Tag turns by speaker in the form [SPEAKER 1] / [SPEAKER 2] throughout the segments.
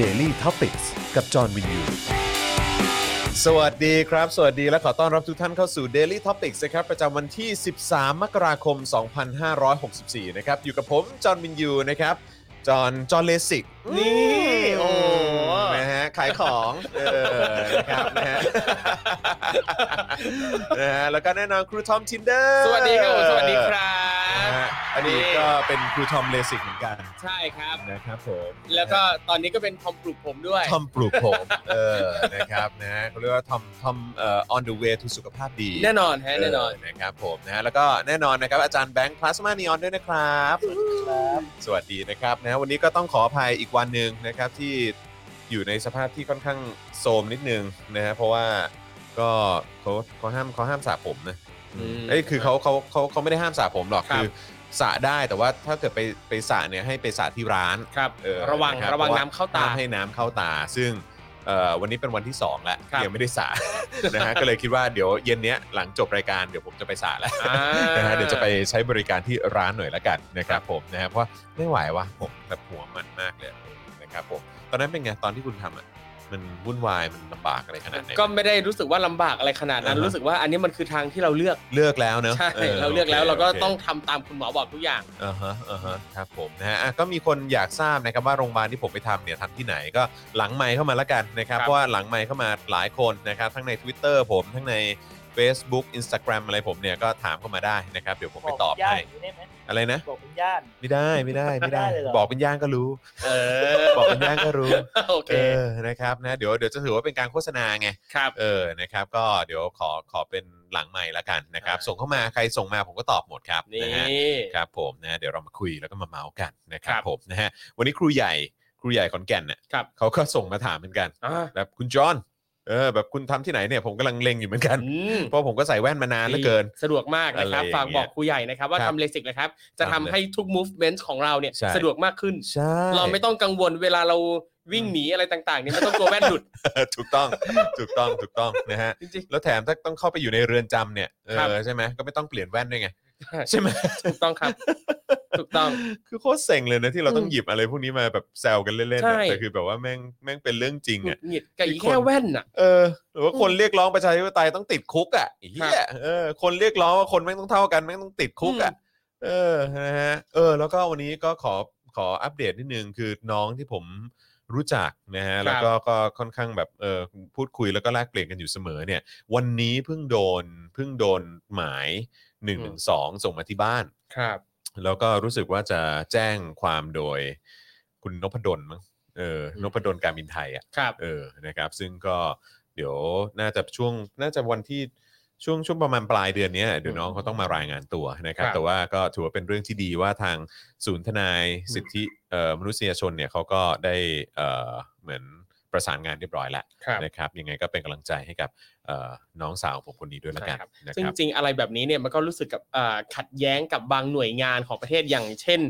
[SPEAKER 1] Daily t o p i c กกับจอห์นวินยู
[SPEAKER 2] สวัสดีครับ สวัสดีและขอต้อนรับทุกท่านเข้าสู่ Daily Topics นะครับ ประจำวันที่ 13 มกราคม 2564 นะครับ อยู่กับผม จอห์นวินยู นะครับ จอห์นจอห์นเลสิก
[SPEAKER 3] นี่โอ้
[SPEAKER 2] นะฮะ ขายของ เออ นะครับ นะฮะ นะฮะ แล้วก็แน่นอนครูทอมทินเดอร์
[SPEAKER 3] สวัสดีครับผมสวัสดีครั
[SPEAKER 2] นะ
[SPEAKER 3] บ
[SPEAKER 2] ฮะอันนี้ก็เป็นครูทอมเลสิกเหมือนกัน
[SPEAKER 3] ใช่ครับ
[SPEAKER 2] นะครับผม
[SPEAKER 3] แล้วก็ตอนนี้ก็เป็นทอมปลุกผมด้วย
[SPEAKER 2] ทอมปลูกผม เออ นะครับนะฮะเขาเรียกว่าทอมทอมเอ่อ on the way to สุขภาพดี
[SPEAKER 3] แน่นอนฮะแน่นอน
[SPEAKER 2] เนะครับผมนะฮะแล้วก็แน่นอนนะครับอาจารย์แบงค์พลาสมานีออนด้วยนะครับสวัสดีนะครับนะฮะวันนี้ก็ต้องขออภัยอีกวันหนึ่งนะครับที่อยู่ในสภาพที่ค่อนข้างโทรมนิดนึงนะฮะเพราะว่าก็เขาเขาห้ามเขาห้ามสระผมนะ
[SPEAKER 3] ม
[SPEAKER 2] เอ้ยคือเขาเขาเขาเขาไม่ได้ห้ามสระผมหรอก
[SPEAKER 3] ครับ
[SPEAKER 2] คือสระได้แต่ว่าถ้าเกิดไปไปสระเนี่ยให้ไปสระที่ร้าน
[SPEAKER 3] ครับ
[SPEAKER 2] เออ
[SPEAKER 3] ระวัง
[SPEAKER 2] คบ
[SPEAKER 3] ระวัง
[SPEAKER 2] พ
[SPEAKER 3] น้ำเข้าตา
[SPEAKER 2] ห้มให้น้ำเข้าตา ซึ่งเอ่อวันนี้เป็นวันที่สองแล้ว
[SPEAKER 3] ครับ
[SPEAKER 2] ยังไม่ได้สระ นะฮะก็เลยคิดว่าเดี๋ยวเย็นเนี้ยหลังจบรายการเดี๋ยวผมจะไปสระแล้ว
[SPEAKER 3] อ่า
[SPEAKER 2] นะฮะเดี๋ยวจะไปใช้บริการที่ร้านหน่อยละกันนะครับผมนะฮะเพราะว่าไม่ไหววะผมแบบหัวมันมากเลยนะครับผมตอนนั้นเป็นไงตอนที่คุณทำอ่ะมันวุ่นวายมันลำบากอะไรขนาดไหน
[SPEAKER 3] ก็ไม่ได้รู้สึกว่าลำบากอะไรขนาดนั้น
[SPEAKER 2] อ่าฮะ
[SPEAKER 3] รู้สึกว่าอันนี้มันคือทางที่เราเลือก
[SPEAKER 2] เลือกแล้วเนอะ
[SPEAKER 3] ใช่
[SPEAKER 2] ออ
[SPEAKER 3] เราเลือกแล้ว
[SPEAKER 2] โค
[SPEAKER 3] เราก็
[SPEAKER 2] โค
[SPEAKER 3] ต้องทำตามคุณหมอบอกทุกอย่าง
[SPEAKER 2] อ่าฮะอ่าฮะครับผมนะฮะอ่ะก็มีคนอยากทราบนะครับว่าโรงพยาบาลที่ผมไปทำเนี่ยทำที่ไหนก็หลังไมค์เข้ามาละกันนะครับ
[SPEAKER 3] ครับ
[SPEAKER 2] เพราะว่าหลังไมค์เข้ามาหลายคนนะครับทั้งใน Twitter ผมทั้งใน Facebook Instagram อะไรผมเนี่ยก็ถามเข้ามาได้นะครับ เดี๋ยวผมไปตอบให้
[SPEAKER 4] บอกเป็นย่านได้ไหม
[SPEAKER 2] อะไรนะ
[SPEAKER 4] บอกเป็นย่าน
[SPEAKER 2] ไม่ได้ไม่ได้ไม่ได้
[SPEAKER 4] ไม่ได้เลยเหรอ
[SPEAKER 2] บอกเป็นย่างก็รู้
[SPEAKER 3] เอ
[SPEAKER 2] บอกเป็นย่างก็รู้
[SPEAKER 3] โอเค
[SPEAKER 2] เออนะครับนะเดี๋ยวเดี๋ยวจะถือว่าเป็นการโฆษณาไง
[SPEAKER 3] ครับ
[SPEAKER 2] เออนะครับก็เดี๋ยวขอขอเป็นหลังไมค์ละกันนะครับ
[SPEAKER 3] อ่า
[SPEAKER 2] ส่งเข้ามาใครส่งมาผมก็ตอบหมดครับ
[SPEAKER 3] นี่
[SPEAKER 2] นะฮะ ครับผมนะเดี๋ยวเรามาคุยแล้วก็มาเมาส์กันนะครับ
[SPEAKER 3] ครับ
[SPEAKER 2] ผมนะฮะวันนี้ครูใหญ่ครูใหญ่ขอนแก่นเนี่ย
[SPEAKER 3] ครับ
[SPEAKER 2] เขาก็ส่งมาถามเหมือนกัน
[SPEAKER 3] อ่า
[SPEAKER 2] แบบคุณจอห์นเออแบบคุณทำที่ไหนเนี่ยผมกำลังเล็งอยู่เหมือนกัน
[SPEAKER 3] อืม
[SPEAKER 2] เพราะผมก็ใส่แว่นมานานเหลือเกิน
[SPEAKER 3] สะดวกมากนะครับ
[SPEAKER 2] อะไรอย่าง
[SPEAKER 3] ฝากบอกครูใหญ่นะครับ ว่า
[SPEAKER 2] ครับ
[SPEAKER 3] ทำเลสิกนะครับ จะ
[SPEAKER 2] ครั
[SPEAKER 3] ทำ
[SPEAKER 2] บ
[SPEAKER 3] ให้ทุก movement ของเราเนี่ย
[SPEAKER 2] ใช่
[SPEAKER 3] สะดวกมากขึ้น
[SPEAKER 2] ใช่
[SPEAKER 3] เราไม่ต้องกังวลเวลาเราวิ่งหนีอะไรต่างๆเนี่ยไม่ต้องกลัวแว่นหลุ ด
[SPEAKER 2] ถูกต้องถูกต้องถูกต้องนะฮะ
[SPEAKER 3] จริง
[SPEAKER 2] แล้วแถมถ้าต้องเข้าไปอยู่ในเรือนจำเนี่ยเอ
[SPEAKER 3] ครับ
[SPEAKER 2] อใช่ไหมก็ไม่ต้องเปลี่ยนแว่นด้วยไง
[SPEAKER 3] ๆ
[SPEAKER 2] ใช่ไหม
[SPEAKER 3] ถูกต้องครับ ถูกต้อง
[SPEAKER 2] คือโคตรเซ็งเลยนะที่เราต้อง
[SPEAKER 3] อืม
[SPEAKER 2] หยิบอะไรพวกนี้มาแบบแซวกันเล่นๆ
[SPEAKER 3] ใช่
[SPEAKER 2] นะแต่คือแบบว่าแม่งแม่งเป็นเรื่องจริง
[SPEAKER 3] หงุ
[SPEAKER 2] อ่ะ
[SPEAKER 3] ดหงิดกับอี
[SPEAKER 2] ที่
[SPEAKER 3] ก
[SPEAKER 2] คน
[SPEAKER 3] แค่แว่นน่ะ
[SPEAKER 2] เออหรือว่าคนเรียกร้องประชาธิปไตยต้องติดคุกอ่ะไอ้เฮียเออคนเรียกร้องว่าคนแม่งต้องเท่ากันแม่งต้องติดคุกอ่ะเออนะฮะเออ แล้วก็วันนี้ก็ขอขออัปเดตนิดนึงคือน้องที่ผมรู้จักนะฮะ
[SPEAKER 3] ครับ
[SPEAKER 2] แล้วก็ก็ค่อนข้างแบบเออพูดคุยแล้วก็แลกเปลี่ยนกันอยู่เสมอเนี่ย วันนี้เพิ่งโดนเพิ่งโดนหมาย1นึส่งมาที่บ้าน
[SPEAKER 3] ครับ
[SPEAKER 2] แล้วก็รู้สึกว่าจะแจ้งความโดยคุณนพดลมั้งเออ
[SPEAKER 3] อืม
[SPEAKER 2] นพดลการบินไทยอ่ะ
[SPEAKER 3] ครับ
[SPEAKER 2] เออ นะครับ ซึ่งก็เดี๋ยวน่าจะช่วง น่าจะวันที่ช่วงช่วงประมาณปลายเดือนเนี้ยเดี๋ยวน้องเขาต้องมารายงานตัวนะครับ
[SPEAKER 3] ครับ
[SPEAKER 2] แต่ว่าก็ถือว่าเป็นเรื่องที่ดีว่าทางศูนย์ทนายสิทธิเอ่อมนุษยชนเนี่ยเขาก็ได้เอ่อเหมือนประสานงานเรียบร้อยแล้ว
[SPEAKER 3] ครับ
[SPEAKER 2] นะครับ ยังไงก็เป็นกำลังใจให้กับเอ่อน้องสาวของผมคนนี้ด้วยละกันนะ
[SPEAKER 3] ซึ่ง
[SPEAKER 2] ครับ
[SPEAKER 3] จริงๆอะไรแบบนี้เนี่ยมันก็รู้สึกกับเอ่อขัดแย้งกับบางหน่วยงานของประเทศอย่างเช่น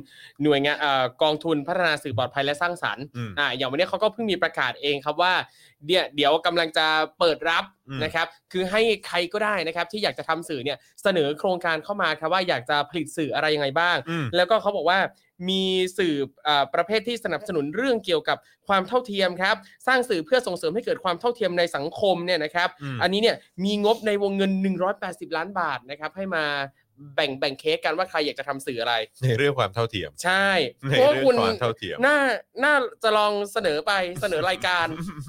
[SPEAKER 3] หน่วยงานเอ่อกองทุนพัฒนาสื่อปลอดภัยและสร้างสรรค์
[SPEAKER 2] อืม
[SPEAKER 3] อ่าอย่างวันนี้เขาก็เพิ่งมีประกาศเองครับว่าเดี๋ยวเดี๋ยวกำลังจะเปิดรับ
[SPEAKER 2] อืม
[SPEAKER 3] นะครับ คือให้ใครก็ได้นะครับ ที่อยากจะทำสื่อเนี่ยเสนอโครงการเข้ามาครับว่าอยากจะผลิตสื่ออะไรยังไงบ้าง
[SPEAKER 2] อืม
[SPEAKER 3] แล้วก็เขาบอกว่ามีสื่ออ่าประเภทที่สนับสนุนเรื่องเกี่ยวกับความเท่าเทียมครับ สร้างสื่อเพื่อส่งเสริมให้เกิดความเท่าเทียมในสังคมเนี่ยนะครับ
[SPEAKER 2] อืม
[SPEAKER 3] อันนี้เนี่ยมีงบในวงเงิน 180 ล้านบาทนะครับ ให้มาแบ่งแบ่งเค้กกันว่าใครอยากจะทำสื่ออะไร
[SPEAKER 2] ในเรื่องความเท่าเทียม
[SPEAKER 3] ใช่
[SPEAKER 2] ใน
[SPEAKER 3] เพราะว่า
[SPEAKER 2] เรื่อง
[SPEAKER 3] คุณ
[SPEAKER 2] ความเท่าเทียม
[SPEAKER 3] น่าน่าจะลองเสนอไปเสนอรายการ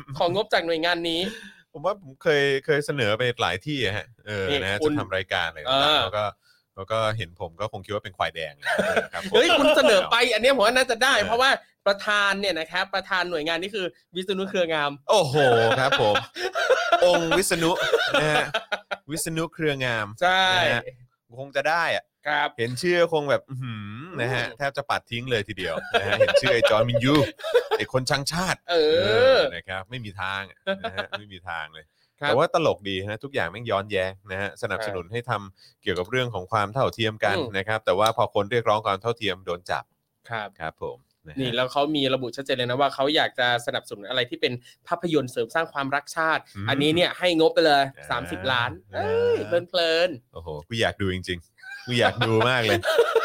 [SPEAKER 3] ของงบจากหน่วยงานนี้
[SPEAKER 2] ผมว่าผมเคยเคยเสนอไปหลายที่อะฮะ เออ
[SPEAKER 3] นี่
[SPEAKER 2] นะฮะ
[SPEAKER 3] คุ
[SPEAKER 2] จะ
[SPEAKER 3] ณ
[SPEAKER 2] ทำรายการอะไร
[SPEAKER 3] เอ
[SPEAKER 2] ต่าง
[SPEAKER 3] อ
[SPEAKER 2] ๆแล้วก็แล้วก็เห็นผมก็คงคิดว่าเป็นควายแดงอะเออครับผม
[SPEAKER 3] เฮ้ยคุณเสนอไป อันเนี้ยผมว่าน่าจะได้
[SPEAKER 2] เออ
[SPEAKER 3] เพราะว่าประธานเนี่ยนะครับประธานหน่วยงานนี่คือวิศนุเครืองาม
[SPEAKER 2] โอ้โหครับผม องค์วิษณุนะฮะวิษณุเครืองาม
[SPEAKER 3] ใช่
[SPEAKER 2] นะฮะ คงจะได้อะ
[SPEAKER 3] ครับ
[SPEAKER 2] เห็นชื่อคงแบบอื้อหือนะฮะแทบจะปัดทิ้งเลยทีเดียวนะฮะเห็นชื่อไอ้จอห์นมินยูไอ้คนช่างชาติ
[SPEAKER 3] เอ
[SPEAKER 2] เอ
[SPEAKER 3] อ
[SPEAKER 2] อนะครับ ไม่มีทางอะนะฮะไม่มีทางเลย
[SPEAKER 3] ครับ
[SPEAKER 2] แต่ว่าตลกดีนะทุกอย่างแม่งย้อนแย้งนะฮะสนับสนุนให้ทำเกี่ยวกับเรื่องของความเท่าเทียมกัน
[SPEAKER 3] อืม
[SPEAKER 2] นะครับ แต่ว่าพอคนเรียกร้องความเท่าเทียมโดนจับ
[SPEAKER 3] ครับ
[SPEAKER 2] ครับผมะฮะ
[SPEAKER 3] นี่แล้วเขามีระบุชัดเจนเลยนะว่าเขาอยากจะสนับสนุนอะไรที่เป็นภาพยนตร์เสริมสร้างความรักชาติ
[SPEAKER 2] อืม
[SPEAKER 3] อันนี้เนี่ยให้งบไปเลย
[SPEAKER 2] อ่า
[SPEAKER 3] 30 ล้าน
[SPEAKER 2] อ่า
[SPEAKER 3] เอ้ยเพลิน
[SPEAKER 2] โอ้โหกูอยากดูจริง ๆ กูอยากดูมากเลย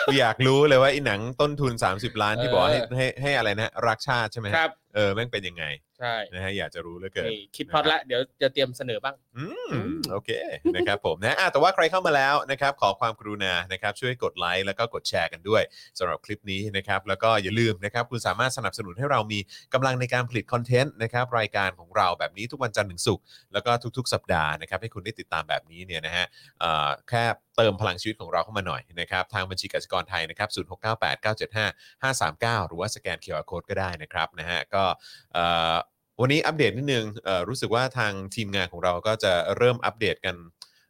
[SPEAKER 2] คืออยากรู้เลยว่าไอ้หนังต้นทุน 30 ล้านที่บอกว่าให้
[SPEAKER 3] เออ
[SPEAKER 2] ให้ให้อะไรนะรักชาติใช่ไหมฮะ
[SPEAKER 3] ครับ
[SPEAKER 2] เออแม่งเป็นยังไง
[SPEAKER 3] ใช่
[SPEAKER 2] นะฮะอยากจะรู้เหลือเกิน
[SPEAKER 3] นี่คิดพล็อดละเดี๋ยวจะเตรียมเสนอบ้าง
[SPEAKER 2] อืม
[SPEAKER 3] อืม
[SPEAKER 2] โอเคนะครับผมนะอ่ะแต่ว่าใครเข้ามาแล้วนะครับขอความกรุณานะครับช่วยกดไลค์แล้วก็กดแชร์กันด้วยสำหรับคลิปนี้นะครับแล้วก็อย่าลืมนะครับคุณสามารถสนับสนุนให้เรามีกำลังในการผลิตคอนเทนต์นะครับรายการของเราแบบนี้ทุกวันจันทร์ถึงศุกร์แล้วก็ทุกๆ สัปดาห์นะครับให้คุณได้ติดตามแบบนี้เนี่ยนะฮะเอ่อแค่เติมพลังชีวิตของเราเข้ามาหน่อยนะครับทางบัญชีกสิกรไทยนะครับ0698 975 539 หรือว่าสแกน QR Code ก็ได้นะครับนะฮะก็เอ่อ วันนี้อัปเดตนิดนึงเอ่อรู้สึกว่าทางทีมงานของเราก็จะเริ่มอัปเดตกัน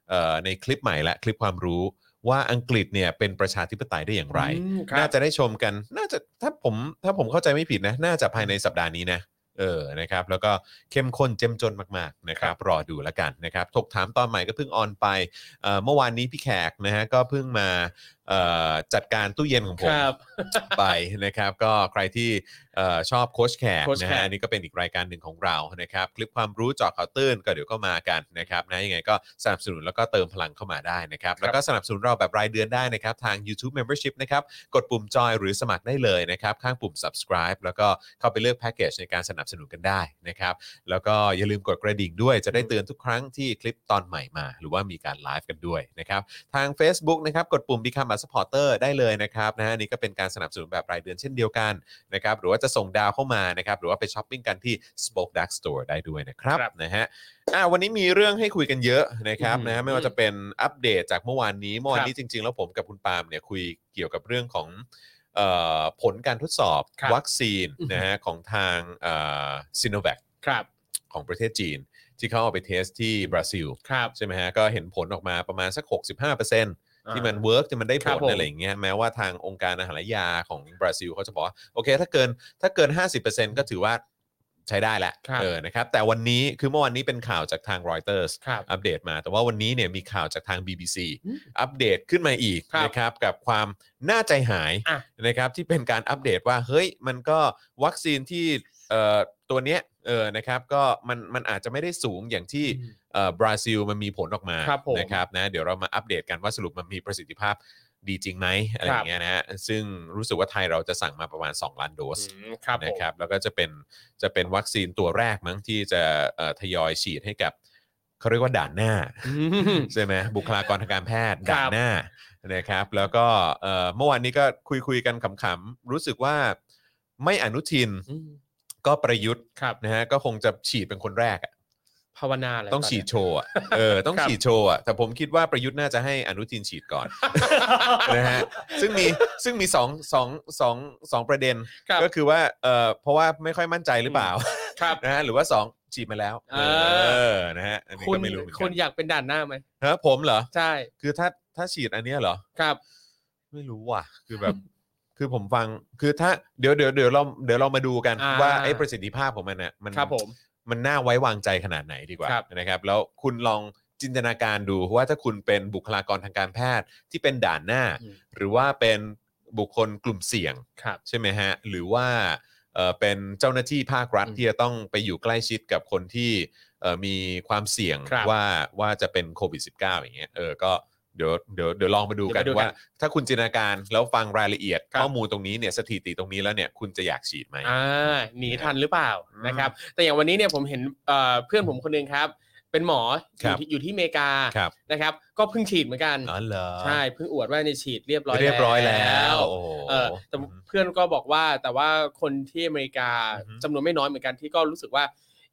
[SPEAKER 2] เอ่อในคลิปใหม่และคลิปความรู้ว่าอังกฤษเนี่ยเป็นประชาธิปไตยได้อย่างไร
[SPEAKER 3] อืมครับ
[SPEAKER 2] น่าจะได้ชมกัน น่าจะถ้าผมถ้าผมเข้าใจไม่ผิดนะ น่าจะภายในสัปดาห์นี้นะ เออ นะครับ แล้วก็เข้มข้นเจ้มจนมากๆ นะครับ รอดูแล้วกันนะครับ ถกถามตอนใหม่ก็เพิ่งออนไปเอ่อเมื่อวานนี้พี่แขกนะฮะก็เพิ่งมาเอ่อจัดการตู้เย็นของผ
[SPEAKER 3] ค
[SPEAKER 2] ม
[SPEAKER 3] รับ
[SPEAKER 2] ไปนะครับก็ใครที่เอ่อชอบโค้ชแขก
[SPEAKER 3] โค้ช
[SPEAKER 2] นะ
[SPEAKER 3] แข
[SPEAKER 2] ฮะ
[SPEAKER 3] ก
[SPEAKER 2] อันนี้ก็เป็นอีกรายการหนึ่งของเรานะครับคลิปความรู้เจาะข่าวตื้นก็เดี๋ยวก็มากันนะครับนะยังไงก็สนับสนุนแล้วก็เติมพลังเข้ามาได้นะครับแล้วก็สนับสนุนเราแบบรายเดือนได้นะครับทาง YouTube Membership นะครับกดปุ่มจอยหรือสมัครได้เลยนะครับข้างปุ่ม subscribe แล้วก็เข้าไปเลือกแพ็กเกจในการสนับสนุนกันได้นะครับแล้วก็อย่าลืมกดกระดิ่งด้วยจะได้เตือนทุกครั้งที่คลิปตอนใหม่มา หรือว่ามีการไลฟ์กันด้วยนะครับ ทาง Facebook นะครับกดปุ่ม Become a supporter ได้เลยนะครับนะฮะอันนี่ก็เป็นการสนับสนุนแบบรายเดือนเช่นเดียวกันนะครับหรือว่าจะส่งดาวเข้ามานะครับหรือว่าไปช้อปปิ้งกันที่ Spoke Dark Store ได้ด้วยนะครับ
[SPEAKER 3] ครับ
[SPEAKER 2] นะฮะอ่ะวันนี้มีเรื่องให้คุยกันเยอะนะครับ
[SPEAKER 3] อืม
[SPEAKER 2] นะฮะไม่ว่าจะเป็นอัปเดตจากเมื่อวานนี้เมื่อวานนี้จริง ๆ แล้วผมกับคุณปาล์มเนี่ยคุยเกี่ยวกับเรื่องของเอ่อผลการทดสอบ
[SPEAKER 3] ครับ
[SPEAKER 2] วัคซีน
[SPEAKER 3] อือฮึ
[SPEAKER 2] นะฮะของทางซิโนแวค
[SPEAKER 3] ครับ
[SPEAKER 2] ของประเทศจีน ที่เขาเอาไปเทสที่บราซิล
[SPEAKER 3] ครับ
[SPEAKER 2] ใช่ไหมฮะก็เห็นผลออกมาประมาณสัก 65% ที่มัน
[SPEAKER 3] อ่า
[SPEAKER 2] เวิร์กที่มันได้
[SPEAKER 3] ค
[SPEAKER 2] ผ
[SPEAKER 3] รับ
[SPEAKER 2] ล
[SPEAKER 3] ผม
[SPEAKER 2] อะไรอย่างเงี้ยแม้ว่าทางองค์การอาหารและยาของบราซิลเขาจะบอกว่าโอเค ถ้าเกินถ้าเกิน 50%ก็ถือว่าใช้ได้แหละ
[SPEAKER 3] ครับ
[SPEAKER 2] เออนะครับแต่วันนี้คือเมื่อวันนี้เป็นข่าวจากทางรอยเตอร์ส
[SPEAKER 3] ครับ
[SPEAKER 2] อัปเดตมา แต่ว่าวันนี้เนี่ยมีข่าวจากทาง BBC
[SPEAKER 3] อืม
[SPEAKER 2] อัปเดตขึ้นมาอีก
[SPEAKER 3] ครับ
[SPEAKER 2] นะครับกับความน่าใจหาย
[SPEAKER 3] อ่ะ
[SPEAKER 2] นะครับที่เป็นการอัปเดตว่าเฮ้ยมันก็วัคซีนที่เอ่อตัวเนี้ยเออนะครับก็มันมันอาจจะไม่ได้สูงอย่างที่ เอ่อบราซิลมันมีผลออกมา
[SPEAKER 3] ครับผม
[SPEAKER 2] นะครับนะเดี๋ยวเรามาอัปเดตกันว่าสรุปมันมีประสิทธิภาพดีจริงไหมอะไรอย่างเงี้ยนะฮะซึ่งรู้สึกว่าไทยเราจะสั่งมาประมาณ 2 ล้านโดส
[SPEAKER 3] อืมครับผม
[SPEAKER 2] นะครับแล้วก็จะเป็นจะเป็นวัคซีนตัวแรกมั้งที่จะเอ่อทยอยฉีดให้กับเขาเรียกว่าด่านหน้า
[SPEAKER 3] อืม
[SPEAKER 2] ใช่ไหมบุคลากรทางการแพทย์
[SPEAKER 3] ครับ
[SPEAKER 2] ด่านหน้านะครับแล้วก็เอ่อเมื่อวานนี้ก็คุยคุยๆกันขำๆรู้สึกว่าไม่อนุทิน
[SPEAKER 3] อืม
[SPEAKER 2] ก็ประยุทธ์
[SPEAKER 3] ครับ
[SPEAKER 2] นะฮะก็คงจะฉีดเป็นคนแรกอะ
[SPEAKER 3] ภาวนาอะไร
[SPEAKER 2] ต้องฉีด
[SPEAKER 3] ตนเนี้ย
[SPEAKER 2] โชว์อะเออ ต้อง
[SPEAKER 3] ครับ
[SPEAKER 2] ฉีดโชว์อะแต่ผมคิดว่าประยุทธ์น่าจะให้อนุทินฉีดก่อน นะฮะ ซึ่งมี ซึ่งมีสองสองสองสองประเด็น
[SPEAKER 3] ครับ
[SPEAKER 2] ก็คือว่า เออเพราะว่าไม่ค่อยมั่นใจหรือเปล่า
[SPEAKER 3] ครับ
[SPEAKER 2] นะฮะ หรือว่าสองฉีดมาแล้ว
[SPEAKER 3] เอ
[SPEAKER 2] เอ
[SPEAKER 3] อ
[SPEAKER 2] อ นะฮะ อันนี้
[SPEAKER 3] คุณ
[SPEAKER 2] ก็ไม่รู้เหมือน
[SPEAKER 3] คุ
[SPEAKER 2] กั
[SPEAKER 3] ณ
[SPEAKER 2] น
[SPEAKER 3] อยากเป็นด่านหน้าไหม
[SPEAKER 2] ฮะผมเหรอ
[SPEAKER 3] ใช่
[SPEAKER 2] คือถ้า ถ้าฉีดอันเนี้ยเหรอ
[SPEAKER 3] ครับ
[SPEAKER 2] ไม่รู้ว่ะ คือแบบ คือผมฟัง คือถ้า เดี๋ยวเดี๋ยวเดี๋ยวเรา เดี๋ยวเรามาดูกัน
[SPEAKER 3] อ่า
[SPEAKER 2] ว่าไอ้ประสิทธิภาพของมันน่ะมัน
[SPEAKER 3] ครับผม
[SPEAKER 2] มันน่าไว้วางใจขนาดไหนดีกว่า
[SPEAKER 3] ครับ
[SPEAKER 2] นะครับ แล้วคุณลองจินตนาการดูว่าถ้าคุณเป็นบุคลากรทางการแพทย์ที่เป็นด่านหน้า หรือว่าเป็นบุคคลกลุ่มเสี่ยง
[SPEAKER 3] ครับ
[SPEAKER 2] ใช่ไหมฮะหรือว่าเอ่อเป็นเจ้าหน้าที่ภาครัฐ
[SPEAKER 3] อืม
[SPEAKER 2] ที่จะต้องไปอยู่ใกล้ชิดกับคนที่เอ่อมีความเสี่ยง
[SPEAKER 3] ครับ
[SPEAKER 2] ว่าว่าจะเป็นโควิด -19 อย่างเงี้ยเออก็เดี๋ยวเดี๋ยวเดี๋ยวลองมาดูกัน
[SPEAKER 3] เดี๋ยวไปดูกัน
[SPEAKER 2] ว่า ถ้าคุณจินตนาการแล้วฟังรายละเอียด
[SPEAKER 3] ครับ
[SPEAKER 2] ข้อมูลตรงนี้เนี่ยสถิติตรงนี้แล้วเนี่ยคุณจะอยากฉีดไหม
[SPEAKER 3] อ่าหนีทันหรือเปล่านะครับ แต่อย่างวันนี้เนี่ยผมเห็นเอ่อเพื่อนผมคนหนึงครับ เป็นหมออ
[SPEAKER 2] ครั
[SPEAKER 3] ยู่
[SPEAKER 2] บ
[SPEAKER 3] ที่อยู่ที่อเมริกา
[SPEAKER 2] ครับ
[SPEAKER 3] นะครับ ก็เพิ่งฉีดเหมือนกัน
[SPEAKER 2] อ๋อเหรอ
[SPEAKER 3] ใช่เพิ่งอวดว่าในยฉีดเรียบร้อย
[SPEAKER 2] เรียบร้อยแล้ว
[SPEAKER 3] แล้ว
[SPEAKER 2] โอ้โห
[SPEAKER 3] เออแต่เพื่อนก็บอกว่าแต่ว่าคนที่อเมริกา
[SPEAKER 2] อือฮึ
[SPEAKER 3] จำนวนไม่น้อยเหมือนกันที่ก็รู้สึกว่า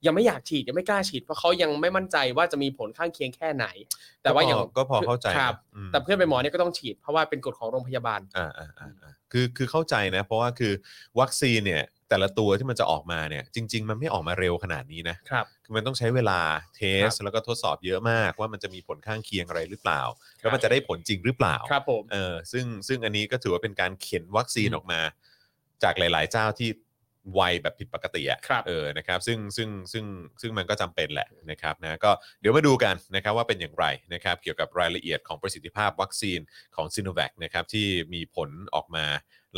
[SPEAKER 3] ยังไม่อยากฉีดยังไม่กล้าฉีดเพราะเขายังไม่มั่นใจว่าจะมีผลข้างเคียงแค่ไหน แต่ว่าอย่าง
[SPEAKER 2] ก็พก็พอเข้าใจนะครับ อืม
[SPEAKER 3] แต่เพื่อนไปนหมอเนี่ยก็ต้องฉีดเพราะว่าเป็นกฎของโรงพยาบาล
[SPEAKER 2] อ่าอ่าอ่าอ่าคือคือเข้าใจนะ เพราะว่าคือวัคซีนเนี่ยแต่ละตัวที่มันจะออกมาเนี่ยจริง ๆ มันไม่ออกมาเร็วขนาดนี้นะครับ คือมันต้องใช้เวลาเทส แล้วก็ทดสอบเยอะมากว่ามันจะมีผลข้างเคียงอะไรหรือเปล่า แล้วมันจะได้ผลจริงหรือเปล่า
[SPEAKER 3] ครับผม
[SPEAKER 2] เออซึ่งซึ่งอันนี้ก็ถือว่าเป็นการเข็นวัคซีน
[SPEAKER 3] อืม
[SPEAKER 2] ออกมา จากหลาย ๆ เจ้าที่ไวแบบผิดปกติอะ
[SPEAKER 3] ครับ
[SPEAKER 2] เออนะครับซึ่งซึ่งซึ่งซึ่งมันก็จำเป็นแหละนะครับนะก็เดี๋ยวมาดูกันนะครับว่าเป็นอย่างไรนะครับเกี่ยวกับรายละเอียดของประสิทธิภาพวัคซีนของซิโนแวคนะครับที่มีผลออกมา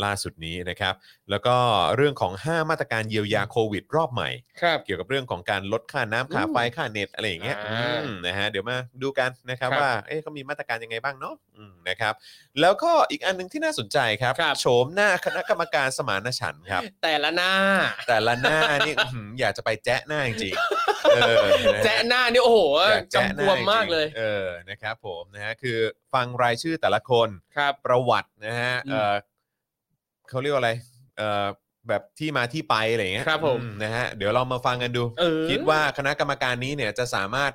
[SPEAKER 2] ล่าสุดนี้นะครับ แล้วก็เรื่องของ 5 มาตรการเยียวยาโควิดรอบใหม่
[SPEAKER 3] ครับ
[SPEAKER 2] เกี่ยวกับเรื่องของการลดค่าน้ำค่าไฟค่าเน็ตอะไรอย่างเงี้ย
[SPEAKER 3] อ่า
[SPEAKER 2] อืมนะฮะเดี๋ยวมาดูกันนะครับ
[SPEAKER 3] ครับ
[SPEAKER 2] ว่าเอ๊ะเขามีมาตรการยังไงบ้างเนาะอืมนะครับ แล้วก็อีกอันหนึงที่น่าสนใจครับ
[SPEAKER 3] ครับ
[SPEAKER 2] โฉมหน้าคณะกรรมการสมานฉันท์ ครับ
[SPEAKER 3] แต่ละหน้า
[SPEAKER 2] แต่ละหน้านี่ อื้อหืออยากจะไปแจ๊ะหน้าจริง ๆเออนฮ
[SPEAKER 3] แจ๊ะหน้านี่โอ้โห
[SPEAKER 2] อยากแะห
[SPEAKER 3] จำก
[SPEAKER 2] น้
[SPEAKER 3] วมมากเลย
[SPEAKER 2] จริงๆเออ นะครับผมนะฮะ คือฟังรายชื่อแต่ละคน
[SPEAKER 3] ครับ
[SPEAKER 2] ประวัตินะฮะ
[SPEAKER 3] อืม
[SPEAKER 2] เออเขาเรียกว่าอะไร เออแบบที่มาที่ไปอะไรอย่างเงี้ย
[SPEAKER 3] ครับผม
[SPEAKER 2] อืนะฮะ เดี๋ยวเรามาฟังกันดู
[SPEAKER 3] เออ
[SPEAKER 2] คิดว่าคณะกรรมการนี้เนี่ยจะสามารถ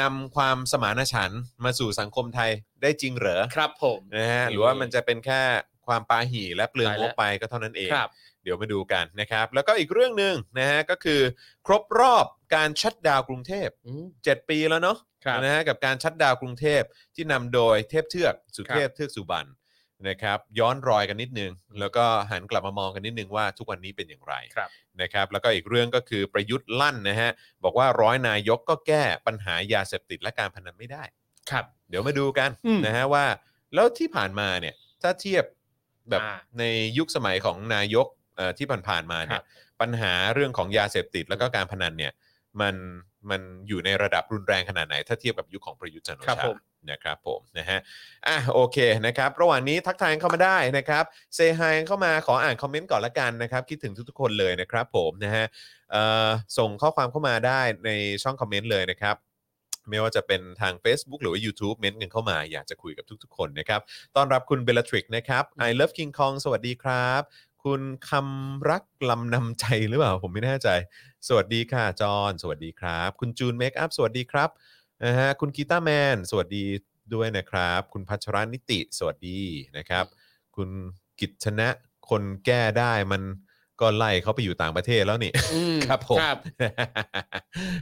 [SPEAKER 2] นำความสมานฉันท์มาสู่สังคมไทยได้จริงเหรอ
[SPEAKER 3] ครับผม
[SPEAKER 2] นะฮะ หรือว่ามันจะเป็นแค่ความปาหี่และเปลืองงบไปก็เท่านั้นเอง
[SPEAKER 3] ครับ
[SPEAKER 2] เดี๋ยวมาดูกันนะครับ แล้วก็อีกเรื่องหนึ่งนะฮะ ก็คือครบรอบการชัดดาวน์กรุงเทพ
[SPEAKER 3] อืม
[SPEAKER 2] 7 ปีแล้วเนาะ
[SPEAKER 3] ครับ
[SPEAKER 2] นะฮะกับการชัดดาวน์กรุงเทพที่นำโดยเทพเทือกสุเทพเทือกสุบรรณนะครับ ย้อนรอยกันนิดนึง แล้วก็หันกลับมามองกันนิดนึงว่าทุกวันนี้เป็นอย่างไร
[SPEAKER 3] ครับ
[SPEAKER 2] นะครับ แล้วก็อีกเรื่องก็คือประยุทธ์ลั่นนะฮะบอกว่าร้อยนายกก็แก้ปัญหายาเสพติดและการพนันไม่ได้
[SPEAKER 3] ครับ
[SPEAKER 2] เดี๋ยวมาดูกัน
[SPEAKER 3] อืม
[SPEAKER 2] นะฮะว่า แล้วที่ผ่านมาเนี่ยถ้าเทียบแบบ
[SPEAKER 3] อ่า
[SPEAKER 2] ในยุคสมัยของนายกเอ่อที่ผ่านๆมาเนี่
[SPEAKER 3] ครั
[SPEAKER 2] ย
[SPEAKER 3] บ
[SPEAKER 2] ปัญหาเรื่องของยาเสพติดแล้วก็การพนันเนี่ยมันมันอยู่ในระดับรุนแรงขนาดไหน ถ้าเทียบกับยุคของประยุทธ์จันทร์โอ
[SPEAKER 3] ครับ
[SPEAKER 2] ชา
[SPEAKER 3] ผม
[SPEAKER 2] นะครับผมนะฮะอ่ะโอเคนะครับระหว่างนี้ทักทายเข้ามาได้นะครับเซฮายเข้ามาขออ่านคอมเมนต์ก่อนละกันนะครับ คิดถึงทุกๆคนเลยนะครับผมนะฮะเอ่อส่งข้อความเข้ามาได้ในช่องคอมเมนต์เลยนะครับ ไม่ว่าจะเป็นทาง Facebook หรือว่า YouTube เม้นต์กันเข้ามาอยากจะคุยกับทุกๆคนนะครับต้อนรับคุณเบลทริกนะครับ I love King Kong สวัสดีครับ คุณคำรักลำนำใจหรือเปล่า ผมไม่แน่ใจ สวัสดีค่ะจอนสวัสดีครับ คุณจูนเมคอัพสวัสดีครับ นะฮะคุณกีตาร์แมนสวัสดีด้วยนะครับ คุณพัชรนิติสวัสดีนะครับ คุณกิจชนะคนแก้ได้มันก็ไล่เขาไปอยู่ต่างประเทศแล้วนี่
[SPEAKER 3] อืม
[SPEAKER 2] ครับผม
[SPEAKER 3] ครับ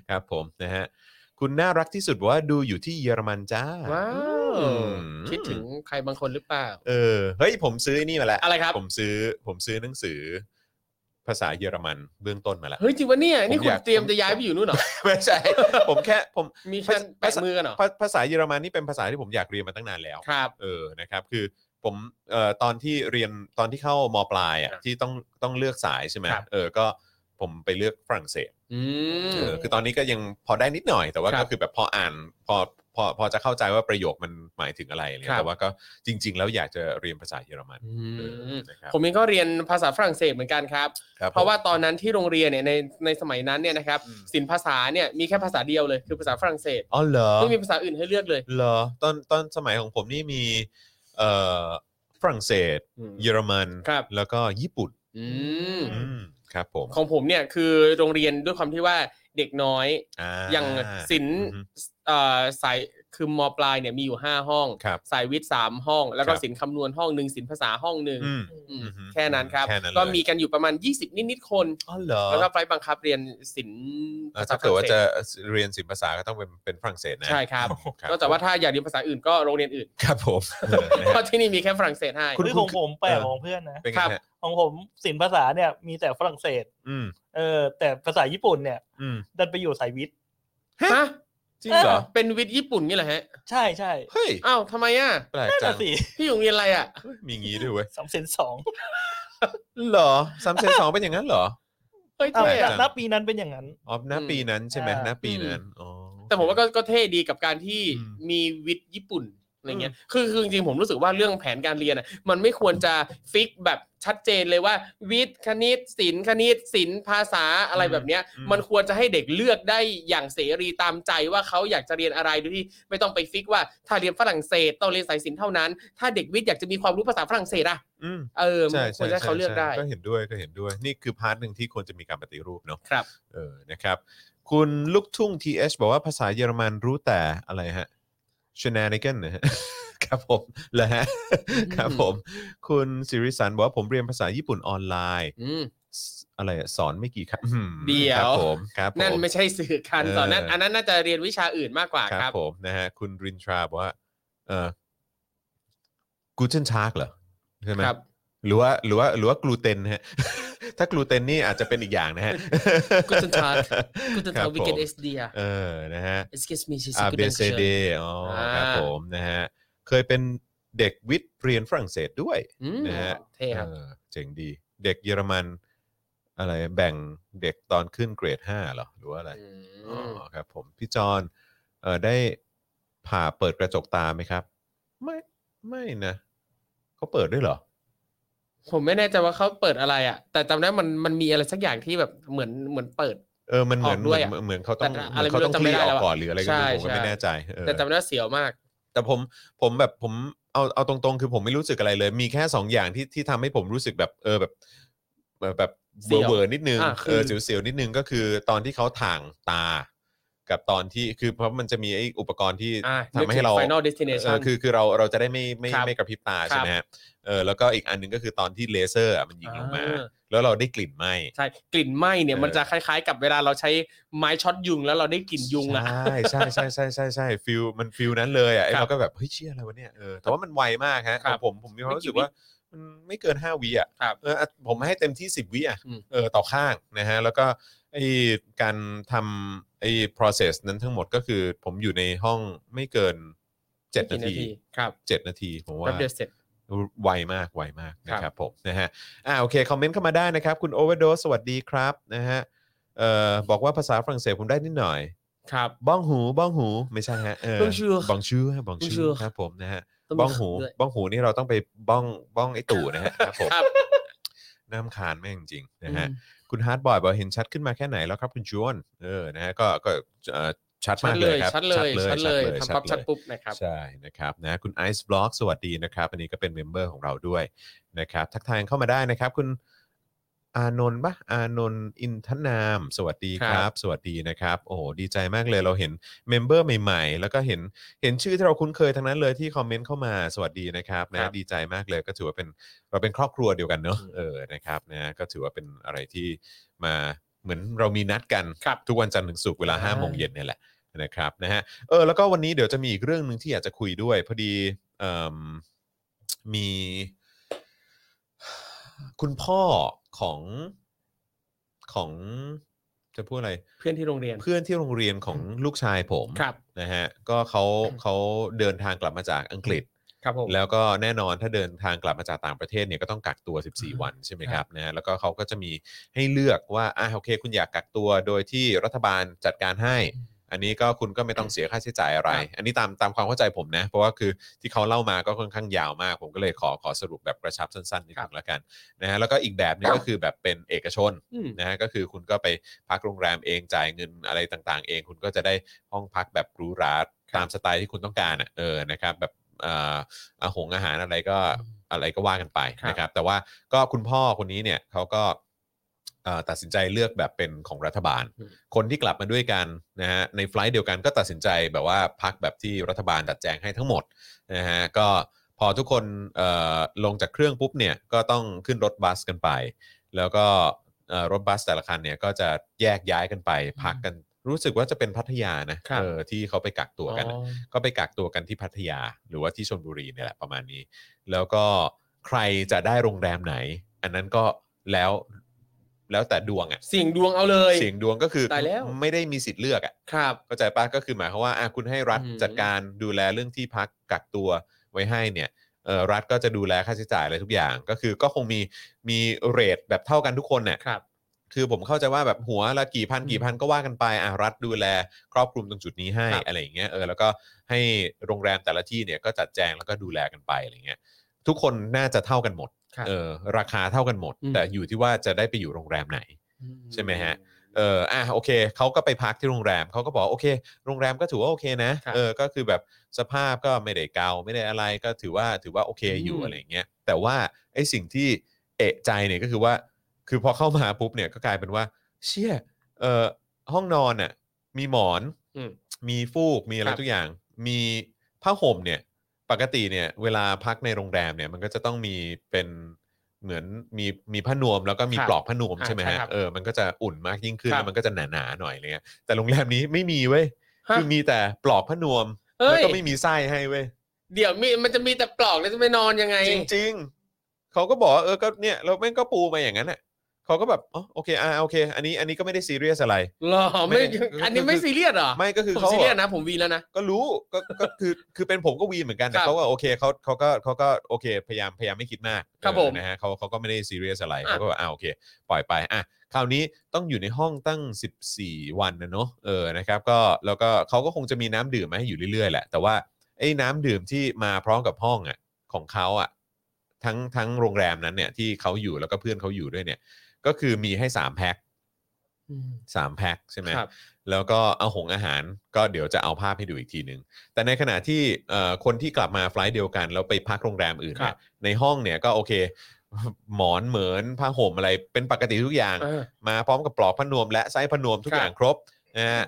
[SPEAKER 2] ครับผมนะฮะคุณน่ารักที่สุดบอกว่าดูอยู่ที่เยอรมันจ้า
[SPEAKER 3] ว้าว
[SPEAKER 2] อืม
[SPEAKER 3] คิดถึงใครบางคนหรือเปล่า
[SPEAKER 2] เออเฮ้ยผมซื้อไอ้นี่มาแล้ว
[SPEAKER 3] อะไรครับ
[SPEAKER 2] ผมซื้อผมซื้อหนังสือ ภาษาเยอรมันเบื้องต้นมาแล้ว
[SPEAKER 3] เฮ้ยจริงวะเนี่ย นี่
[SPEAKER 2] ผมอ
[SPEAKER 3] คุณ
[SPEAKER 2] ยาก
[SPEAKER 3] เตรียมจะย้ายไปอยู่นู่นเหรอ
[SPEAKER 2] ไม่ใช่ ผมแค่ผม
[SPEAKER 3] มีการแปะมือกันเหรอ
[SPEAKER 2] ภาภาษาเยอรมันนี่เป็นภาษาที่ผมอยากเรียนมาตั้งนานแล้ว
[SPEAKER 3] ครับ
[SPEAKER 2] เออ นะครับ คือผมเอ่อตอนที่เรียนตอนที่เข้ามปลายอ่ะ
[SPEAKER 3] ครับ
[SPEAKER 2] ที่ต้องต้องเลือกสายใช่ไหม
[SPEAKER 3] ครับ
[SPEAKER 2] เออ ก็ผมไปเลือกฝรั่งเศส
[SPEAKER 3] อืม
[SPEAKER 2] เออคือตอนนี้ก็ยังพอได้นิดหน่อย แต่ว่า
[SPEAKER 3] ครั
[SPEAKER 2] ก็
[SPEAKER 3] บ
[SPEAKER 2] คือแบบพออ่านพอพอพอจะเข้าใจว่าประโยคมันหมายถึงอะไรอะไร
[SPEAKER 3] ครั
[SPEAKER 2] เงี้ย
[SPEAKER 3] บ
[SPEAKER 2] แต่ว่าก็จริง ๆ แล้วอยากจะเรียนภาษาเยอรมัน
[SPEAKER 3] อื
[SPEAKER 2] เอ
[SPEAKER 3] ม
[SPEAKER 2] อนะครับ
[SPEAKER 3] ผมเองก็เรียนภาษาฝรั่งเศสเหมือนกันครับ
[SPEAKER 2] ครับ
[SPEAKER 3] เพราะว่า
[SPEAKER 2] ผม
[SPEAKER 3] ตอนนั้นที่โรงเรียนเนี่ยในในสมัยนั้นเนี่ยนะครับ
[SPEAKER 2] อืม
[SPEAKER 3] ศิลปภาษาเนี่ยมีแค่ภาษาเดียวเลยคือภาษาฝรั่งเศส
[SPEAKER 2] อ๋อเหรอ
[SPEAKER 3] ไม่มีภาษาอื่นให้เลือกเลย
[SPEAKER 2] เหรอตอนตอนสมัยของผมนี่มีเอ่อฝรั่งเศส เยอรมัน
[SPEAKER 3] ครับ
[SPEAKER 2] แล้วก็ญี่ปุ่น
[SPEAKER 3] อืม
[SPEAKER 2] อืมครับผม
[SPEAKER 3] ของผมเนี่ยคือโรงเรียนด้วยความที่ว่าเด็กน้อย
[SPEAKER 2] อ่า
[SPEAKER 3] อย่างศิลป์
[SPEAKER 2] อืม
[SPEAKER 3] เอ่อสายคือมปลายเนี่ยมีอยู่ 5 ห้อง
[SPEAKER 2] ครับ
[SPEAKER 3] สายวิทย์ 3 ห้อง แล้วก็
[SPEAKER 2] ครับ
[SPEAKER 3] ศิลป์คำนวณห้องหนึ่งศิลป์ภาษาห้องหนึ่ง
[SPEAKER 2] อืม
[SPEAKER 3] อืม
[SPEAKER 2] อือฮึ
[SPEAKER 3] แค่นั้นครับ
[SPEAKER 2] แค่นั้นเลย
[SPEAKER 3] ก็มีกันอยู่ประมาณ 20 นิดๆคน
[SPEAKER 2] อ๋อเหรอ
[SPEAKER 3] แล้วก็ไฟล์บังคับเรียนศิลป์
[SPEAKER 2] เอ่อ
[SPEAKER 3] ภาษา
[SPEAKER 2] ถ้า
[SPEAKER 3] ฝ
[SPEAKER 2] เกิด
[SPEAKER 3] รั่
[SPEAKER 2] ว่าง
[SPEAKER 3] เศ
[SPEAKER 2] จะ
[SPEAKER 3] ส
[SPEAKER 2] เรียนศิลปภาษาก็ต้องเป็นเป็นฝรั่งเศสนะ
[SPEAKER 3] ใช่ครับ
[SPEAKER 2] ครับ
[SPEAKER 3] นอกจากว่าถ้าอยากเรียนภาษาอื่นก็โรงเรียนอื่น
[SPEAKER 2] ครับผมเออนะ
[SPEAKER 3] เพ
[SPEAKER 2] ฮะ
[SPEAKER 3] ราะที่นี่มีแค่ฝรั่งเศสให้
[SPEAKER 2] คุณ
[SPEAKER 4] คือของผมแปลก
[SPEAKER 2] เออ
[SPEAKER 4] กว่าของเพื่อนนะ
[SPEAKER 2] เป็นไงฮะ
[SPEAKER 4] ของผมศิลปภาษาเนี่ยมีแต่ฝรั่งเศส
[SPEAKER 2] อืม
[SPEAKER 4] เออแต่ภาษาญี่ปุ่นเนี่ย
[SPEAKER 2] อืม
[SPEAKER 4] ดันไปอยู่สายวิทย์
[SPEAKER 3] ฮะ
[SPEAKER 2] จริงเหรอ
[SPEAKER 3] เป็นวิทย์ญี่ปุ่นนี่แหละฮะ
[SPEAKER 4] ใช่ใช่
[SPEAKER 2] เฮ้ย
[SPEAKER 3] อ้าวทำไมอ่ะ
[SPEAKER 2] แปลก
[SPEAKER 4] นั่น
[SPEAKER 2] จั
[SPEAKER 4] นะ
[SPEAKER 2] ง
[SPEAKER 4] สิ
[SPEAKER 3] พี่อยู่โรงเรียนอะไรอ่ะ
[SPEAKER 2] เฮ้ยมีอย่างงี้ด้วยเว้ย
[SPEAKER 4] สามเซนสอง
[SPEAKER 2] เหรอซัมเซนสองเป็นอย่างนั้นเหรอ
[SPEAKER 3] เฮ้ย
[SPEAKER 4] อ้าว
[SPEAKER 2] แป
[SPEAKER 3] เท่
[SPEAKER 2] ลก
[SPEAKER 3] อะ
[SPEAKER 2] จัง
[SPEAKER 4] ณปีนั้นเป็นอย่างนั้น
[SPEAKER 2] อ๋อหน้า
[SPEAKER 3] อืม
[SPEAKER 2] ปีนั้นใช่ไหม
[SPEAKER 4] อ่า
[SPEAKER 2] หน้าปีนั้นอ๋อ
[SPEAKER 3] แต่ผมว่าก็ก็เท่ดีกับการที่
[SPEAKER 2] อืม
[SPEAKER 3] มีวิทย์ญี่ปุ่นอะไรเงี้ย คือคือจริงๆผมรู้สึกว่าเรื่องแผนการเรียนอ่ะมันไม่ควรจะฟิกแบบชัดเจนเลยว่า วิทย์คณิตศิลป์คณิตศิลป์ภาษาอะไร
[SPEAKER 2] อืม
[SPEAKER 3] แบบเนี้ย
[SPEAKER 2] อืม
[SPEAKER 3] มันควรจะให้เด็กเลือกได้อย่างเสรีตามใจว่าเขาอยากจะเรียนอะไรโดยที่ไม่ต้องไปฟิกว่าถ้าเรียนฝรั่งเศสต้องเรียนสายศิลป์เท่านั้น ถ้าเด็กวิทย์อยากจะมีความรู้ภาษาฝรั่งเศสอ่ะ
[SPEAKER 2] อืม
[SPEAKER 3] เออ
[SPEAKER 2] ใช่
[SPEAKER 3] คว
[SPEAKER 2] ใช่
[SPEAKER 3] รจะให้เขาเลือกได้
[SPEAKER 2] ก็เห็นด้วยก็เห็นด้วยนี่คือพาร์ทหนึ่งที่ควรจะมีการปฏิรูปเนาะ
[SPEAKER 3] ครับ
[SPEAKER 2] เออนะครับ คุณลูกทุ่ง TH บอกว่าภาษาเยอรมันรู้แต่อะไรฮะ shenanigan นะฮะ ครับผมเหรอฮะครับผม คุณสิริสันบอกว่าผมเรียนภาษาญี่ปุ่นออนไลน์
[SPEAKER 3] อืม
[SPEAKER 2] สอะไรอะสอนไม่กี่ครั้งอืม
[SPEAKER 3] เดี๋ยว
[SPEAKER 2] ครับผมครับผม
[SPEAKER 3] นั่นไม่ใช่สื่อการสอนนั้น
[SPEAKER 2] เอออั
[SPEAKER 3] อันนั้นน่าจะเรียนวิชาอื่นมากกว่า
[SPEAKER 2] ค
[SPEAKER 3] ค
[SPEAKER 2] รั
[SPEAKER 3] รั
[SPEAKER 2] บบ ผมนะฮะคุณรินทราบอกว่าเออกูเทนชาร์กเหรอใช่ไหม
[SPEAKER 3] ครับ
[SPEAKER 2] หรือว่าหรือว่าหรือว่ากลูเตนฮะ ถ้ากลูเตนนี่อาจจะเป็นอีกอย่าง นะฮะ
[SPEAKER 3] Guten Tag Guten
[SPEAKER 2] ครับผ
[SPEAKER 3] Tag
[SPEAKER 2] ม
[SPEAKER 3] wie geht es dir
[SPEAKER 2] เออนะฮะ
[SPEAKER 3] Excuse me, she's
[SPEAKER 2] A
[SPEAKER 3] a
[SPEAKER 2] B
[SPEAKER 3] good
[SPEAKER 2] C D อ๋ออา ครับผมนะฮะเคยเป็น เด็กวิทย์เรียนฝรั่งเศสด้วย
[SPEAKER 3] อืม
[SPEAKER 2] นะฮะ
[SPEAKER 3] เท่ครับ
[SPEAKER 2] เออเจ๋งดี เด็กเยอรมัน อะไรแบ่งเด็กตอนขึ้นเกรด5เหรอหรือว่าอะไร อ๋อครับผมพี่จอนเออได้ผ่าเปิดกระจกตาไหมครับ ไม่ไม่นะเขาเปิดด้วยเหรอ
[SPEAKER 3] ผมไม่แน่ใจว่าเขาเปิดอะไรอ่ะ แต่จำได้มันมันมีอะไรสักอย่างที่แบบเหมือนเหมือนเปิด
[SPEAKER 2] เออมันเหมือน
[SPEAKER 3] ออก
[SPEAKER 2] เห
[SPEAKER 3] ด้
[SPEAKER 2] มื
[SPEAKER 3] ว
[SPEAKER 2] อยน
[SPEAKER 3] อะ
[SPEAKER 2] เหมือนเขาต้อง
[SPEAKER 3] แต่
[SPEAKER 2] เห
[SPEAKER 3] อะไร
[SPEAKER 2] มือนเขาต้อง
[SPEAKER 3] ไม่
[SPEAKER 2] คลี
[SPEAKER 3] รู้จำ
[SPEAKER 2] ออ
[SPEAKER 3] ไม่ได้
[SPEAKER 2] ก
[SPEAKER 3] แล้วอะ
[SPEAKER 2] ก่อนหรืออะไรก็ไม่
[SPEAKER 3] ใช่
[SPEAKER 2] รู้ผมก็ไม่
[SPEAKER 3] ใช่
[SPEAKER 2] แน่ใจเออ
[SPEAKER 3] แต่จำได้ว่าเสียวมาก
[SPEAKER 2] แต่ผมผมแบบผมเอาเอาตรงๆ คือผมไม่รู้สึกอะไรเลย มีแค่สองอย่างที่ที่ทำให้ผมรู้สึกแบบเออแบบแบบแบบ
[SPEAKER 3] เสี
[SPEAKER 2] เบื่อเวอ
[SPEAKER 3] ยว
[SPEAKER 2] ร์ๆนิดนึง
[SPEAKER 3] อ่ะคือ
[SPEAKER 2] เออเสียวๆนิดนึงก็คือตอนที่เขาถ่างตา กับตอนที่คือเพราะมันจะมีไอ้อุปกรณ์ที่
[SPEAKER 3] อ่า
[SPEAKER 2] ทำให้เรา
[SPEAKER 3] นึกถึง Final Destination
[SPEAKER 2] เออคือคือเราเราจะได้ไม่ไม่
[SPEAKER 3] ครับ
[SPEAKER 2] ไม่กระพริบตา
[SPEAKER 3] ครับ
[SPEAKER 2] ใช่ไหมฮะเออแล้วก็อีกอันหนึงก็คือตอนที่เลเซอร์อะมันยิงลงมา
[SPEAKER 3] อ่
[SPEAKER 2] แล้วเราได้กลิ่นไหม
[SPEAKER 3] ใช่กลิ่นไหม้เนี่ย
[SPEAKER 2] เออ
[SPEAKER 3] มันจะคล้ายๆ กับเวลาเราใช้ไม้ช็อตยุงแล้วเราได้กลิ่นยุงอ่ะ
[SPEAKER 2] ใช่ใช่ใช่ใช่ใช่ใช่ฟิลมันฟิลนั้นเลยอ่ะไอ้
[SPEAKER 3] ครับ
[SPEAKER 2] เราก็แบบเฮ้ยเชี่ยอะไรวะเนี่ยเออแต่ว่ามันไวมากฮะ
[SPEAKER 3] ครับ
[SPEAKER 2] ของผมผมมีความรู้สึกว่ามันไม่เกิน 5วิอ่ะ
[SPEAKER 3] ครับ
[SPEAKER 2] เอออ่ะผมให้เต็มที่ 10วิอ่ะ
[SPEAKER 3] อืม
[SPEAKER 2] เออต่อข้างนะฮะแล้วก็ไอ้การทำไอ้ process นั้นทั้งหมดก็คือผมอยู่ในห้องไม่เกิน 7 นาที
[SPEAKER 3] ครับ
[SPEAKER 2] เจ็ดนาทีผมว่า
[SPEAKER 3] แป๊บเดียวเสร็จ
[SPEAKER 2] ไวมากไวมากนะค
[SPEAKER 3] ครั
[SPEAKER 2] รับบ ผมนะฮะอ่าโอเคคอมเมนต์เข้ามาได้นะครับ คุณโอเวอร์ e สวัสดีครับนะฮะเอ่อบอกว่าภาษาฝรั่งเศสผมได้นิดหน่อย
[SPEAKER 3] ครับ
[SPEAKER 2] บ้องหูบ้องหูไม่ใช่ฮะเออ
[SPEAKER 3] Bonjour
[SPEAKER 2] บ้องชื่อฮะบ้องชื่อ
[SPEAKER 3] Bonjour
[SPEAKER 2] ครับผมนะฮะ
[SPEAKER 3] ต้มี
[SPEAKER 2] บ้องหู
[SPEAKER 3] ด้วย
[SPEAKER 2] บ้องหูนี่เราต้องไปบ้องบ้องไอ้ตู่นะฮะครับผม
[SPEAKER 3] ครับ
[SPEAKER 2] น้ำคานแม่งจริงๆนะฮะคุณฮาร์ดบอยบอกเห็นชัดขึ้นมาแค่ไหนแล้วครับคุณชวนเออนะฮะก็ก็เอ่อชัด
[SPEAKER 3] ชั
[SPEAKER 2] มา
[SPEAKER 3] ด
[SPEAKER 2] ก
[SPEAKER 3] เล
[SPEAKER 2] เลย
[SPEAKER 3] ย
[SPEAKER 2] ครับ
[SPEAKER 3] ชัดเลยชัดเลย
[SPEAKER 2] ชัดเลยชั
[SPEAKER 3] ทำปั๊บ
[SPEAKER 2] ดเล
[SPEAKER 3] ชัด
[SPEAKER 2] ย
[SPEAKER 3] ปุ๊บนะครับ
[SPEAKER 2] ใช่นะครับนะคุณ Ice Blog สวัสดีนะครับ อันนี้ก็เป็นเมมเบอร์ของเราด้วยนะครับ ทักทายเข้ามาได้นะครับ คุณอานนท์ปะอานนท์อินทนาม สวัสดีค
[SPEAKER 3] ครั
[SPEAKER 2] รับ
[SPEAKER 3] บ
[SPEAKER 2] สวัสดีนะครับ โอ้โหดีใจมากเลยเราเห็นเมมเบอร์ใหม่ๆ แล้วก็เห็นเห็นชื่อที่เราคุ้นเคยทั้งนั้นเลยที่คอมเมนต์เข้ามาสวัสดีนะครับ
[SPEAKER 3] ครั
[SPEAKER 2] นะ
[SPEAKER 3] บ
[SPEAKER 2] ดีใจมากเลยก็ถือว่าเป็นเราเป็นครอบครัวเดียวกันเนอะ
[SPEAKER 3] อืม
[SPEAKER 2] เออนะครับนะก็ถือว่าเป็นอะไรที่มาเหมือนเรามีนัดกัน
[SPEAKER 3] ครับ
[SPEAKER 2] ทุกวันจันทร์ถึงศุกร์เวลา5
[SPEAKER 3] อ่า
[SPEAKER 2] โมงเย็นเนี่ยแหละนะครับนะฮะเออแล้วก็วันนี้เดี๋ยวจะมีอีกเรื่องหนึ่งที่อยากจะคุยด้วย พอดีเอิ่มมีคุณพ่อของของจะพูดอะไร
[SPEAKER 3] เพื่อนที่โรงเรียน
[SPEAKER 2] เพื่อนที่โรงเรียนของลูกชายผม
[SPEAKER 3] ครับ
[SPEAKER 2] นะฮะก็เขาเขาเดินทางกลับมาจากอังกฤษ
[SPEAKER 3] ครับผม
[SPEAKER 2] แล้วก็แน่นอนถ้าเดินทางกลับมาจากต่างประเทศเนี่ยก็ต้องกักตัว 14 วันใช่ไหมค
[SPEAKER 3] ครั
[SPEAKER 2] รับบ นะฮะแล้วก็เขาก็จะมีให้เลือกว่าอ่ะโอเค คุณอยากกักตัวโดยที่รัฐบาลจัดการให้ อันนี้ก็คุณก็ไม่ต้องเสียค่าใช้จ่ายอะไร อันนี้ตามตามความเข้าใจผมนะ เพราะว่าคือที่เขาเล่ามาก็ค่อนข้างยาวมาก ผมก็เลยขอขอสรุปแบบกระชับสั้นๆนิดนึงละกันนะฮะแล้วก็อีกแบบหนึงก็คือแบบเป็นเอกชน
[SPEAKER 3] อืม
[SPEAKER 2] นะฮะก็คือคุณก็ไปพักโรงแรมเองจ่ายเงินอะไรต่างๆ เอง คุณก็จะได้ห้องพักแบบหรูหราตามสไตล์ที่คุณต้องการอ่ะเออนะครับแบบเอ่ออาหงอาหารอะไรก็อะไรก็ว่ากันไป
[SPEAKER 3] ครับ
[SPEAKER 2] นะครับ แต่ว่าก็คุณพ่อคนนี้เนี่ยเขาก็เอ่อตัดสินใจเลือกแบบเป็นของรัฐบาล
[SPEAKER 3] อืม
[SPEAKER 2] คนที่กลับมาด้วยกันนะฮะในไฟลท์เดียวกันก็ตัดสินใจแบบว่าพักแบบที่รัฐบาลจัดแจงให้ทั้งหมด นะฮะก็พอทุกคนเอ่อลงจากเครื่องปุ๊บเนี่ยก็ต้องขึ้นรถบัสกันไป แล้วก็เอ่อรถบัสแต่ละคันเนี่ยก็จะแยกย้ายกันไป พักกันรู้สึกว่าจะเป็นพัทยานะครับ เออที่เขาไปกักตัวกัน
[SPEAKER 3] อ๋
[SPEAKER 2] น่ะ
[SPEAKER 3] อ
[SPEAKER 2] ก็ไปกักตัวกันที่พัทยาหรือว่าที่ชลบุรีเนี่ยแหละประมาณนี้ แล้วก็ใครจะได้โรงแรมไหน อันนั้นก็แล้วแล้วแต่ดวงอะ
[SPEAKER 3] เสี่ยงดวงเอาเลย
[SPEAKER 2] เสียงดวงก็คือ
[SPEAKER 3] ตายแล้ว
[SPEAKER 2] ไม่ได้มีสิทธิ์เลือกอะ
[SPEAKER 3] ครับ
[SPEAKER 2] เข้าใจปะก็คือหมายความว่าอ่ะคุณให้รัฐ
[SPEAKER 3] อืม
[SPEAKER 2] จัดการดูแลเรื่องที่พักกักตัวไว้ให้เนี่ยเอ่อรัฐก็จะดูแลค่าใช้จ่ายอะไรทุกอย่าง ก็คือก็คงมีมีเรทแบบเท่ากันทุกคนเนี่ย
[SPEAKER 3] ครับ
[SPEAKER 2] คือผมเข้าใจว่าแบบหัวละกี่พัน
[SPEAKER 3] อืม
[SPEAKER 2] กี่พันก็ว่ากันไปอ่ะรัฐดูแลครอบคลุมตรงจุดนี้ให้
[SPEAKER 3] ครับ
[SPEAKER 2] อะไรอย่างเงี้ยเออแล้วก็ให้โรงแรมแต่ละที่เนี่ยก็จัดแจงแล้วก็ดูแลกันไปอะไรเงี้ยทุกคนน่าจะเท่ากันหมด
[SPEAKER 3] ครับ
[SPEAKER 2] เออราคาเท่ากันหมด
[SPEAKER 3] อืม
[SPEAKER 2] แต่อยู่ที่ว่าจะได้ไปอยู่โรงแรมไหน ใช่ไหมฮะ เอออ่ะโอเคเขาก็ไปพักที่โรงแรมเขาก็บอกโอเค โรงแรมก็ถือว่าโอเคนะครับ เออก็คือแบบสภาพก็ไม่ได้เกาไม่ได้อะไรก็ถือว่าถือว่าโอเคอยู่
[SPEAKER 3] อืม
[SPEAKER 2] อะไรอย่างเงี้ยแต่ว่าไอ้สิ่งที่เอะใจเนี่ยก็คือว่า คือพอเข้ามาปุ๊บเนี่ยก็กลายเป็นว่า เชี่ยเออห้องนอนอ่ะมีหมอน
[SPEAKER 3] อืม
[SPEAKER 2] มีฟูกมีอะไร
[SPEAKER 3] ครับ
[SPEAKER 2] ทุกอย่าง มีผ้าห่มเนี่ย ปกติเนี่ย เวลาพักในโรงแรมเนี่ย มันก็จะต้องมีเป็นเหมือนมีมีผ้านวมแล้วก็มี
[SPEAKER 3] ครับ
[SPEAKER 2] ปลอกผ้านวม
[SPEAKER 3] อ่า
[SPEAKER 2] ใช่ไหม
[SPEAKER 3] ใช่
[SPEAKER 2] ฮะ
[SPEAKER 3] ครับ
[SPEAKER 2] เออมันก็จะอุ่นมากยิ่งขึ้น
[SPEAKER 3] ครับ
[SPEAKER 2] แล้วมันก็จะหนาๆหน่อยอะไรเงี้ยแต่โรงแรมนี้ไม่มีเว้ย
[SPEAKER 3] ฮะ
[SPEAKER 2] คือมีแต่ปลอกผ้านวม
[SPEAKER 3] เอ้
[SPEAKER 2] แล้ว
[SPEAKER 3] ย
[SPEAKER 2] ก็ไม่มีไส้ให้เว้ย
[SPEAKER 3] เดี๋ยวมีมันจะมีแต่ปลอกแล้วจะไปนอนยังไง
[SPEAKER 2] จริงๆเขาก็บอกว่าเออก็เนี่ยเราแม่งก็ปูมาอย่างนั้นอ่ะ เขาก็แบบอ๋อโอเคอ่าโอเค อันนี้อันนี้ก็ไม่ได้ซีเรียสอะไร
[SPEAKER 3] หรอไม่
[SPEAKER 2] ไม่
[SPEAKER 3] อันนี้ไม่
[SPEAKER 2] คือ
[SPEAKER 3] ซีเรียสเหรอ
[SPEAKER 2] ไม่ก็คือ
[SPEAKER 3] ผม
[SPEAKER 2] เขา
[SPEAKER 3] ซีเรียสนะ ผมวีแล้วนะ
[SPEAKER 2] ก็รู้ก็ก็ คือคือเป็นผมก็วีนเหมือนกันแต่
[SPEAKER 3] ครับ
[SPEAKER 2] เขาก็โอเคเขาเขาก็เขาก็โอเคพยายามพยายามไม่คิดมาก
[SPEAKER 3] ครับ
[SPEAKER 2] เออ
[SPEAKER 3] ผม
[SPEAKER 2] นะฮะเขาเขาก็ไม่ได้ซีเรียสอะไร
[SPEAKER 3] อ่ะ
[SPEAKER 2] เขาก็แบบอ่าโอเค ปล่อยไปอ่ะคราวนี้ต้องอยู่ในห้องตั้ง 14 วันนะเนาะเออนะครับก็แล้วก็เขาก็คงจะมีน้ำดื่มมาให้อยู่เรื่อยๆแหละ แต่ว่าไอ้น้ำดื่มที่มาพร้อมกับห้องอ่ะของเขาอ่ะทั้งทั้งโรงแรมนั้นเนี่ยที่เขาอยู่แล้วก็เพื่อนเขาอยู่ด้วยเนี่ย ก็คือมีให้สามแพ็คสามแพ็คใช่ไหม
[SPEAKER 3] ครับ
[SPEAKER 2] แล้วก็เอาหงอาหารก็เดี๋ยวจะเอาภาพให้ดูอีกทีหนึ่งแต่ในขณะที่เอ่อคนที่กลับมาไฟลท์เดียวกันแล้วไปพักโรงแรมอื่น
[SPEAKER 3] ครั
[SPEAKER 2] เนี่ย
[SPEAKER 3] บ
[SPEAKER 2] ในห้องเนี่ยก็โอเค หมอนเหมือนผ้าห่มอะไรเป็นปกติทุกอย่าง
[SPEAKER 3] เออ
[SPEAKER 2] มาพร้อมกับปลอกผ้านวมและไส้ผ้านวมทุก
[SPEAKER 3] ครับ
[SPEAKER 2] อย่างครบนะฮะ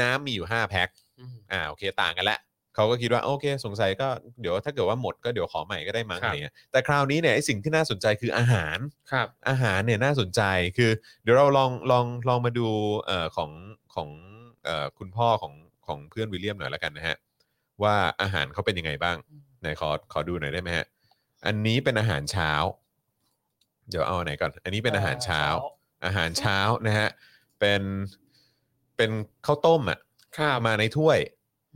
[SPEAKER 2] น้ำมีอยู่ 5 แพ็ค
[SPEAKER 3] อืม
[SPEAKER 2] อ่าโอเคต่างกันละเขาก็คิดว่าโอเค สงสัยก็เดี๋ยวถ้าเกิดว่าหมดก็เดี๋ยวขอใหม่ก็ได้มั้ง
[SPEAKER 3] ครั
[SPEAKER 2] อะ
[SPEAKER 3] บ
[SPEAKER 2] ไรเงี้ยแต่คราวนี้เนี่ยไอ้สิ่งที่น่าสนใจคืออาหาร
[SPEAKER 3] ครับ
[SPEAKER 2] อาหารเนี่ยน่าสนใจคือเดี๋ยวเราลองลองลองมาดูเอ่อของของเอ่อคุณพ่อของของเพื่อนวิลเลียมหน่อยละกันนะฮะว่าอาหารเขาเป็นยังไงบ้างไหนขอขอดูหน่อยได้ไหมฮะอันนี้เป็นอาหารเช้า เดี๋ยวเอาอันไหนก่อน อันนี้เป็นอาหารเช้า อาหารเช้านะฮะเป็นเป็นข้าวต้มอ่ะ
[SPEAKER 3] ครับ
[SPEAKER 2] มาในถ้วย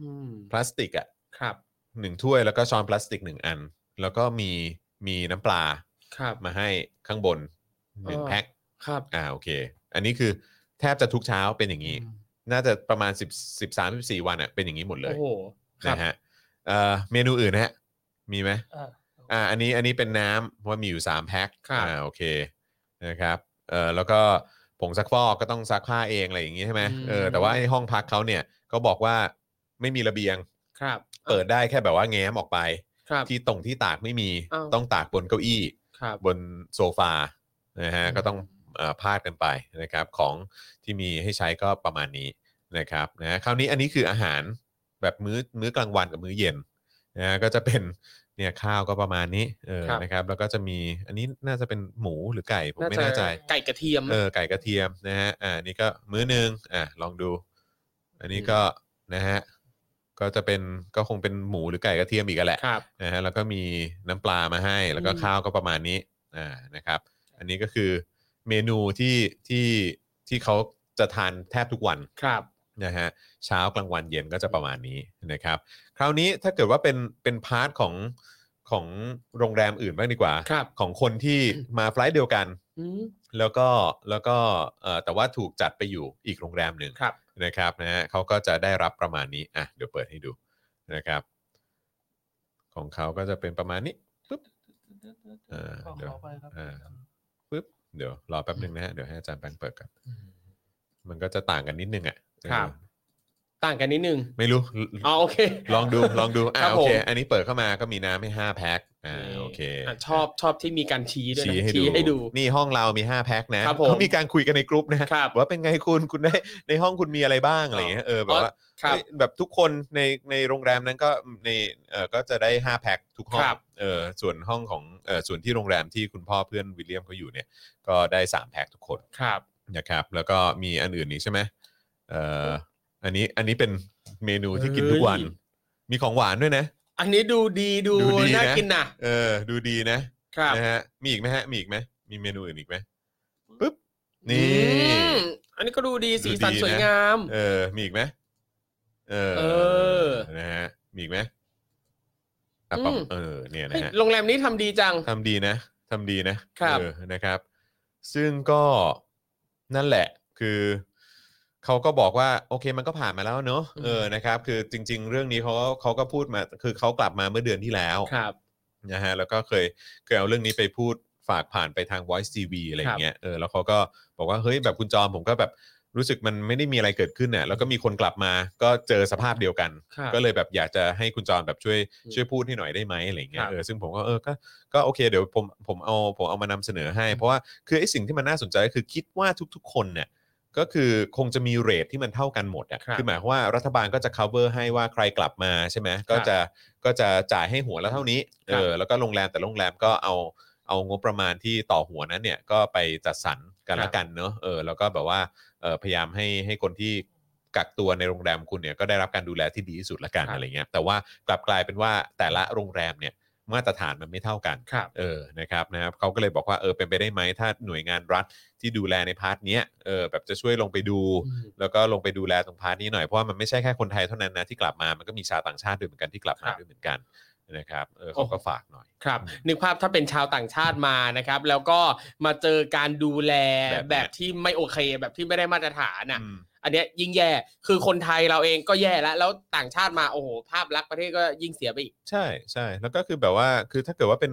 [SPEAKER 3] อืม
[SPEAKER 2] พลาสติกอ่ะ
[SPEAKER 3] ครับ
[SPEAKER 2] หนึ่งถ้วยแล้วก็ช้อนพลาสติกหนึ่งอัน แล้วก็มีมีน้ำปลา
[SPEAKER 3] ครับ
[SPEAKER 2] มาให้ข้างบนหนึ่ง
[SPEAKER 3] อ๋อ
[SPEAKER 2] แพ็ค
[SPEAKER 3] ครับ
[SPEAKER 2] อ่าโอเค อันนี้คือแทบจะทุกเช้าเป็นอย่างนี้ น่าจะประมาณ 10 13 14 วันอ่ะเป็นอย่างนี้หมดเล
[SPEAKER 3] โอ้
[SPEAKER 2] ย
[SPEAKER 3] โหครับ
[SPEAKER 2] นะฮะเอ่อเมนูอื่นนะฮะมีไหม
[SPEAKER 4] อ่า
[SPEAKER 2] อ่าอันนี้อันนี้เป็นน้ำว่ามีอยู่ 3 แพ็ค
[SPEAKER 3] ครับ
[SPEAKER 2] อ่าโอเคนะครับเอ่อแล้วก็ผงซักฟอกก็ต้องซักผ้าเองอะไรอย่างนี้ใช่ไหมเออแต่ว่าไอ้ห้องพักเขาเนี่ยก็บอกว่าไม่มีระเบียง
[SPEAKER 3] ครับ
[SPEAKER 2] เปิดได้แค่แบบว่าแง้มออกไป
[SPEAKER 3] ครับ
[SPEAKER 2] ที่ตรงที่ตากไม่มี
[SPEAKER 3] อ้าว
[SPEAKER 2] ต้องตากบนเก้าอี้
[SPEAKER 3] ครับ
[SPEAKER 2] บนโซฟานะฮะ
[SPEAKER 3] อืม
[SPEAKER 2] ก็ต้องเอ่อพาดกันไปนะครับของที่มีให้ใช้ก็ประมาณนี้นะครับนะฮะคราวนี้อันนี้คืออาหารแบบมื้อมื้อกลางวันกับมื้อเย็นนะฮะก็จะเป็นเนี่ยข้าวก็ประมาณนี้เออนะครับแล้วก็จะมีอันนี้น่าจะเป็นหมูหรือไก่ผมไม่แน่ใจ
[SPEAKER 3] ไก่กระเทียม
[SPEAKER 2] เออไก่กระเทียมนะฮะอ่าอันนี่ก็มื้อหนึงอ่ะลองดู อันนี้
[SPEAKER 3] อืม
[SPEAKER 2] ก็นะฮะก็จะเป็นก็คงเป็นหมูหรือไก่กระเทียมอีกอะแหละ
[SPEAKER 3] ครับ
[SPEAKER 2] นะฮะแล้วก็มีน้ำปลามาให้แล้วก็
[SPEAKER 3] อืม
[SPEAKER 2] ข้าวก็ประมาณนี้อ่านะครับ อันนี้ก็คือเมนูที่ที่ที่เขาจะทานแทบทุกวัน
[SPEAKER 3] ครับ
[SPEAKER 2] นะฮะเช้ากลางวันเย็นก็จะประมาณนี้นะครับ คราวนี้ถ้าเกิดว่าเป็นเป็นพาร์ทของของโรงแรมอื่นบ้างดีกว่า
[SPEAKER 3] ครับ
[SPEAKER 2] ของคนที่มาไฟลท์เดียวกัน
[SPEAKER 3] อืม
[SPEAKER 2] แล้วก็แล้วก็เอ่อแต่ว่าถูกจัดไปอยู่อีกโรงแรมหนึ่ง
[SPEAKER 3] ครับ
[SPEAKER 2] นะครับนะฮะเขาก็จะได้รับประมาณนี้อ่ะเดี๋ยวเปิดให้ดูนะครับ ของเขาก็จะเป็นประมาณนี้ เออ
[SPEAKER 4] ขอ
[SPEAKER 2] เดี๋ยว
[SPEAKER 4] ขอไปครับ
[SPEAKER 2] เออ ปึ๊บเดี๋ยวรอแป๊บหนึ่งนะฮะเดี๋ยวให้อาจารย์แบงค์เปิดกันมันก็จะต่างกันนิดนึงอ่ะ
[SPEAKER 3] ครับ
[SPEAKER 2] เออ
[SPEAKER 3] ต่างกันนิดนึง
[SPEAKER 2] ไม่รู้
[SPEAKER 3] อ๋อโอเค
[SPEAKER 2] ลองดูลองดูอ่ะ
[SPEAKER 3] ครับ
[SPEAKER 2] โอเค
[SPEAKER 3] ผม
[SPEAKER 2] อันนี้เปิดเข้ามาก็มีน้ำให้ห้าแพ็คอ่าโอเค
[SPEAKER 3] อ่ะชอบชอบที่มีการชี้ด้วยนะ
[SPEAKER 2] ชี้ให้ดู
[SPEAKER 3] ชี้ให้ดู
[SPEAKER 2] นี่ห้องเรามีห้าแพ็คนะครับ
[SPEAKER 3] ผม
[SPEAKER 2] เขามีการคุยกันในกลุ่มนะ
[SPEAKER 3] ครับ
[SPEAKER 2] ว่าเป็นไงคุณคุณได้ในห้องคุณมีอะไรบ้างอะไรอย่างเงี้ยเออแบบว่า
[SPEAKER 3] ครับ
[SPEAKER 2] เอ้ยแบบทุกคนในในโรงแรมนั้นก็ในเออก็จะได้ 5 แพ็คทุกห้อง
[SPEAKER 3] ครับ
[SPEAKER 2] เออส่วนห้องของเออส่วนที่โรงแรมที่คุณพ่อเพื่อนวิลเลียมเขาอยู่เนี่ยก็ได้ 3 แพ็คทุกคน
[SPEAKER 3] ครับ
[SPEAKER 2] นะครับแล้วก็มีอันอื่นนี้ใช่ไหมเอออันนี้อันนี้เป็นเมนูที่กินทุกวัน
[SPEAKER 3] เอ้ย
[SPEAKER 2] มีของหวานด้วยนะ
[SPEAKER 3] อันนี้ดูดีดู
[SPEAKER 2] ดูดีนะ
[SPEAKER 3] น่ากินนะ
[SPEAKER 2] เออดูดีนะครับ นะฮะมีอีกไหมฮะมีอีกไหมมีเมนูอื่นอีกไหมปึ๊บ
[SPEAKER 3] อื
[SPEAKER 2] นี่
[SPEAKER 3] มอันนี้ก็ดูดีสีสัน
[SPEAKER 2] ดูดีนะ
[SPEAKER 3] สวยงาม
[SPEAKER 2] เออมีอีกไหมเออ
[SPEAKER 3] เออ
[SPEAKER 2] นะฮะมีอีกไหมอ่ะปอมเออเนี่ยนะ
[SPEAKER 3] เฮ้ย
[SPEAKER 2] ฮะ
[SPEAKER 3] โรงแรมนี้ทำดีจัง
[SPEAKER 2] ทำดีนะทำดีนะครับ เออนะครับ ซึ่งก็นั่นแหละคือเขาก็บอกว่าโอเคมันก็ผ่านมาแล้วเนอะเออนะครับ คือจริง ๆ เรื่องนี้เขาก็เขาก็พูดมาคือเขากลับมาเมื่อเดือนที่แล้ว
[SPEAKER 3] ครับ
[SPEAKER 2] นะฮะแล้วก็เคยเคยเอาเรื่องนี้ไปพูดฝากผ่านไปทาง Voice TV อะไรอย่างเงี้ยเออแล้วเขาก็บอกว่าเฮ้ยแบบคุณจอมผมก็แบบรู้สึกมันไม่ได้มีอะไรเกิดขึ้นเนี่ยแล้วก็มีคนกลับมาก็เจอสภาพเดียวกัน
[SPEAKER 3] ครับ
[SPEAKER 2] ก็เลยแบบอยากจะให้คุณจอนแบบช่วย
[SPEAKER 3] อืม
[SPEAKER 2] ช่วยพูดให้หน่อยได้ไหมอะไรอย่างเงี้ย
[SPEAKER 3] ครับ
[SPEAKER 2] เออซึ่งผมก็เออก็ก็โอเคเดี๋ยวผมผมเอาผมเอามานำเสนอให้ เพราะว่าคือไอ้สิ่งที่มันน่าสนใจก็คือคิดว่าทุกๆ คนเนี่ยก็คือคงจะมีเรทที่มันเท่ากันหมดอ่ะ
[SPEAKER 3] ครับ
[SPEAKER 2] อหมายความว่ารัฐบาลก็จะ cover ให้ว่าใครกลับมาใช่ไหมก็จะก็จะจ่ายให้หัวละเท่านี้เอ
[SPEAKER 3] ครับ
[SPEAKER 2] อแล้วก็โรงแรมแต่โรงแรมก็เอาเอางบประมาณที่ต่อหัวนั้นเนี่ยก็ไปจัดสรรกันละกันเนอะเออแล้วก็แบบว่า เอ่อพยายามให้ให้คนที่กักตัวในโรงแรมคุณเนี่ยก็ได้รับการดูแลที่ดีที่สุดละกัน
[SPEAKER 3] ครับ
[SPEAKER 2] อะไรเงี้ยแต่ว่ากลับกลายเป็นว่าแต่ละโรงแรมเนี่ย มาตรฐานมันไม่เท่ากัน
[SPEAKER 3] ครับ
[SPEAKER 2] เออ นะครับ นะครับเขาก็เลยบอกว่า เออ เป็นไปได้ไหม ถ้าหน่วยงานรัฐที่ดูแลในพาร์ทเนี้ย เออ แบบจะช่วยลงไปดู แล้วก็ลงไปดูแลตรงพาร์ทนี้หน่อย เพราะว่ามันไม่ใช่แค่คนไทยเท่านั้นนะที่กลับมา มันก็มีชาวต่างชาติด้วยเหมือนกันที่กลับมา
[SPEAKER 3] ครับ
[SPEAKER 2] ด้วยเหมือนกันนะครับ เออเขาก็ฝากหน่อย
[SPEAKER 3] ครับนึกภาพถ้าเป็นชาวต่างชาติมานะครับ แล้วก็มาเจอการดูแล
[SPEAKER 2] แบบเนี้ย
[SPEAKER 3] แบบที่ไม่โอเคแบบที่ไม่ได้มาตรฐานอ่ะ
[SPEAKER 2] อืม
[SPEAKER 3] อันเนี้ยยิ่งแย่ คือคนไทยเราเองก็แย่แล้ว แล้วต่างชาติมาโอ้โหภาพลักษณ์ประเทศก็ยิ่งเสียไปอีก
[SPEAKER 2] ใช่ใช่แล้วก็คือแบบว่าคือถ้าเกิดว่าเป็น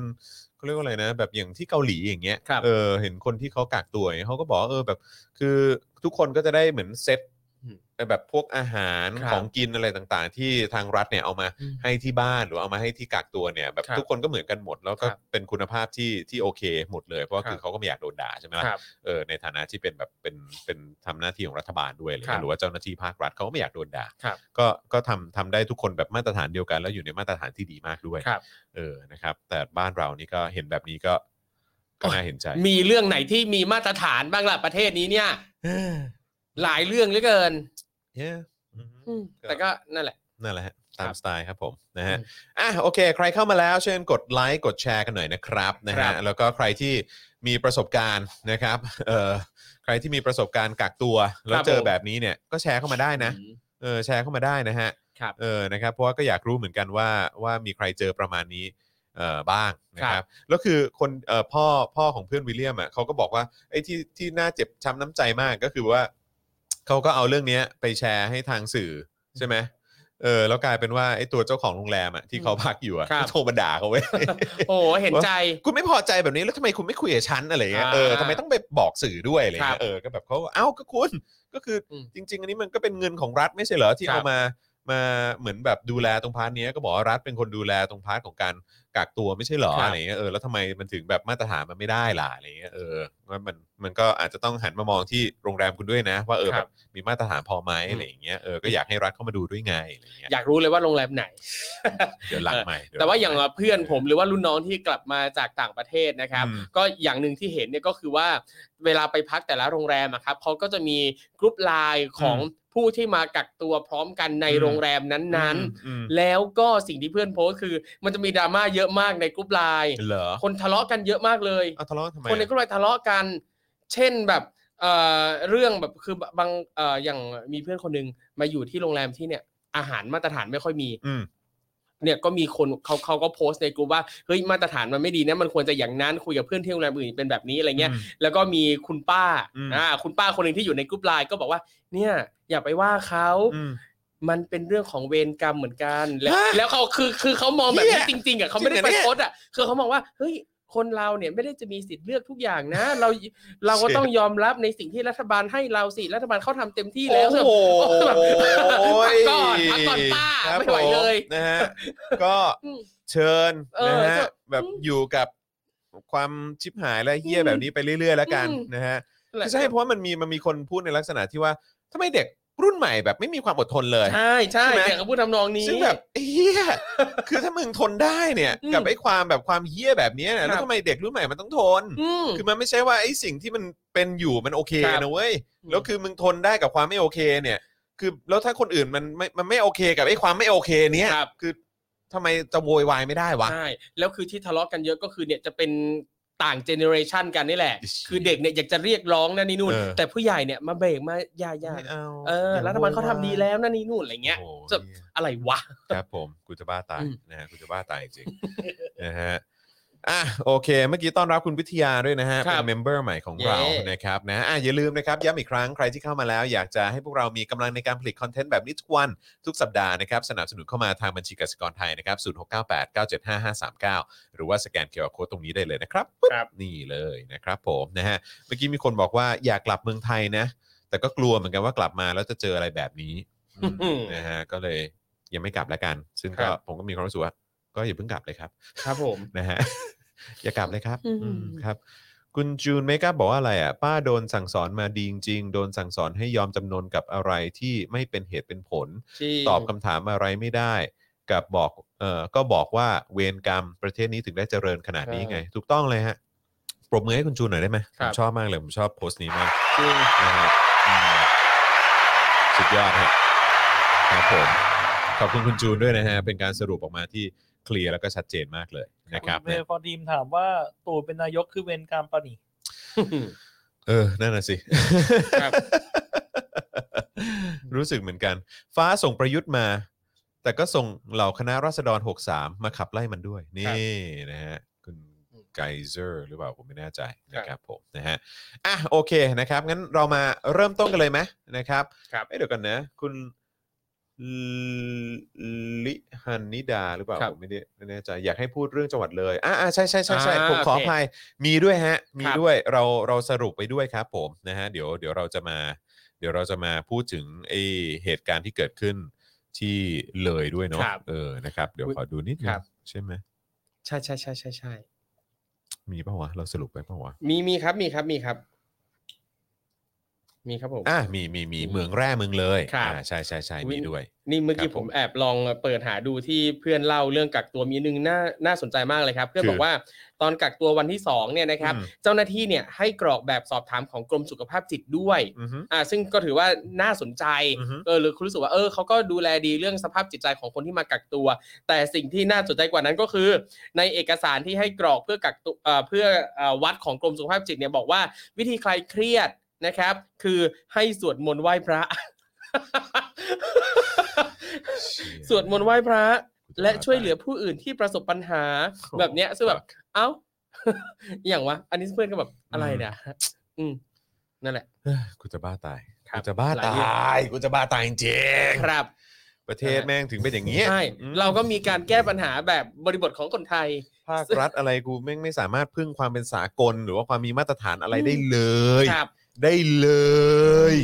[SPEAKER 2] เขาเรียกว่าอะไรนะ แบบอย่างที่เกาหลีอย่างเงี้ย
[SPEAKER 3] ครับ
[SPEAKER 2] เออเห็นคนที่เขากักตัวอย่างเงี้ยเขาก็บอกว่าเออแบบ คือทุกคนก็จะได้เหมือนเซ็ต
[SPEAKER 3] อืม
[SPEAKER 2] แบบพวกอาหาร
[SPEAKER 3] ครับ
[SPEAKER 2] ของกินอะไรต่างๆ ที่ทางรัฐเนี่ยเอามา
[SPEAKER 3] อืม
[SPEAKER 2] ให้ที่บ้านหรือเอามาให้ที่กักตัวเนี่ยแบบ
[SPEAKER 3] ครับ
[SPEAKER 2] ทุกคนก็เหมือนกันหมด แล้วก็
[SPEAKER 3] ครับ
[SPEAKER 2] เป็นคุณภาพที่ที่โอเคหมดเลยเพราะว่า
[SPEAKER 3] ครับ
[SPEAKER 2] คือเขาก็ไม่อยากโดนด่าใช่ไหมล่ะ
[SPEAKER 3] ครับ
[SPEAKER 2] เออในฐานะที่เป็นแบบเป็นเป็นทำหน้าที่ของรัฐบาลด้วยอะไร
[SPEAKER 3] ครั
[SPEAKER 2] เงี้
[SPEAKER 3] บ
[SPEAKER 2] ยหรือว่าเจ้าหน้าที่ภาครัฐเขาก็ไม่อยากโดนด่า
[SPEAKER 3] ครับ
[SPEAKER 2] ก็ก็ทำทำได้ทุกคนแบบมาตรฐานเดียวกัน แล้วอยู่ในมาตรฐานที่ดีมากด้วย
[SPEAKER 3] ครับ
[SPEAKER 2] เออนะครับ แต่บ้านเรานี่ก็เห็นแบบนี้ก็ก็น่าเห็นใจ
[SPEAKER 3] มีเรื่องไหนที่มีมาตรฐานบ้างล่ะประเทศนี้เนี่ย หลายเรื่องเหลือเกิน
[SPEAKER 2] เย้อืม
[SPEAKER 3] อืม
[SPEAKER 2] ครับ
[SPEAKER 3] แต่ก็นั่นแหละ
[SPEAKER 2] นั่นแหละฮะตาม
[SPEAKER 3] ครับ
[SPEAKER 2] สไตล์ครับผมนะฮะ
[SPEAKER 3] อืม
[SPEAKER 2] อ่ะโอเค ใครเข้ามาแล้วเชิญกดไลค์กดแชร์กันหน่อยนะครับนะ
[SPEAKER 3] ครั
[SPEAKER 2] ฮะ
[SPEAKER 3] บ
[SPEAKER 2] แล้วก็ใครที่มีประสบการณ์นะครับเอ่อใครที่มีประสบการณ์กักตัวแล้ว
[SPEAKER 3] ครับ
[SPEAKER 2] เจอ
[SPEAKER 3] ผม
[SPEAKER 2] แบบนี้เนี่ยก็แชร์เข้ามาได้นะ
[SPEAKER 3] อืม
[SPEAKER 2] เออแชร์เข้ามาได้นะฮะ
[SPEAKER 3] ครับ
[SPEAKER 2] เออ นะครับ เพราะว่าก็อยากรู้เหมือนกันว่าว่ามีใครเจอประมาณนี้เอ่อบ้างนะค
[SPEAKER 3] ครั
[SPEAKER 2] รับบ แล้วคือคนเอ่อพ่อพ่อของเพื่อนวิลเลียมอ่ะเขาก็บอกว่าไอ้ที่ที่น่าเจ็บช้ำน้ำใจมากก็คือว่าเขาก็เอาเรื่องเนี้ยไปแชร์ให้ทางสื่อใช่ไหมเออแล้วกลายเป็นว่าไอ้ตัวเจ้าของโรงแรมอ่ะที่เขาพักอยู่อ่ะ
[SPEAKER 3] ครับ
[SPEAKER 2] โทรมาด่าเขาไว้ย
[SPEAKER 3] โอ้โหเห็นใจ
[SPEAKER 2] คุณไม่พอใจแบบนี้แล้วทำไมคุณไม่คุยกับฉันอะไรเงี้ย
[SPEAKER 3] อ่า
[SPEAKER 2] เออทำไมต้องไปบอกสื่อด้วยอะไร
[SPEAKER 3] ครั
[SPEAKER 2] เงี้
[SPEAKER 3] บ
[SPEAKER 2] ยเออก็แบบเขาเอ้าก็คุณก็คืออ
[SPEAKER 3] ม
[SPEAKER 2] จริง ๆ อันนี้มันก็เป็นเงินของรัฐไม่ใช่เหรอที่
[SPEAKER 3] ครับ
[SPEAKER 2] เอามามาเหมือนแบบดูแลตรงพาร์ทเนี้ยก็บอกว่ารัฐเป็นคนดูแลตรงพาร์ทของการกักตัวไม่ใช่เหรอ
[SPEAKER 3] ครับ
[SPEAKER 2] อะไรเงี้ยเออแล้วทำไมมันถึงแบบมาตรฐานมันไม่ได้ล่ะอะไรเงี้ยเออว่ามันมันก็อาจจะต้องหันมามองที่โรงแรมคุณด้วยนะ ว่าเออ
[SPEAKER 3] ค
[SPEAKER 2] แบ
[SPEAKER 3] รั
[SPEAKER 2] บบ มีมาตรฐานพอไหมอะไรอย่างเงี้ยเออก็อยากให้รัฐเข้ามาดูด้วยไงอะไรเงี้ย
[SPEAKER 3] อยากรู้เลยว่าโรงแร มไหน
[SPEAKER 2] เดี๋ยวหลังใหม่เดี๋
[SPEAKER 3] แต่
[SPEAKER 2] ห
[SPEAKER 3] ว่า
[SPEAKER 2] ลั
[SPEAKER 3] อย่าง
[SPEAKER 2] ใหม่
[SPEAKER 3] เพื่อนผมหรือว่ารุ่นน้องที่กลับมาจากต่างประเทศนะครับ
[SPEAKER 2] อืม
[SPEAKER 3] ก็อย่างหนึ่งที่เห็นเนี่ยก็คือว่าเวลาไปพักแต่ละโรงแรมอะครับเขาก็จะมีกรุ๊ปไลน์ของผู้ที่มากักตัวพร้อมกันใน
[SPEAKER 2] อืม
[SPEAKER 3] โรงแรมนั้น
[SPEAKER 2] อืม
[SPEAKER 3] ๆ แล้วก็สิ่งที่เพื่อนโพสต์คือ มันจะมีดราม่าเยอะมากในกรุ๊ปไลน์
[SPEAKER 2] เหรอ
[SPEAKER 3] คนทะเลาะกันเยอะมากเลย
[SPEAKER 2] เอาทะเลาะทำไม
[SPEAKER 3] คนใน
[SPEAKER 2] อะ
[SPEAKER 3] กรุ๊ปไลน์ทะเลาะกัน เช่นแบบเอ่อเรื่องแบบคือบางเอ่ออย่างมีเพื่อนคนหนึงมาอยู่ที่โรงแรมที่เนี่ยอาหารมาตรฐานไม่ค่อยมี
[SPEAKER 2] อืม
[SPEAKER 3] เนี่ยก็มีคนเขาเขาก็โพสต์ในกลุ่มว่าเฮ้ยมาตรฐานมันไม่ดีนะมันควรจะอย่างนั้นคุยกับเพื่อนที่โรงแรมอื่นเป็นแบบนี้อะไรเงี้ยแล้วก็มีคุณป้า
[SPEAKER 2] อืม
[SPEAKER 3] อ่าคุณป้าคนหนึ่งที่อยู่ในกลุ่มไลน์ก็บอกว่าเนี่ยอย่าไปว่าเขา
[SPEAKER 2] อืม
[SPEAKER 3] มันเป็นเรื่องของเวรกรรมเหมือนกันแล้ว
[SPEAKER 2] ฮะ
[SPEAKER 3] แล้วเขาคือคือเขามองแบบ
[SPEAKER 2] เหี้
[SPEAKER 3] นี้
[SPEAKER 2] ย
[SPEAKER 3] จริงๆอ่ะเขาไม่ได้
[SPEAKER 2] จริงเหร
[SPEAKER 3] ไประ
[SPEAKER 2] เนี่ย
[SPEAKER 3] โพสต์อ่ะคือเขามองว่าเฮ้ยคนเราเนี่ยไม่ได้จะมีสิทธิ์เลือกทุกอย่างนะ เราเราก็
[SPEAKER 2] เชี่ย
[SPEAKER 3] ต้องยอมรับในสิ่งที่รัฐบาลให้เราสิรัฐบาลเขาทำเต็มที่แล้ว
[SPEAKER 2] โอ้โห
[SPEAKER 3] โอ้ยพักก่อนพักก่อนป้า
[SPEAKER 2] ครับ
[SPEAKER 3] ไม่ไหวเลย
[SPEAKER 2] ผมนะฮะ ก็
[SPEAKER 3] อืม
[SPEAKER 2] เชิญ
[SPEAKER 3] เออ
[SPEAKER 2] นะ
[SPEAKER 3] ก็
[SPEAKER 2] ฮะแบบอยู่กับความชิบหายและเฮี้ย
[SPEAKER 3] อืม
[SPEAKER 2] แบบนี้ไปเรื่อย ๆ แล้วกัน
[SPEAKER 3] อืม
[SPEAKER 2] นะฮะ
[SPEAKER 3] นั่นแหละ
[SPEAKER 2] ใช่เพราะว่ามันมีมันมีคนพูดในลักษณะที่ว่าทำไมเด็กรุ่นใหม่แบบไม่มีความอดทนเลย
[SPEAKER 3] ใช่ใช่
[SPEAKER 2] ใช่ไหม
[SPEAKER 3] แต่เขาพูดทำนองนี้
[SPEAKER 2] ซึ่งแบบเฮี้ ยคือถ้ามึงทนได้เนี่ย
[SPEAKER 3] อืม
[SPEAKER 2] กับไอ้ความแบบความเฮี้ยแบบเนี้ย
[SPEAKER 3] ครั
[SPEAKER 2] นะ
[SPEAKER 3] บ
[SPEAKER 2] แล้วทำไมเด็กรุ่นใหม่มันต้องทน
[SPEAKER 3] อืม
[SPEAKER 2] คือมันไม่ใช่ว่าไอ้สิ่งที่มันเป็นอยู่มันโอเค
[SPEAKER 3] ครับ
[SPEAKER 2] นะเว้ย
[SPEAKER 3] อืม
[SPEAKER 2] แล้วคือมึงทนได้กับความไม่โอเคเนี่ย คือแล้วถ้าคนอื่นมันไม่มันไม่โอเคกับไอ้ความไม่โอเคเนี้ย
[SPEAKER 3] ครับ
[SPEAKER 2] คือทำไมจะโวยวายไม่ได้วะ
[SPEAKER 3] ใช่แล้วคือที่ทะเลาะกันเยอะก็คือเนี่ยจะเป็นต่างเจเนอเรชันกันนี่แหละ
[SPEAKER 2] อิช
[SPEAKER 3] คือเด็กเนี่ยอยากจะเรียกร้องนั่นนี่นู่น
[SPEAKER 2] เออ
[SPEAKER 3] แต่ผู้ใหญ่เนี่ยมาเบรกมาอย่าอย่า
[SPEAKER 2] ไม่เอา
[SPEAKER 3] เออ
[SPEAKER 2] อย่
[SPEAKER 3] รัฐบาลเขาทำดี
[SPEAKER 2] โยย
[SPEAKER 3] แล้วนั่นนี่นู่นอะไรเงี้ย
[SPEAKER 2] โอ้โห
[SPEAKER 3] จะ อะไรวะ
[SPEAKER 2] ครับผมกูจะบ้าตาย
[SPEAKER 3] อืม
[SPEAKER 2] นะฮะกูจะบ้าตายจริง นะฮะอ่ะโอเค เมื่อกี้ต้อนรับคุณวิทยาด้วยนะฮะ เป็นเมมเบอร์ใหม่ของเรา
[SPEAKER 3] เย้
[SPEAKER 2] นะครับนะอ่ะอย่าลืมนะครับย้ำอีกครั้งใครที่เข้ามาแล้ว อยากจะให้พวกเรามีกำลังในการผลิตคอนเทนต์แบบนี้ทุกวัน ทุกสัปดาห์นะครับ สนับสนุนเข้ามาทางบัญชีกสิกรไทยนะครับ 0698975539 หรือว่าสแกนเคอร์โคตรงนี้ได้เลยนะครับปึ๊บ
[SPEAKER 3] ครับ
[SPEAKER 2] นี่เลยนะครับผมนะฮะเมื่อกี้มีคนบอกว่าอยากกลับเมืองไทยนะ แต่ก็กลัวเหมือนกันว่ากลับมาแล้วจะเจออะไรแบบนี้อืม
[SPEAKER 3] อืม
[SPEAKER 2] นะฮะก็เลยยังไม่กลับแล้วกัน ซึ่ง
[SPEAKER 3] ครั
[SPEAKER 2] ก็
[SPEAKER 3] บ
[SPEAKER 2] ผมก็มีความรู้สึกว่าก็อย่าเพิ่งกลับเลยครับ
[SPEAKER 3] ครับผม
[SPEAKER 2] นะฮ ะ อย่ากลับเลยครับ
[SPEAKER 3] อืม
[SPEAKER 2] อืมครับ คุณจูนเมคอัพบอกว่าอะไรอ่ะ ป้าโดนสั่งสอนมาดีจริงๆโดนสั่งสอนให้ยอมจำนนกับอะไรที่ไม่เป็นเหตุเป็นผล
[SPEAKER 3] จริง
[SPEAKER 2] ตอบคำถามอะไรไม่ได้ กับบอกเออก็บอกว่าเวรกรรมประเทศนี้ถึงได้เจริญขนาดนี้ไง ถูกต้องเลยฮะ ปรบมือให้คุณจูนหน่อยได้ไหมผ
[SPEAKER 3] ครั
[SPEAKER 2] ม
[SPEAKER 3] บ
[SPEAKER 2] ชอบมากเลย ผมชอบโพสต์นี้มาก
[SPEAKER 3] จริง
[SPEAKER 2] นะฮะอืมสุดยอดฮะครับผม ขอบคุณคุณจูนด้วยนะฮะ เป็นการสรุปออกมาที่ เคลียร์แล้วก็ชัดเจนมากเลยนะครับ
[SPEAKER 4] เวฟอร์ดีมถามว่าตู่เป็นนายกคือเวรกรรมปะนี่
[SPEAKER 2] เออนั่นน่ะสิ
[SPEAKER 3] ครับ
[SPEAKER 2] รู้สึกเหมือนกัน ฟ้าส่งประยุทธ์มา แต่ก็ส่งเหล่าคณะราษฎร 63 มาขับไล่มันด้วย นี่นะฮะคุณไกเซอร์หรือเปล่าผมไม่แน่ใจนะครับผมนะฮะอ่ะโอเคนะครับ งั้นเรามาเริ่มต้นกันเลยไหมนะครับ
[SPEAKER 3] ครับ
[SPEAKER 2] เอ้ยเดี๋ยวกันนะ คุณลิฮันนิดาหรือเปล่า
[SPEAKER 3] ครับ
[SPEAKER 2] ผมไม่ได้ไม่แน่ใจอยากให้พูดเรื่องจังหวัดเลยอ่าใช่ใช่ใช่ใช่
[SPEAKER 3] อ่า
[SPEAKER 2] ผมขอ
[SPEAKER 3] โอ
[SPEAKER 2] อ
[SPEAKER 3] เค
[SPEAKER 2] ภัยมีด้วยฮะ มี
[SPEAKER 3] ครับ
[SPEAKER 2] ด้วยเราเราสรุปไปด้วยครับผมนะฮะเดี๋ยวเดี๋ยวเราจะมา เดี๋ยวเราจะมาพูดถึงไอเหตุการณ์ที่เกิดขึ้นที่เลยด้วยเนาะ
[SPEAKER 3] ครับ
[SPEAKER 2] เออนะครับ เดี๋ยวขอดูนิดนึ
[SPEAKER 3] ครั
[SPEAKER 2] ง
[SPEAKER 3] บ
[SPEAKER 2] ใช่ไหม
[SPEAKER 3] ใช่ใช่ใช่ใช่ใช่
[SPEAKER 2] มีป่าวะ เราสรุปไปป่าวะ
[SPEAKER 3] มีมีครับมีครับมีครับ มีครับผม
[SPEAKER 2] อ่ะมีมีมีเมืองแร่เมืองเลย
[SPEAKER 3] ครับ
[SPEAKER 2] อ่าใช่ใช่ใช่มีด้วย
[SPEAKER 3] นี่เมื่อ
[SPEAKER 2] ค
[SPEAKER 3] กี้
[SPEAKER 2] รับผ
[SPEAKER 3] ผม มแอบลองเปิดหาดูที่เพื่อนเล่าเรื่องกักตัวมีหนึ่งน่าน่าสนใจมากเลยครับ เพื่อน
[SPEAKER 2] คือ
[SPEAKER 3] บอกว่าตอนกักตัววันที่สองเนี่ยนะครับ
[SPEAKER 2] อืม
[SPEAKER 3] เจ้าหน้าที่เนี่ยให้กรอกแบบสอบถามของกรมสุขภาพจิตด้วย
[SPEAKER 2] อือฮึ
[SPEAKER 3] อ่าซึ่งก็ถือว่าน่าสนใจ
[SPEAKER 2] อือฮึ
[SPEAKER 3] เออหรือคุณรู้สึกว่าเออเขาก็ดูแลดีเรื่องสภาพจิตใจของคนที่มากักตัว แต่สิ่งที่น่าสนใจกว่านั้นก็คือ ในเอกสารที่ให้กรอกเพื่อกักตัวเอ่อเพื่อเอ่อวัดของกรมสุขภาพจิตเนี่ยบอกว่าวิธีคลายเครียดนะครับ คือให้สวดมนต์ไหว้พระ สวดมนต์ไหว้พระ และช่วยเหลือผู้อื่นที่ประสบปัญหาแบบเนี้ยซึ่งแบบ เอ้า อย่างวะ อันนี้เพื่อนก็แบบอะไรเนี่ยอืมนั่นแหละ
[SPEAKER 2] เอ้ยกูจะบ้าตาย
[SPEAKER 3] ครั
[SPEAKER 2] กู
[SPEAKER 3] บ
[SPEAKER 2] จะบ้า
[SPEAKER 3] หลาย
[SPEAKER 2] ตา
[SPEAKER 3] เรื่อง
[SPEAKER 2] ยกูจะบ้าตายจริงๆ
[SPEAKER 3] ครับ
[SPEAKER 2] ประเทศแม่งถึงเป็นอย่างนี้ย
[SPEAKER 3] ใช่
[SPEAKER 2] อืม
[SPEAKER 3] เราก็มีการแก้ปัญหาแบบบริบทของคนไทย
[SPEAKER 2] ภาครัฐ อะไรกูแม่งไม่สามารถพึ่งความเป็นสากล หรือว่าความมีมาตรฐานอะไรได้เลย
[SPEAKER 3] ครับ
[SPEAKER 2] ได้เลย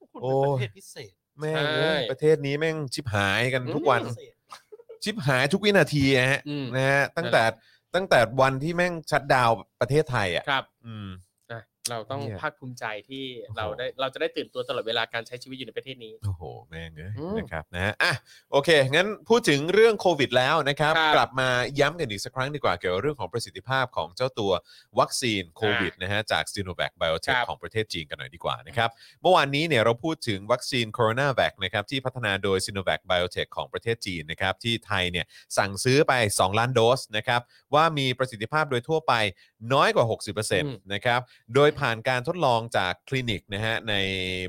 [SPEAKER 4] คุณ
[SPEAKER 2] โอ้
[SPEAKER 4] เป็นประเทศพิเศษ
[SPEAKER 2] แม่ง
[SPEAKER 3] ใช่
[SPEAKER 2] เอ้ยประเทศนี้แม่งชิบหายกันทุกวัน
[SPEAKER 4] พิเศษ
[SPEAKER 2] ชิบหายทุกวินาทีนะฮะ
[SPEAKER 3] อืม
[SPEAKER 2] นะฮะตั้งแต่ตั้งแต่วันที่แม่งชัดดาวน์ประเทศไทยอ่ะ
[SPEAKER 3] ครับ
[SPEAKER 2] อืม
[SPEAKER 3] นะเราต้อง
[SPEAKER 2] เนี่ย
[SPEAKER 3] ภาคภูมิใจที่
[SPEAKER 2] โอ้โห
[SPEAKER 3] เราได้เราจะได้ตื่นตัวตลอดเวลาการใช้ชีวิตอยู่ในประเทศนี้
[SPEAKER 2] โอ้โห แม่งเอ้ย
[SPEAKER 3] อืม
[SPEAKER 2] นะครับนะฮะอ่ะโอเค งั้นพูดถึงเรื่องโควิดแล้วนะครับ
[SPEAKER 3] ครับ
[SPEAKER 2] กลับมาย้ำกันอีกสักครั้งดีกว่าเกี่ยวกับเรื่องของประสิทธิภาพของเจ้าตัววัคซีนโควิดนะฮะจากซีโนแวคไบโอเทค
[SPEAKER 3] ครับ
[SPEAKER 2] ของประเทศจีนกันหน่อยดีกว่านะครับ เมื่อวานนี้เนี่ยเราพูดถึงวัคซีนโคโรนาแวคนะครับที่พัฒนาโดยซีโนแวคไบโอเทคของประเทศจีนนะครับที่ไทยเนี่ยสั่งซื้อไป 2 ล้านโดสนะครับว่ามีประสิทธิภาพโดยทั่วไปน้อยกว่า 60%
[SPEAKER 3] ม
[SPEAKER 2] นะครับโดยผ่านการทดลองจากคลินิกนะฮะใน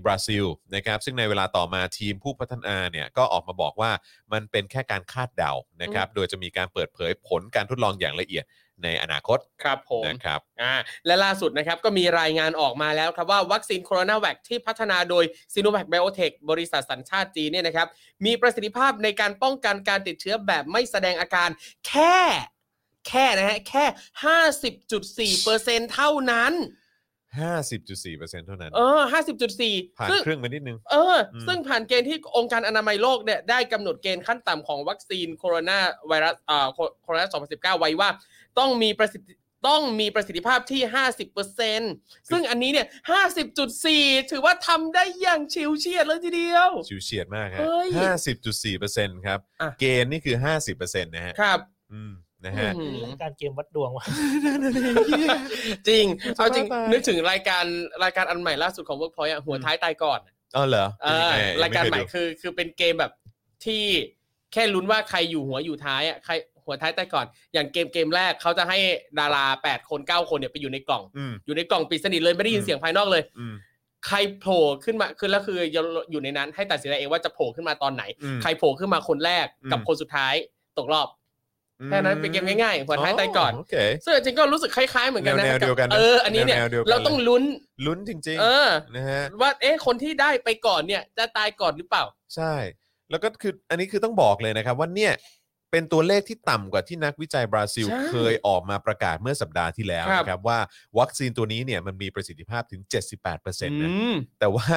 [SPEAKER 2] บราซิลนะครับซึ่งในเวลาต่อมาทีมผู้พัฒนาเนี่ยก็ออกมาบอกว่ามันเป็นแค่การคาดเดานะครับโดยจะมีการเปิดเผยผลการทดลองอย่างละเอียดในอนาคต
[SPEAKER 3] ครับผม
[SPEAKER 2] นะครับ
[SPEAKER 3] อ่าและล่าสุดนะครับก็มีรายงานออกมาแล้วครับว่าวัคซีนโคโรนาแวคที่พัฒนาโดยซีโนแวคไบโอเทคบริษัทสัญชาติจีนเนี่ยนะครับ มีประสิทธิภาพในการป้องกันการติดเชื้อแบบไม่แสดงอาการแค่ แค่นะฮะ แค่ 50.4%เท่านั้น
[SPEAKER 2] 50.4%เท่านั้น
[SPEAKER 3] เออ 50.4
[SPEAKER 2] ผ่านครึ่งไปนิดนึง
[SPEAKER 3] เออ
[SPEAKER 2] อืม
[SPEAKER 3] ซึ่งผ่านเกณฑ์ที่องค์การอนามัยโลกเนี่ยได้กำหนดเกณฑ์ขั้นต่ำของวัคซีนโคโรนาไวรัสอ่าโคโคโรนา2019 ไว้ว่า ต้องมีประสิทธิต้องมีประสิทธิภาพที่ 50%ซึ่งอันนี้เนี่ย 50.4 ถือว่าทำได้อย่างชิวเฉียดเลยทีเดียว
[SPEAKER 2] ชิวเฉียดมากฮะ
[SPEAKER 3] เฮ้ย
[SPEAKER 2] 50.4%ครับ
[SPEAKER 3] อ่ะ
[SPEAKER 2] เกณฑ์นี่คือ 50%นะฮะ
[SPEAKER 3] ครับ
[SPEAKER 2] อืมนะฮะ
[SPEAKER 3] อืม
[SPEAKER 4] นี่รายการเกมวัดดวงวะ
[SPEAKER 3] จริง เอาจริง
[SPEAKER 2] สบายๆ
[SPEAKER 3] นึกถึงรายการรายการอันใหม่ล่าสุดของ Workpoint อะหัวท้ายตายก่อน
[SPEAKER 2] อ๋อเหรอ
[SPEAKER 3] เออ
[SPEAKER 2] เป็นงไง
[SPEAKER 3] รายการ
[SPEAKER 2] ไเค
[SPEAKER 3] ใหม่
[SPEAKER 2] ดู
[SPEAKER 3] คือคือเป็นเกมแบบที่แค่ลุ้นว่าใครอยู่หัวอยู่ท้ายอ่ะใครหัวท้ายใต้ก่อน อย่างเกมเกมแรกเขาจะให้ดารา 8 คน 9 คนเนี่ยไปอยู่ในกล่อง
[SPEAKER 2] อืม
[SPEAKER 3] อยู่ในกล่องปิดสนิทเลยไม่ได้ยิ
[SPEAKER 2] อื
[SPEAKER 3] น
[SPEAKER 2] ม
[SPEAKER 3] เสียงภายนอกเลย
[SPEAKER 2] อืม
[SPEAKER 3] ใครโผล่ขึ้นมาคือแล้วคืออยู่ในนั้น ให้ตัดสินใจเองว่าจะโผล่ขึ้นมาตอนไหน
[SPEAKER 2] อืม
[SPEAKER 3] ใครโผล่ขึ้นมาคนแรก
[SPEAKER 2] อืม
[SPEAKER 3] กับคนสุดท้ายตกรอบแค่นั้นเป็นเกมง่ายๆหัวท้ายใต้ก่อน
[SPEAKER 2] โอเค
[SPEAKER 3] ซึ่งจริงๆก็รู้สึกคล้ายๆเหมือนกันนะ
[SPEAKER 2] แนวๆเดียวกันนะ
[SPEAKER 3] เอออันนี้เนี่ย
[SPEAKER 2] แนวๆเดียวกัน
[SPEAKER 3] เราต้องลุ้น
[SPEAKER 2] ลุ้นจริง
[SPEAKER 3] เออ
[SPEAKER 2] ๆนะฮะ
[SPEAKER 3] ว่าเอ๊ะคนที่ได้ไปก่อนเนี่ยจะตายก่อนหรือเปล่า
[SPEAKER 2] ใช่ แล้วก็คืออันนี้คือต้องบอกเลยนะครับ ว่าเนี่ยเป็นตัวเลขที่ต่ำกว่าที่นักวิจัยบราซิล
[SPEAKER 3] ใช่
[SPEAKER 2] เคยออกมาประกาศเมื่อสัปดาห์ที่แล้ว
[SPEAKER 3] ครับ
[SPEAKER 2] นะครับว่าวัคซีนตัวนี้เนี่ยมันมีประสิทธิภาพถึง 78%นะ
[SPEAKER 3] อืม
[SPEAKER 2] แต่ว่า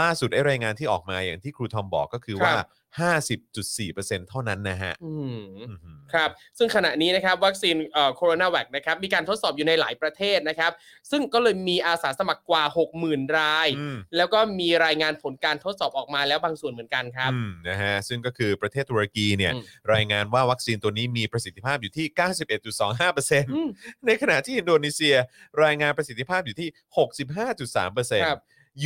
[SPEAKER 2] ล่าสุดไอ้รายงานที่ออกมาอย่างที่ครูทอมบอกก็คือว่า
[SPEAKER 3] ครั
[SPEAKER 2] 50.4%เท่านั้นนะฮะ
[SPEAKER 3] อืม
[SPEAKER 2] อื้อหือ
[SPEAKER 3] ครับ ซึ่งขณะนี้นะครับวัคซีนโคโรนาแวคนะครับมีการทดสอบอยู่ในหลายประเทศนะครับ ซึ่งก็เลยมีอาสาสมัครกว่า 60,000 ราย
[SPEAKER 2] อืม
[SPEAKER 3] แล้วก็มีรายงานผลการทดสอบออกมาแล้วบางส่วนเหมือนกันครับ
[SPEAKER 2] อืมนะฮะซึ่งก็คือประเทศตุรกีเนี่ย
[SPEAKER 3] อืม
[SPEAKER 2] รายงานว่าวัคซีนตัวนี้มีประสิทธิภาพอยู่ที่
[SPEAKER 3] อื
[SPEAKER 2] 91.25%
[SPEAKER 3] ม
[SPEAKER 2] ในขณะที่อินโดนีเซีย รายงานประสิทธิภาพอยู่ที่ 65.3%
[SPEAKER 3] ครับ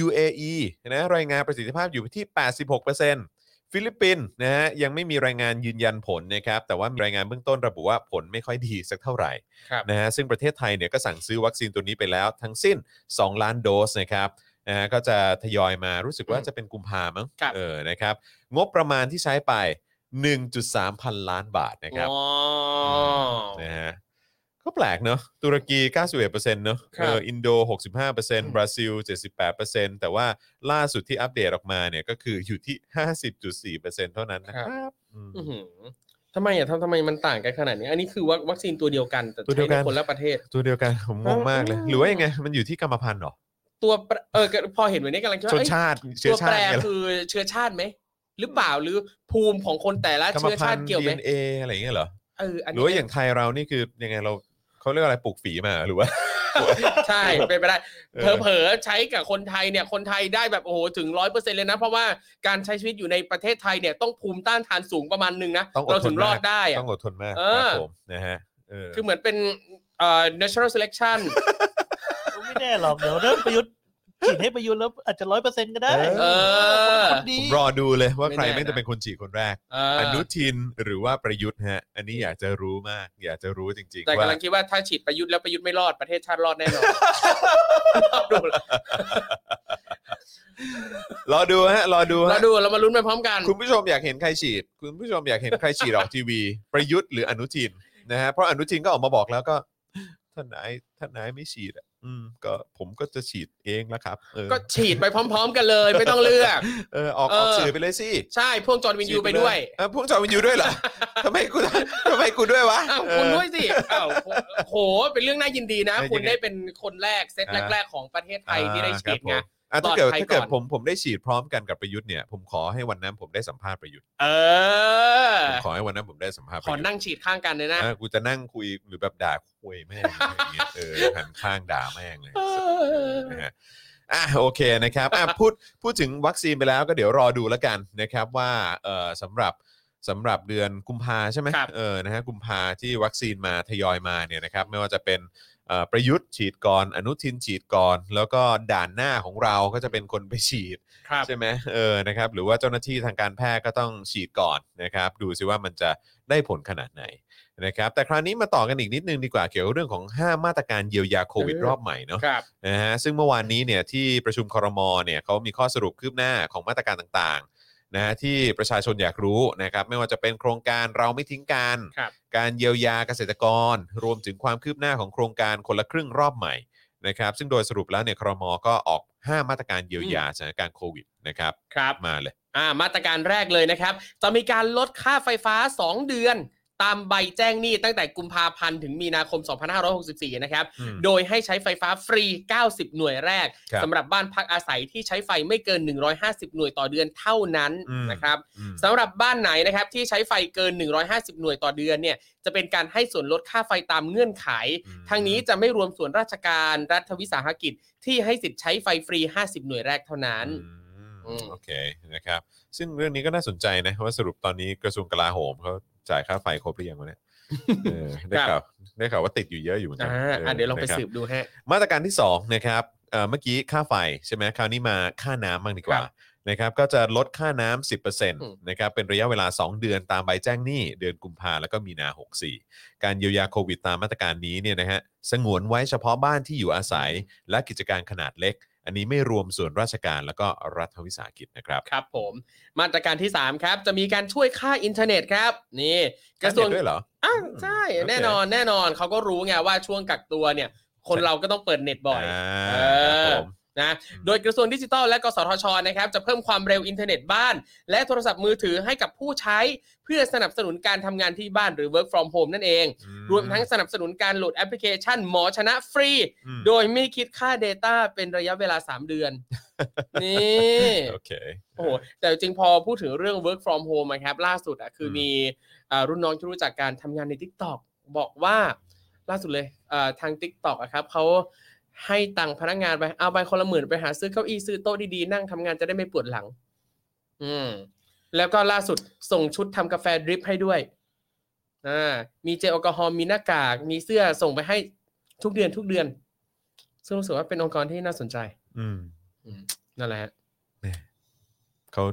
[SPEAKER 2] UAE นะรายงานประสิทธิภาพอยู่ที่ 86%ฟิ ฟิลิปปินส์นะฮะยังไม่มีรายงานยืนยันผลนะครับแต่ว่ามีรายงานเบื้องต้นระบุว่าผลไม่ค่อยดีสักเท่าไหร่
[SPEAKER 3] ครับ
[SPEAKER 2] นะฮะซึ่งประเทศไทยเนี่ยก็สั่งซื้อวัคซีนตัวนี้ไปแล้วทั้งสิ้น 2 ล้านโดสนะครับนะฮะก็จะทยอยมารู้สึกว่าจะเป็นกุมภามั้ง
[SPEAKER 3] ครับ
[SPEAKER 2] เออนะครับงบประมาณที่ใช้ไป 1.3 พันล้านบาทนะครับ
[SPEAKER 3] อ๋อ
[SPEAKER 2] นะฮะก็แปลกเนอะตุรกี 91%เนอะ
[SPEAKER 3] ครับ
[SPEAKER 2] เอออินโด 65%บราซิล 78%แต่ว่าล่าสุดที่อัปเดตออกมาเนี่ยก็คืออยู่ที่ 50.4%เท่านั้นนะครับอืม
[SPEAKER 3] อื้อหือทำไมอ่ะทำทำไมมันต่างกันขนาดนี้ อันนี้คือวัควัคซีนตัวเดียวกันแต่
[SPEAKER 2] ตัวเดี
[SPEAKER 3] ใช้
[SPEAKER 2] ยวกั
[SPEAKER 3] ใน
[SPEAKER 2] น
[SPEAKER 3] คนละประเทศ
[SPEAKER 2] ตัวเดียวกันผมงงมากเลย หรือว่ายังไง มันอยู่ที่กรรมพันธุ์เหรอ
[SPEAKER 3] ตัวประเออก็พอเห็นแบบนี้กำลังคิดว่า
[SPEAKER 2] ชน
[SPEAKER 3] เอ้ย
[SPEAKER 2] ชาติ เชื้
[SPEAKER 3] ตั
[SPEAKER 2] อ
[SPEAKER 3] ว
[SPEAKER 2] ชา
[SPEAKER 3] แปร
[SPEAKER 2] ติไงล่ะ
[SPEAKER 3] คือเชื้อชาติไหม หรือเปล่าหรือภูมิของคนแต่ละ
[SPEAKER 2] กรรม
[SPEAKER 3] เชื้อ
[SPEAKER 2] พั
[SPEAKER 3] ชาน ติ
[SPEAKER 2] ธุ์
[SPEAKER 3] เกี่ยวไหม
[SPEAKER 2] DNA อะไรอย่างเงี้ยเหรอ
[SPEAKER 3] เอออัน
[SPEAKER 2] ห
[SPEAKER 3] นี้
[SPEAKER 2] รือว่าอย่างไทยเรานี่คือยังไงเราเขาเรียกอะไรปลูกฝีมาเหรอหรือว่า
[SPEAKER 3] ใช่เป็น ไปได้
[SPEAKER 2] เออ
[SPEAKER 3] เผลอๆใช้กับคนไทยเนี่ยคนไทยได้แบบโอ้โหถึงร้อยเปอร์เซ็นเลยนะ เพราะว่าการใช้ชีวิตอยู่ในประเทศไทยเนี่ยต้องภูมิต้านทานสูงประมาณหนึงนะ
[SPEAKER 2] ต้องอด
[SPEAKER 3] เรา
[SPEAKER 2] ท
[SPEAKER 3] ถึ
[SPEAKER 2] น
[SPEAKER 3] งรอ
[SPEAKER 2] มาก
[SPEAKER 3] ดได้อะ
[SPEAKER 2] ต้องอดทนมาก
[SPEAKER 3] เอ
[SPEAKER 2] ค
[SPEAKER 3] อ
[SPEAKER 2] รับผมนะฮะเออ
[SPEAKER 3] คือเหมือนเป็นเอ่อ natural selection
[SPEAKER 4] ไม่แน่หรอกเดี๋ยวเริ่มประยุทธ์ฉีดให้ประยุทธ์แล้วอาจจะร้อยเปอร์เซ็นต์ก็ได้
[SPEAKER 2] เอ
[SPEAKER 3] เออ
[SPEAKER 4] คนดี
[SPEAKER 2] ผมรอดูเลยว่าใคร
[SPEAKER 3] ไม่แน่
[SPEAKER 2] ไม่งจะ
[SPEAKER 3] นะ
[SPEAKER 2] เป็นคนฉีดคนแรก
[SPEAKER 3] เ
[SPEAKER 2] อนุทินหรือว่าประยุทธ์ฮะ อันนี้อยากจะรู้มาก อยากจะรู้จริงๆว่าก
[SPEAKER 3] แต่ำลังคิดว่าถ้าฉีดประยุทธ์แล้วประยุทธ์ไม่รอดประเทศชาติรอดแน่นอน ดูละ
[SPEAKER 2] รอดูฮะรอดู
[SPEAKER 3] เรา
[SPEAKER 2] ฮะ
[SPEAKER 3] ดูเรามาลุ้นไปพร้อมกัน
[SPEAKER 2] คุณผู้ชมอยากเห็นใครฉีด คุณผู้ชมอยากเห็นใครฉีดออกทีวี ประยุทธ์หรืออนุทินนะฮะเพราะอนุทินก็ออกมาบอกแล้วก็ ท่านนายท่านนายไม่ฉีดอ่ะอืมก็ผมก็จะฉีดเองละครับเออ
[SPEAKER 3] ก็ฉีดไปพร้อม ๆ กันเลย ไม่ต้องเลือก
[SPEAKER 2] เออออก
[SPEAKER 3] เอ
[SPEAKER 2] อ
[SPEAKER 3] อ
[SPEAKER 2] อกสื่อไปเลยสิ
[SPEAKER 3] ใช่พ่วงจอห์นวินยูไปด้วย
[SPEAKER 2] เออพวกจอวินยูด้วยเหรอ ทำไมกู ทำไมกูด้วยวะ
[SPEAKER 3] อ้าว
[SPEAKER 2] เอ
[SPEAKER 3] คุณ
[SPEAKER 2] อ
[SPEAKER 3] ด้วยสิอ้าวโห เป็นเรื่องน่ายินดีนะ
[SPEAKER 2] เออ
[SPEAKER 3] คุณ
[SPEAKER 2] ยังไง
[SPEAKER 3] ได้เป็นคนแรกเซต
[SPEAKER 2] อ่า
[SPEAKER 3] แรก ๆ ของประเทศไทยที่ได้ฉีดไง
[SPEAKER 2] อ่าครับผมอ่ะถ้าเกิด
[SPEAKER 3] ปลอดภัย
[SPEAKER 2] ถ้าเกิด
[SPEAKER 3] ก่อน
[SPEAKER 2] ผมผมได้ฉีดพร้อมกันกับประยุทธ์เนี่ยผมขอให้วันนั้นผมได้สัมภาษณ์ประยุทธ์
[SPEAKER 3] เออ
[SPEAKER 2] ผมขอให้วันนั้นผมได้สัมภาษณ์
[SPEAKER 3] ขอนั่งฉีดข้างกันเลย
[SPEAKER 2] นะ
[SPEAKER 3] นะ
[SPEAKER 2] กูจะนั่งคุยหรือแบบด่าคุยแม่งอะไรอย่างเงี้ยเออหันข้างด่าแม่งเลย
[SPEAKER 3] เออ
[SPEAKER 2] นะฮะอ่ะโอเคนะครับอ่ะพูดพูดถึงวัคซีนไปแล้วก็เดี๋ยวรอดูแล้วกันนะครับว่าเออสำหรับสำหรับเดือนกุมภาใช่ไหม
[SPEAKER 3] ครับ
[SPEAKER 2] เออนะฮะกุมภาที่วัคซีนมาทยอยมาเนี่ยนะครับไม่ว่าจะเป็นเอ่อประยุทธ์ฉีดก่อนอนุทินฉีดก่อน แล้วก็ด่านหน้าของเราก็จะเป็นคนไปฉีด
[SPEAKER 3] ครับ
[SPEAKER 2] ใช่ไหมเออนะครับหรือว่าเจ้าหน้าที่ทางการแพทย์ก็ต้องฉีดก่อนนะครับ ดูซิว่ามันจะได้ผลขนาดไหนนะครับ แต่คราวนี้มาต่อกันอีกนิดนึงดีกว่าเกี่ยวกับเรื่องของ 5 มาตรการเยียวยาโควิด
[SPEAKER 3] เออ
[SPEAKER 2] รอบใหม่เนาะ
[SPEAKER 3] ครับ
[SPEAKER 2] นะฮะซึ่งเมื่อวานนี้เนี่ยที่ประชุมครมเนี่ยเขามีข้อสรุปคืบหน้าของมาตรการต่างๆนะฮะที่ประชาชนอยากรู้นะครับ ไม่ว่าจะเป็นโครงการเราไม่ทิ้งกัน
[SPEAKER 3] ครับ
[SPEAKER 2] การเยียวยาเกษตรกร รวมถึงความคืบหน้าของโครงการคนละครึ่งรอบใหม่นะครับ ซึ่งโดยสรุปแล้วเนี่ยครมก็ออก 5 มาตรการเยียวยาสถานการณ์โควิดนะครับ
[SPEAKER 3] ครับ
[SPEAKER 2] มาเลย
[SPEAKER 3] อ่ามาตรการแรกเลยนะครับ จะมีการลดค่าไฟฟ้า 2 เดือน ตามใบแจ้งหนี้ตั้งแต่กุมภาพันธ์ถึงมีนาคม 2564 นะครับ
[SPEAKER 2] อืม
[SPEAKER 3] โดยให้ใช้ไฟฟ้าฟรี 90 หน่วยแรก
[SPEAKER 2] ครับ
[SPEAKER 3] สำหรับบ้านพักอาศัยที่ใช้ไฟไม่เกิน 150 หน่วยต่อเดือนเท่านั้น
[SPEAKER 2] อืม
[SPEAKER 3] นะครับ
[SPEAKER 2] อืม
[SPEAKER 3] สำหรับบ้านไหนนะครับที่ใช้ไฟเกิน 150 หน่วยต่อเดือนเนี่ยจะเป็นการให้ส่วนลดค่าไฟตามเงื่อนไข ทางนี้จะไม่รวมส่วนราชการรัฐวิสาหกิจที่ให้สิทธิ์ใช้ไฟฟรี 50 หน่วยแรกเท่านั้น
[SPEAKER 2] อืมโอเคนะครับ ซึ่งเรื่องนี้ก็น่าสนใจนะว่าสรุปตอนนี้กระทรวงกลาโหมเขาจ่ายค่าไฟครบหรือยังวะเนี่ยเออได้ข่าวได้ข่าวว่าติดอยู่เยอะอยู่เหมือนกั
[SPEAKER 3] อ่า
[SPEAKER 2] ออ
[SPEAKER 3] อ่ะเดี๋ยวลองไป
[SPEAKER 2] นะครับ
[SPEAKER 3] สืบดูฮะ
[SPEAKER 2] มาตรการที่ 2 นะครับเอ่อเมื่อกี้ค่าไฟใช่ไหมคราวนี้มาค่าน้ำบ้างดีกว่า
[SPEAKER 3] ครับ
[SPEAKER 2] นะครับ ก็จะลดค่าน้ำ 10%
[SPEAKER 3] อืม
[SPEAKER 2] นะครับ เป็นระยะเวลา 2 เดือนตามใบแจ้งหนี้ เดือนกุมภาแล้วก็มีนา 64 การเยียวยาโควิดตามมาตรการนี้เนี่ยนะฮะ สงวนไว้เฉพาะบ้านที่อยู่อาศัย และกิจการขนาดเล็ก อันนี้ไม่รวมส่วนราชการแล้วก็รัฐวิสาหกิจนะครับ
[SPEAKER 3] ครับผม มาตรการที่ 3 ครับ จะมีการช่วยค่าอินเทอร์เน็ตครับ นี่กระทรวง
[SPEAKER 2] เห็นด้วยเหรอ
[SPEAKER 3] อ่ะใช่
[SPEAKER 2] โอเค
[SPEAKER 3] แน่นอนแน่นอนเขาก็รู้ไงว่าช่วงกักตัวเนี่ย คนเราก็ต้องเปิดเน็ตบ่อย
[SPEAKER 2] อ่า
[SPEAKER 3] เอ
[SPEAKER 2] ครับผ
[SPEAKER 3] อ
[SPEAKER 2] ม
[SPEAKER 3] นะโดยกระทรวงดิจิทัลและกสทชนะครับ จะเพิ่มความเร็วอินเทอร์เน็ตบ้าน และโทรศัพท์มือถือให้กับผู้ใช้ เพื่อสนับสนุนการทำงานที่บ้านหรือ work from home นั่นเอง
[SPEAKER 2] อื
[SPEAKER 3] รวมทั้งสนับสนุนการโหลดแอปพลิเคชันหมอชนะฟรี
[SPEAKER 2] อืม
[SPEAKER 3] โดยไม่คิดค่า Data เป็นระยะเวลา 3 เดือน นี่
[SPEAKER 2] โอเค
[SPEAKER 3] โอ้โหแต่จริงๆพอพูดถึงเรื่อง work from home อะครับล่าสุดอะคืออ
[SPEAKER 2] ม
[SPEAKER 3] มีอ่ารุ่นน้องที่รู้จักการทำงานใน TikTok บอกว่าล่าสุดเลยอ่าทาง TikTok อะครับเขาให้ตังค์พนักงานไปเอาไปคนละหมื่นไปหาซื้อเก้าอี้ซื้อโต๊ะดีๆ นั่งทำงานจะได้ไม่ปวดหลัง อืมแล้วก็ล่าสุดส่งชุดทำกาแฟดริปให้ด้วยอ่ามีเจลแอลกอฮอล์มีหน้ากาก มีเสื้อส่งไปให้ทุกเดือนทุกเดือน ซึ่งรู้สึกว่าเป็นองค์กรที่น่าสนใจ
[SPEAKER 2] อืม
[SPEAKER 3] อืมนั่นแหละฮะ
[SPEAKER 2] เขา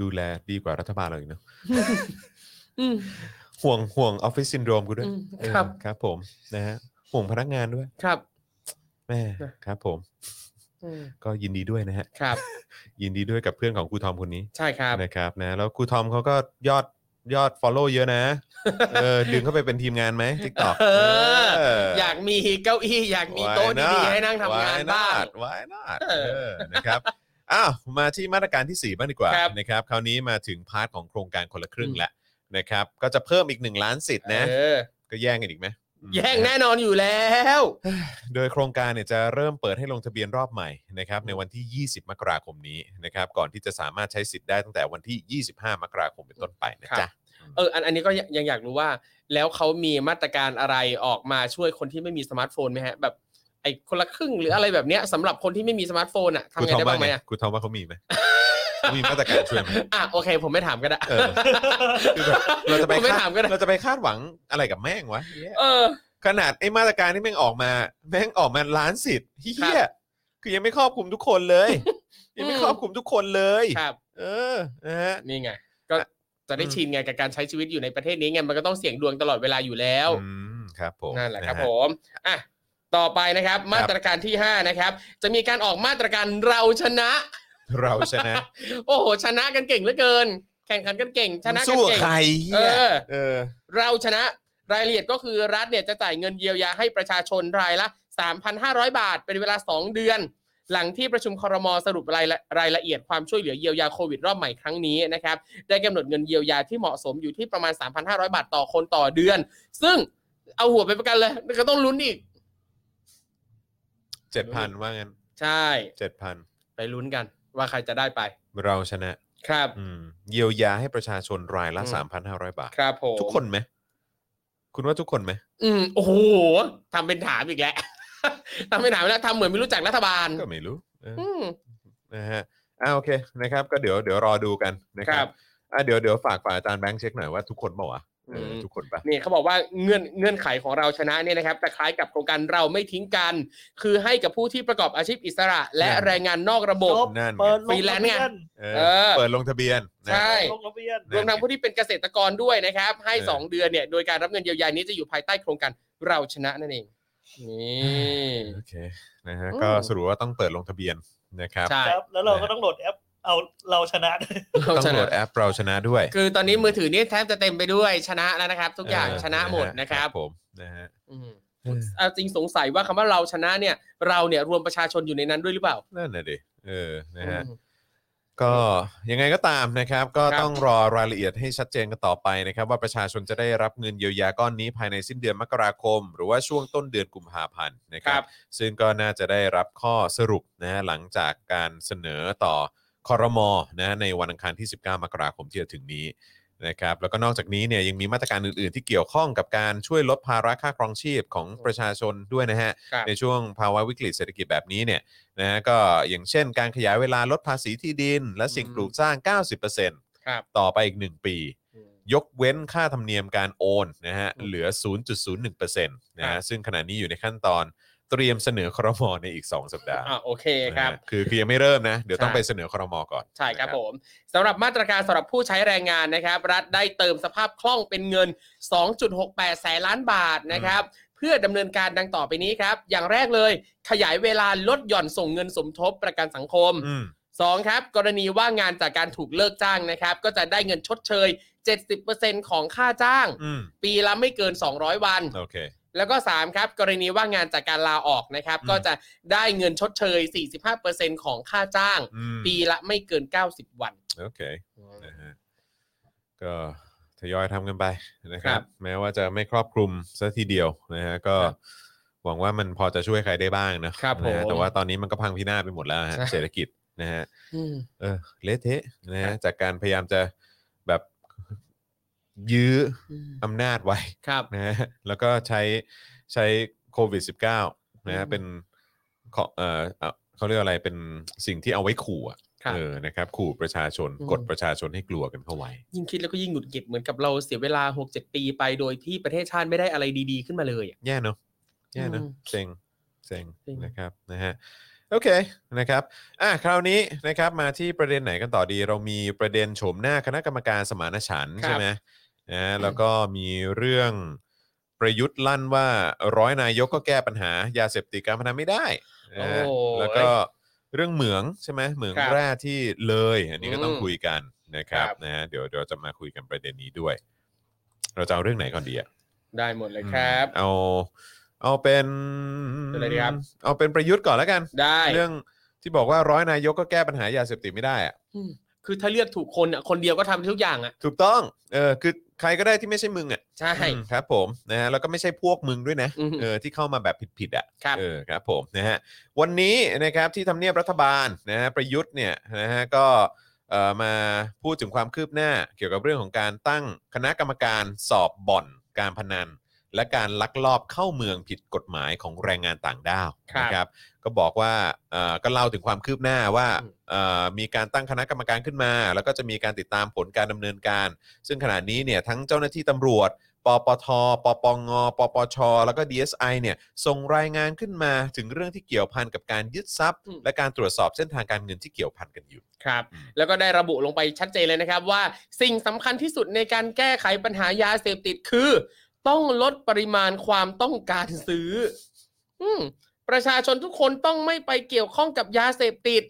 [SPEAKER 2] ดูแลดีกว่ารัฐบาลเราอีกเนอะ
[SPEAKER 3] อืม
[SPEAKER 2] ห่วงห่วงออฟฟิศซินโดรมกูด้วย
[SPEAKER 3] อืม
[SPEAKER 2] เออ
[SPEAKER 3] ครับ
[SPEAKER 2] ครับผมนะฮะห่วงพนักงานด้วย
[SPEAKER 3] ครับ
[SPEAKER 2] แม่
[SPEAKER 3] นะ
[SPEAKER 2] ครับผม
[SPEAKER 3] อืม
[SPEAKER 2] ก็ยินดีด้วยนะ ฮะ
[SPEAKER 3] ครับ
[SPEAKER 2] ยินดีด้วยกับเพื่อนของครูทอมคนนี้
[SPEAKER 3] ใช่ครับ
[SPEAKER 2] นะครับนะแล้วครูทอมเขาก็ยอดยอด follow เยอะ นะเออดึงเข้าไปเป็นทีมงานไหมทิกตอก
[SPEAKER 3] เออ อยากมีเก้าอี้อยากมีโต๊ะ
[SPEAKER 2] Why not?
[SPEAKER 3] ดีๆให้นั่งทำงาน
[SPEAKER 2] Why
[SPEAKER 3] บ้าง
[SPEAKER 2] not? Why not
[SPEAKER 3] เอ
[SPEAKER 2] เอ
[SPEAKER 3] อ
[SPEAKER 2] อนะครับ อ้าวมาที่มาตรการที่ 4 บ้างดีกว่า
[SPEAKER 3] ครับ
[SPEAKER 2] นะครับ คราวนี้มาถึงพาร์ทของโครงการคนละครึ่งแล้วนะครับ ก็จะเพิ่มอีก 1 ล้านสิทธิ์นะ
[SPEAKER 3] เออ
[SPEAKER 2] ก็แย่งกันอีกไหมอืม
[SPEAKER 3] แย่งแน่นอนอยู่แล้ว
[SPEAKER 2] โดยโครงการเนี่ยจะเริ่มเปิดให้ลงทะเบียนรอบใหม่นะครับในวันที่ 20 มกราคมนี้นะครับ ก่อนที่จะสามารถใช้สิทธิ์ได้ตั้งแต่วันที่ 25 มกราคมเป็นต้นไปนะจ๊ะ
[SPEAKER 3] เอออันอันนี้ก็ยังยังอยากรู้ว่า แล้วเขามีมาตรการอะไรออกมาช่วยคนที่ไม่มีสมาร์ทโฟนไหมฮะ แบบไอ้คนละครึ่งหรืออะไรแบบเนี้ยสำหรับคนที่ไม่มีสมาร์ทโฟนอ่ะทำ
[SPEAKER 2] คุณ
[SPEAKER 3] ไง
[SPEAKER 2] ทอม
[SPEAKER 3] ได้
[SPEAKER 2] ว่า
[SPEAKER 3] บ้างไห
[SPEAKER 2] ไง
[SPEAKER 3] มอ่ะ
[SPEAKER 2] คุณทอมว่าเขามีไหม มีมาตรการช่วยไหม
[SPEAKER 3] อ่ะโอเค ผมไม่ถามก็ได้
[SPEAKER 2] เออ คือแบบเราจะไป
[SPEAKER 3] ผมไม่
[SPEAKER 2] คด
[SPEAKER 3] ถามก็ได้
[SPEAKER 2] เราจะไปคาดหวังอะไรกับแม่งวะเหี้ย
[SPEAKER 3] เออ
[SPEAKER 2] ขนาดไอ้มาตรการที่แม่งออกมา แม่งออกมาล้านสิทธิ์เฮี
[SPEAKER 3] ค
[SPEAKER 2] ย
[SPEAKER 3] รับ
[SPEAKER 2] คือยังไม่ครอบคลุมทุกคนเลย ยังไม่
[SPEAKER 3] อืม
[SPEAKER 2] ครอบคลุมทุกคนเลย
[SPEAKER 3] ครับ
[SPEAKER 2] เออนะฮะ
[SPEAKER 3] นี่ไง ก็
[SPEAKER 2] อ่ะ
[SPEAKER 3] จะได้ชินไงกับการใช้ชีวิตอยู่ในประเทศนี้ไงมันก็ต้องเสี่ยงดวงตลอดเวลาอยู่แล้ว
[SPEAKER 2] อืมครับผม
[SPEAKER 3] นั่นแหละครับ
[SPEAKER 2] ฮ
[SPEAKER 3] ผมอ่ะต่อไปนะครับ มาตรการที่ 5 นะครับ จะมีการออกมาตรการเราชนะ
[SPEAKER 2] เราชนะ
[SPEAKER 3] โอ้โห ชนะกันเก่งเหลือเกิน แข่งขันกันเก่ง ชนะกัน
[SPEAKER 2] สู้กับ
[SPEAKER 3] เก่ง
[SPEAKER 2] ใคร
[SPEAKER 3] เอ
[SPEAKER 2] เฮีย
[SPEAKER 3] อ
[SPEAKER 2] เออ
[SPEAKER 3] เราชนะรายละเอียดก็คือรัฐเนี่ยจะจ่ายเงินเยียวยาให้ประชาชนรายละ 3,500 บาท เป็นเวลา 2 เดือน หลังที่ประชุมครมสรุปรายละรายละเอียดความช่วยเหลือเยียวยาโควิดรอบใหม่ครั้งนี้นะครับ ได้กำหนดเงินเยียวยาที่เหมาะสมอยู่ที่ประมาณ 3,500 บาทต่อคนต่อเดือน ซึ่งเอาหัวไปประกันเลยก็ต้องลุ้นอีก
[SPEAKER 2] เจ็ดพันว่างั้น
[SPEAKER 3] ใช่
[SPEAKER 2] เจ็ดพัน
[SPEAKER 3] ไปลุ้นกันว่าใครจะได้ไป
[SPEAKER 2] เราชนะ
[SPEAKER 3] ครับ
[SPEAKER 2] อืมเยียวยาให้ประชาชนรายละ
[SPEAKER 3] อืม
[SPEAKER 2] สามพันห้าร้อยบาท
[SPEAKER 3] ครับผม
[SPEAKER 2] ทุกคนไหมคุณว่าทุกคนไหม
[SPEAKER 3] อืมโอ้โหทำเป็นถามอีกแล้ว ทำเป็นถามแล้วทำเหมือนไม่รู้จักรัฐบาล
[SPEAKER 2] ก็ไม่รู้เออ
[SPEAKER 3] อืม
[SPEAKER 2] นะฮะอ่าโอเคนะครับก็เดี๋ยวเดี๋ยวรอดูกันนะค
[SPEAKER 3] ครั
[SPEAKER 2] รับบ อ่าเดี๋ยวเดี๋ยวฝากฝากอาจารย์แบงค์เช็คหน่อยว่าทุกคนเปล่าวะเออ
[SPEAKER 3] ม
[SPEAKER 2] ทุกคนปะ
[SPEAKER 3] นี่เขาบอกว่าเงื่อนเงื่อนไขของเราชนะเนี่ยนะครับจะคล้ายกับโครงการเราไม่ทิ้งกัน คือให้กับผู้ที่ประกอบอาชีพอิสระ และแรงงานนอกระบบ
[SPEAKER 4] จบ
[SPEAKER 2] นั่นไง
[SPEAKER 4] เปิดล
[SPEAKER 3] ฟรี
[SPEAKER 4] ง
[SPEAKER 3] แล
[SPEAKER 4] ทะ
[SPEAKER 3] นซ์ไง
[SPEAKER 4] เบียน
[SPEAKER 2] เออ
[SPEAKER 3] เออ
[SPEAKER 2] เปิดลงทะเบียนนะ
[SPEAKER 3] ใช่
[SPEAKER 4] ลงทะเบียน
[SPEAKER 2] นั่นไง
[SPEAKER 3] รวมทั้งผู้ที่เป็นเกษตรกรด้วยนะครับ ให้
[SPEAKER 2] เออ
[SPEAKER 3] สองเดือนเนี่ยโดยการรับเงินเยียวยานี้จะอยู่ภายใต้โครงการเราชนะนั่นเองนี่
[SPEAKER 2] โอเคนะฮะ
[SPEAKER 3] อืม
[SPEAKER 2] ก็สรุปว่าต้องเปิดลงทะเบียนนะครับ
[SPEAKER 3] ใช่
[SPEAKER 4] ครับ แล้วเราก็ต้องโหลดแอป เอาเราชนะ
[SPEAKER 3] เรา
[SPEAKER 2] ต้อง
[SPEAKER 3] ช
[SPEAKER 2] โหล
[SPEAKER 3] นะ
[SPEAKER 2] ดแอปเราชนะด้วย
[SPEAKER 3] คือตอนนี้มือถือนี่แทบจะเต็มไปด้วยชนะแล้วนะครับ ทุกอย่าง
[SPEAKER 2] เ
[SPEAKER 3] ชนะหมดนะครับ
[SPEAKER 2] ผมนะฮะ
[SPEAKER 3] อืม
[SPEAKER 2] เออ
[SPEAKER 3] เอาจริงสงสัยว่าคำว่าเราชนะเนี่ย เราเนี่ยรวมประชาชนอยู่ในนั้นด้วยหรือเปล่า
[SPEAKER 2] นั่นน่ะดิเออนะฮะ
[SPEAKER 3] อืม
[SPEAKER 2] ก็ยังไงก็ตามนะครับ ก็
[SPEAKER 3] ครับ
[SPEAKER 2] ต้องรอรายละเอียดให้ชัดเจนกันต่อไปนะครับ ว่าประชาชนจะได้รับเงินเยียวยาก้อนนี้ภายในสิ้นเดือนมกราคม หรือว่าช่วงต้นเดือนกุมภาพันธ์นะครั
[SPEAKER 3] ครับ บ
[SPEAKER 2] ซึ่งก็น่าจะได้รับข้อสรุปนะฮะหลังจากการเสนอต่อคอรมอนะในวันอังคารที่ 19 มกราคมที่จะถึงนี้นะครับ แล้วก็นอกจากนี้เนี่ยยังมีมาตรการอื่น ๆ ที่เกี่ยวข้องกับการช่วยลดภาระค่าครองชีพของประชาชนด้วยนะฮะ
[SPEAKER 3] ครับ
[SPEAKER 2] ในช่วงภาวะวิกฤตเศรษฐกิจแบบนี้เนี่ยนะฮะก็อย่างเช่นการขยายเวลาลดภาษีที่ดิน และสิ่ง
[SPEAKER 3] อืม
[SPEAKER 2] ปลูกสร้าง
[SPEAKER 3] ครับ
[SPEAKER 2] 90%ต่อไปอีก 1 ปี ยกเว้นค่าธรรมเนียมการโอนนะฮะเหลือ 0.01%นะฮะซึ่งขณะนี้อยู่ในขั้นตอนเตรียมเสนอครมในอีก 2 สัปดาห์
[SPEAKER 3] อ่าโอเคครับ
[SPEAKER 2] นะฮะคือคือยังไม่เริ่มนะ เดี๋ยวต้อง
[SPEAKER 3] ใช่
[SPEAKER 2] ไปเสนอครมก่อน
[SPEAKER 3] ใช่ครับ
[SPEAKER 2] นะ
[SPEAKER 3] ผมสำหรับมาตรการสำหรับผู้ใช้แรงงานนะครับ รัฐได้เติมสภาพคล่องเป็นเงิน 2.68 แสนล้านบาทนะครับ เพื่อดำเนินการดังต่อไปนี้ครับ อย่างแรกเลยขยายเวลาลดหย่อนส่งเงินสมทบประกันสังคม
[SPEAKER 2] อืม
[SPEAKER 3] 2 ครับ กรณีว่างงานจากการถูกเลิกจ้างนะครับ ก็จะได้เงินชดเชย 70%ของค่าจ้าง
[SPEAKER 2] อืม
[SPEAKER 3] ปีละไม่เกิน 200 วัน
[SPEAKER 2] โอเค
[SPEAKER 3] แล้วก็ 3 ครับ กรณีว่างงานจากการลาออกนะครับ
[SPEAKER 2] อืม
[SPEAKER 3] ก็จะได้เงินชดเชย 45%ของค่าจ้าง
[SPEAKER 2] อืม
[SPEAKER 3] ปีละไม่เกิน 90 วัน
[SPEAKER 2] โอเค นะฮะก็ทยอยทำกันไปนะครั
[SPEAKER 3] ครับ บ
[SPEAKER 2] แม้ว่าจะไม่ครอบคลุมซะทีเดียวนะฮะก็
[SPEAKER 3] ครับ
[SPEAKER 2] หวังว่ามันพอจะช่วยใครได้บ้างนะครับ นะฮะ
[SPEAKER 3] ผม
[SPEAKER 2] แต่ว่าตอนนี้มันก็พังพินาศไปหมดแล้วฮะ
[SPEAKER 3] ใช่
[SPEAKER 2] เศรษฐกิจนะฮะ
[SPEAKER 3] อืม
[SPEAKER 2] เออเละเทะนะฮะจากการพยายามจะแบบยื้ออำนาจไว้
[SPEAKER 3] ครับ
[SPEAKER 2] นะฮะแล้วก็ใช้ใช้โควิด -19 นะฮะ
[SPEAKER 3] อืม
[SPEAKER 2] เป็นของเออเอาเขาเรียกอะไรเป็นสิ่งที่เอาไว้ขู่อะ
[SPEAKER 3] ครับ
[SPEAKER 2] เออนะครับขู่ประชาชน
[SPEAKER 3] อืม
[SPEAKER 2] กดประชาชนให้กลัวกันเข้าไว้
[SPEAKER 3] ยิ่งคิดแล้วก็ยิ่งหงุดหงิดเหมือนกับเราเสียเวลา 6 7 ปีไปโดยที่ประเทศชาติไม่ได้อะไรดีๆขึ้นมาเลยอะ
[SPEAKER 2] แย่เนอะแย่เนอะ
[SPEAKER 3] อืม
[SPEAKER 2] เซ็งเซ็ง
[SPEAKER 3] เซ็ง
[SPEAKER 2] นะครับนะฮะ โอเคนะครับอ่ะคราวนี้นะครับมาที่ประเด็นไหนกันต่อดี เรามีประเด็นโฉมหน้าคณะกรรมการสมานฉันท์
[SPEAKER 3] ครับ
[SPEAKER 2] ใช่ไหมนะแล้วก็มีเรื่องประยุทธ์ลั่นว่าร้อยนายกก็แก้ปัญหายาเสพติดการพนันไม่ได้นะฮะ
[SPEAKER 3] โอ้ย
[SPEAKER 2] แล้วก็เรื่องเหมืองใช่ไหมเหมือง
[SPEAKER 3] ครับ
[SPEAKER 2] แร่ที่เลย อันนี้ก็ต้อง
[SPEAKER 3] อืม
[SPEAKER 2] คุยกันนะครับ
[SPEAKER 3] ครับ
[SPEAKER 2] นะฮะเดี๋ยวเดี๋ยวจะมาคุยกันประเด็นนี้ด้วย เราจะเอาเรื่องไหนก่อนดีอะ
[SPEAKER 3] ได้หมดเลยครับ
[SPEAKER 2] อืมเอาเอาเป็น
[SPEAKER 3] เป็นอะไรดีครับ
[SPEAKER 2] เอาเป็นประยุทธ์ก่อนแล้วกัน
[SPEAKER 3] ได้
[SPEAKER 2] เรื่องที่บอกว่าร้อยนายกก็แก้ปัญหายาเสพติดไม่ได้อะ
[SPEAKER 3] คือถ้าเลือกถูกคนอ่ะคนเดียวก็ทำทุกอย่างอ่ะ
[SPEAKER 2] ถูกต้องเออคือใครก็ได้ที่ไม่ใช่มึงอ่ะ
[SPEAKER 3] ใช่
[SPEAKER 2] อืมครับผมนะฮะแล้วก็ไม่ใช่พวกมึงด้วยนะ
[SPEAKER 3] อืม
[SPEAKER 2] เออที่เข้ามาแบบผิดๆอ่ะ
[SPEAKER 3] ครับ
[SPEAKER 2] เออครับผมนะฮะวันนี้นะครับที่ทำเนียบรัฐบาลนะฮะประยุทธ์เนี่ยนะฮะก็เอ่อมาพูดถึงความคืบหน้าเกี่ยวกับเรื่องของการตั้งคณะกรรมการสอบบ่อนการพนัน และการลักลอบเข้าเมืองผิดกฎหมายของแรงงานต่างด้าว
[SPEAKER 3] ครับ
[SPEAKER 2] นะครับ ก็บอกว่าเอ่อก็เล่าถึงความคืบหน้าว่าเอ่อมีการตั้งคณะกรรมการขึ้นมา แล้วก็จะมีการติดตามผลการดำเนินการ ซึ่งขณะนี้เนี่ยทั้งเจ้าหน้าที่ตำรวจ ปปท ปปง ปปช แล้วก็ DSI เนี่ยส่งรายงานขึ้นมาถึงเรื่องที่เกี่ยวพันกับการยึดทรัพย์
[SPEAKER 3] อืม
[SPEAKER 2] และการตรวจสอบเส้นทางการเงินที่เกี่ยวพันกันอยู่
[SPEAKER 3] ครับ แล้วก็ได้ระบุลงไปชัดเจนเลยนะครับว่าสิ่งสำคัญที่สุดในการแก้ไขปัญหายาเสพติดคือ ต้องลดปริมาณความต้องการซื้อ อืมประชาชนทุกคนต้องไม่ไปเกี่ยวข้องกับยาเสพติด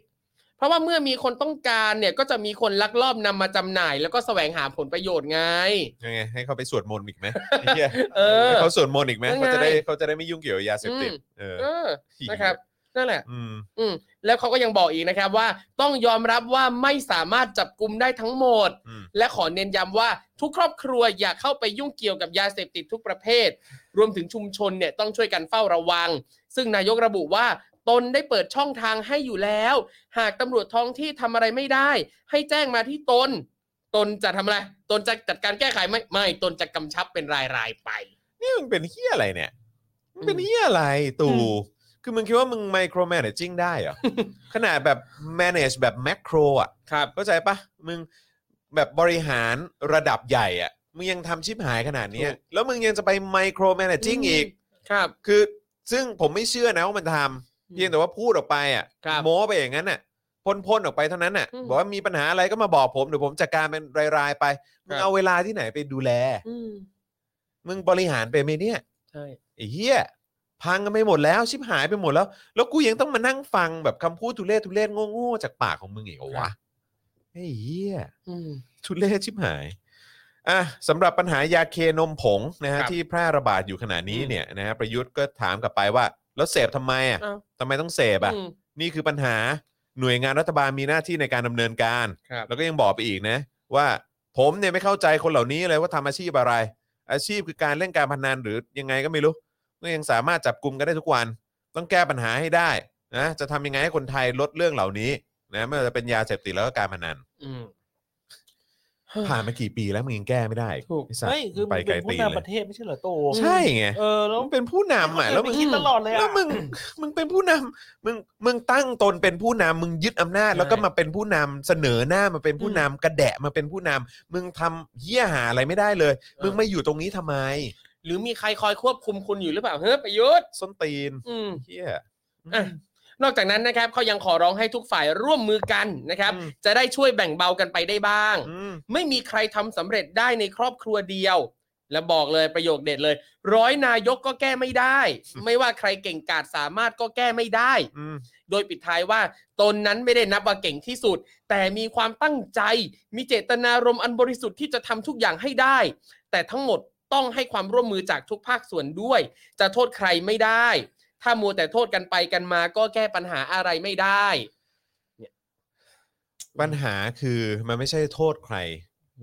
[SPEAKER 3] เพราะว่าเมื่อมีคนต้องการเนี่ยก็จะมีคนลักลอบนำมาจำหน่าย แล้วก็แสวงหาผลประโยชน์ไง
[SPEAKER 2] ยังไงให้เขาไปสวดมนต์อีก ไหมไอ้เหี้ย
[SPEAKER 3] เออ
[SPEAKER 2] ให้เขาสวดมนต์อีกไหม
[SPEAKER 3] ยังไง
[SPEAKER 2] เขาจะได้เขาจะได้ไม่ยุ่งเกี่ยวกับยาเสพติด
[SPEAKER 3] อืม
[SPEAKER 2] เออ
[SPEAKER 3] เออนะครับนั่นแหละ
[SPEAKER 2] อืม
[SPEAKER 3] อืมแล้วเขาก็ยังบอกอีกนะครับว่าต้องยอมรับว่าไม่สามารถจับกลุ่มได้ทั้งหมด
[SPEAKER 2] อืม
[SPEAKER 3] และขอเน้นย้ำว่าทุกครอบครัวอย่าเข้าไปยุ่งเกี่ยวกับยาเสพติดทุกประเภท รวมถึงชุมชนเนี่ยต้องช่วยกันเฝ้าระวัง ซึ่งนายกระบุว่า ตนได้เปิดช่องทางให้อยู่แล้ว หากตำรวจท้องที่ทำอะไรไม่ได้ ให้แจ้งมาที่ตน ตนจะทำอะไร ตนจะจัดการแก้ไขไหม่ไม่ตนจะกำชับเป็นรายรายๆไป
[SPEAKER 2] นี่มึงเป็นเฮียอะไรเนี่ยมึงเป็นเฮียอะไรตู่ คือมึงคิดว่ามึงไมโครแมネจิ้งได้ เหรอ ขนาดแบบ manage แบบแม c โ o อ่ะ
[SPEAKER 3] ครับ
[SPEAKER 2] เข้าใจปะมึงแบบบริหารระดับใหญ่อ่ะ มึงยังทำชิบหายขนาดเนี้ย
[SPEAKER 3] ถูก
[SPEAKER 2] แล้วมึงยังจะไปไมโครแมเนจิ้งอีก
[SPEAKER 3] ครับ
[SPEAKER 2] คือซึ่งผมไม่เชื่อนะว่ามันทำเพียงแต่ว่าพูดออกไปอ่ะ
[SPEAKER 3] ครับ
[SPEAKER 2] โม้ไปอย่างนั้นน่ะพ่นๆออกไปเท่านั้นน่ะ
[SPEAKER 3] อืม
[SPEAKER 2] บอกว่ามีปัญหาอะไรก็มาบอกผมเดี๋ยวผมจัดการเป็นรายๆไปมึ
[SPEAKER 3] ครั
[SPEAKER 2] ง
[SPEAKER 3] บ
[SPEAKER 2] เอาเวลาที่ไหนไปดูแล
[SPEAKER 3] อืม
[SPEAKER 2] มึงบริหารไปไหมเนี่ย
[SPEAKER 3] ใช่
[SPEAKER 2] ไอ้เหี้ยพังกันไปหมดแล้วชิบหายไปหมดแล้ว แล้วกูยังต้องมานั่งฟังแบบคำพูดทุเรศทุเรศโง่ๆจากปากของมึงอีกเหรอวะไอ้เหี้ย
[SPEAKER 3] อืม
[SPEAKER 2] ทุเรศชิบหายอ่ะสำหรับปัญหายาเคนมผงนะฮะ
[SPEAKER 3] ครับ
[SPEAKER 2] ที่แพร่ระบาดอยู่ขณะนี้
[SPEAKER 3] อืม
[SPEAKER 2] เนี่ยนะฮะประยุทธ์ก็ถามกลับไปว่า แล้วเสพทำไมอ่ะ
[SPEAKER 3] อ้าว
[SPEAKER 2] ทำไมต้องเสพอ่ะ
[SPEAKER 3] อืม
[SPEAKER 2] นี่คือปัญหาหน่วยงานรัฐบาลมีหน้าที่ในการดำเนินการ
[SPEAKER 3] ครับ
[SPEAKER 2] แล้วก็ยังบอกไปอีกนะ ว่าผมเนี่ยไม่เข้าใจคนเหล่านี้เลยว่าทำอาชีพอะไร อาชีพคือการเล่นการพนันหรือยังไงก็ไม่รู้ก็ยังสามารถจับกลุ่มกันได้ทุกวัน ต้องแก้ปัญหาให้ได้นะจะทำยังไงให้คนไทยลดเรื่องเหล่านี้นะไม่ว่าจะเป็นยาเสพติดแล้วก็การพนัน
[SPEAKER 3] อืม
[SPEAKER 2] ผ่านมากี่ปีแล้วมึงยังแก้ไม่ได้อี
[SPEAKER 3] ถูก
[SPEAKER 2] อ้สัตว์
[SPEAKER 4] ไม่คือ
[SPEAKER 2] ไป
[SPEAKER 4] มัน
[SPEAKER 2] ไกล
[SPEAKER 4] เป็น
[SPEAKER 2] ตี
[SPEAKER 4] ผู้
[SPEAKER 2] นเล
[SPEAKER 4] นำ
[SPEAKER 2] ย
[SPEAKER 4] ประเทศไม่ใช่เหรอโต
[SPEAKER 2] ใช่ไง
[SPEAKER 4] เออแล้ว
[SPEAKER 2] มึงเป็นผู้นำอ่ะแล้วมึง
[SPEAKER 4] คิดตลอดเลย
[SPEAKER 2] แล้
[SPEAKER 4] อ่ะ
[SPEAKER 2] วมึง มึงเป็นผู้นำมึงมึงตั้งตนเป็นผู้นำมึงยึดอำนาจ
[SPEAKER 3] ใช่
[SPEAKER 2] แล้วก็มาเป็นผู้นำเสนอหน้ามาเป็นผู้นำกระแดะมาเป็นผู้นำมึงทำเหี้ยหาอะไรไม่ได้เลย
[SPEAKER 3] ออ
[SPEAKER 2] มึงมาอยู่ตรงนี้ทำไม
[SPEAKER 3] หรือมีใครคอยควบคุมคุณอยู่หรือเปล่าเฮ้ยประยุทธ์
[SPEAKER 2] ส้นตีน
[SPEAKER 3] อืม
[SPEAKER 2] เหี้ย
[SPEAKER 3] อ่ะนอกจากนั้นนะครับเขายังขอร้องให้ทุกฝ่ายร่วมมือกันนะครับ
[SPEAKER 2] อืม
[SPEAKER 3] จะได้ช่วยแบ่งเบากันไปได้บ้าง
[SPEAKER 2] อืม
[SPEAKER 3] ไม่มีใครทำสำเร็จได้ในครอบครัวเดียว และบอกเลยประโยคเด็ดเลย ร้อยนายกก็แก้ไม่ได้ ไม่ว่าใครเก่งกาจสามารถก็แก้ไม่ได้
[SPEAKER 2] อืม
[SPEAKER 3] โดยปิดท้ายว่าตนนั้นไม่ได้นับว่าเก่งที่สุด แต่มีความตั้งใจ มีเจตนารมณ์อันบริสุทธิ์ที่จะทำทุกอย่างให้ได้ แต่ทั้งหมดต้องให้ความร่วมมือจากทุกภาคส่วนด้วย จะโทษใครไม่ได้ ถ้ามัวแต่โทษกันไปกันมาก็แก้ปัญหาอะไรไม่ได้
[SPEAKER 2] ปัญหาคือมันไม่ใช่โทษใคร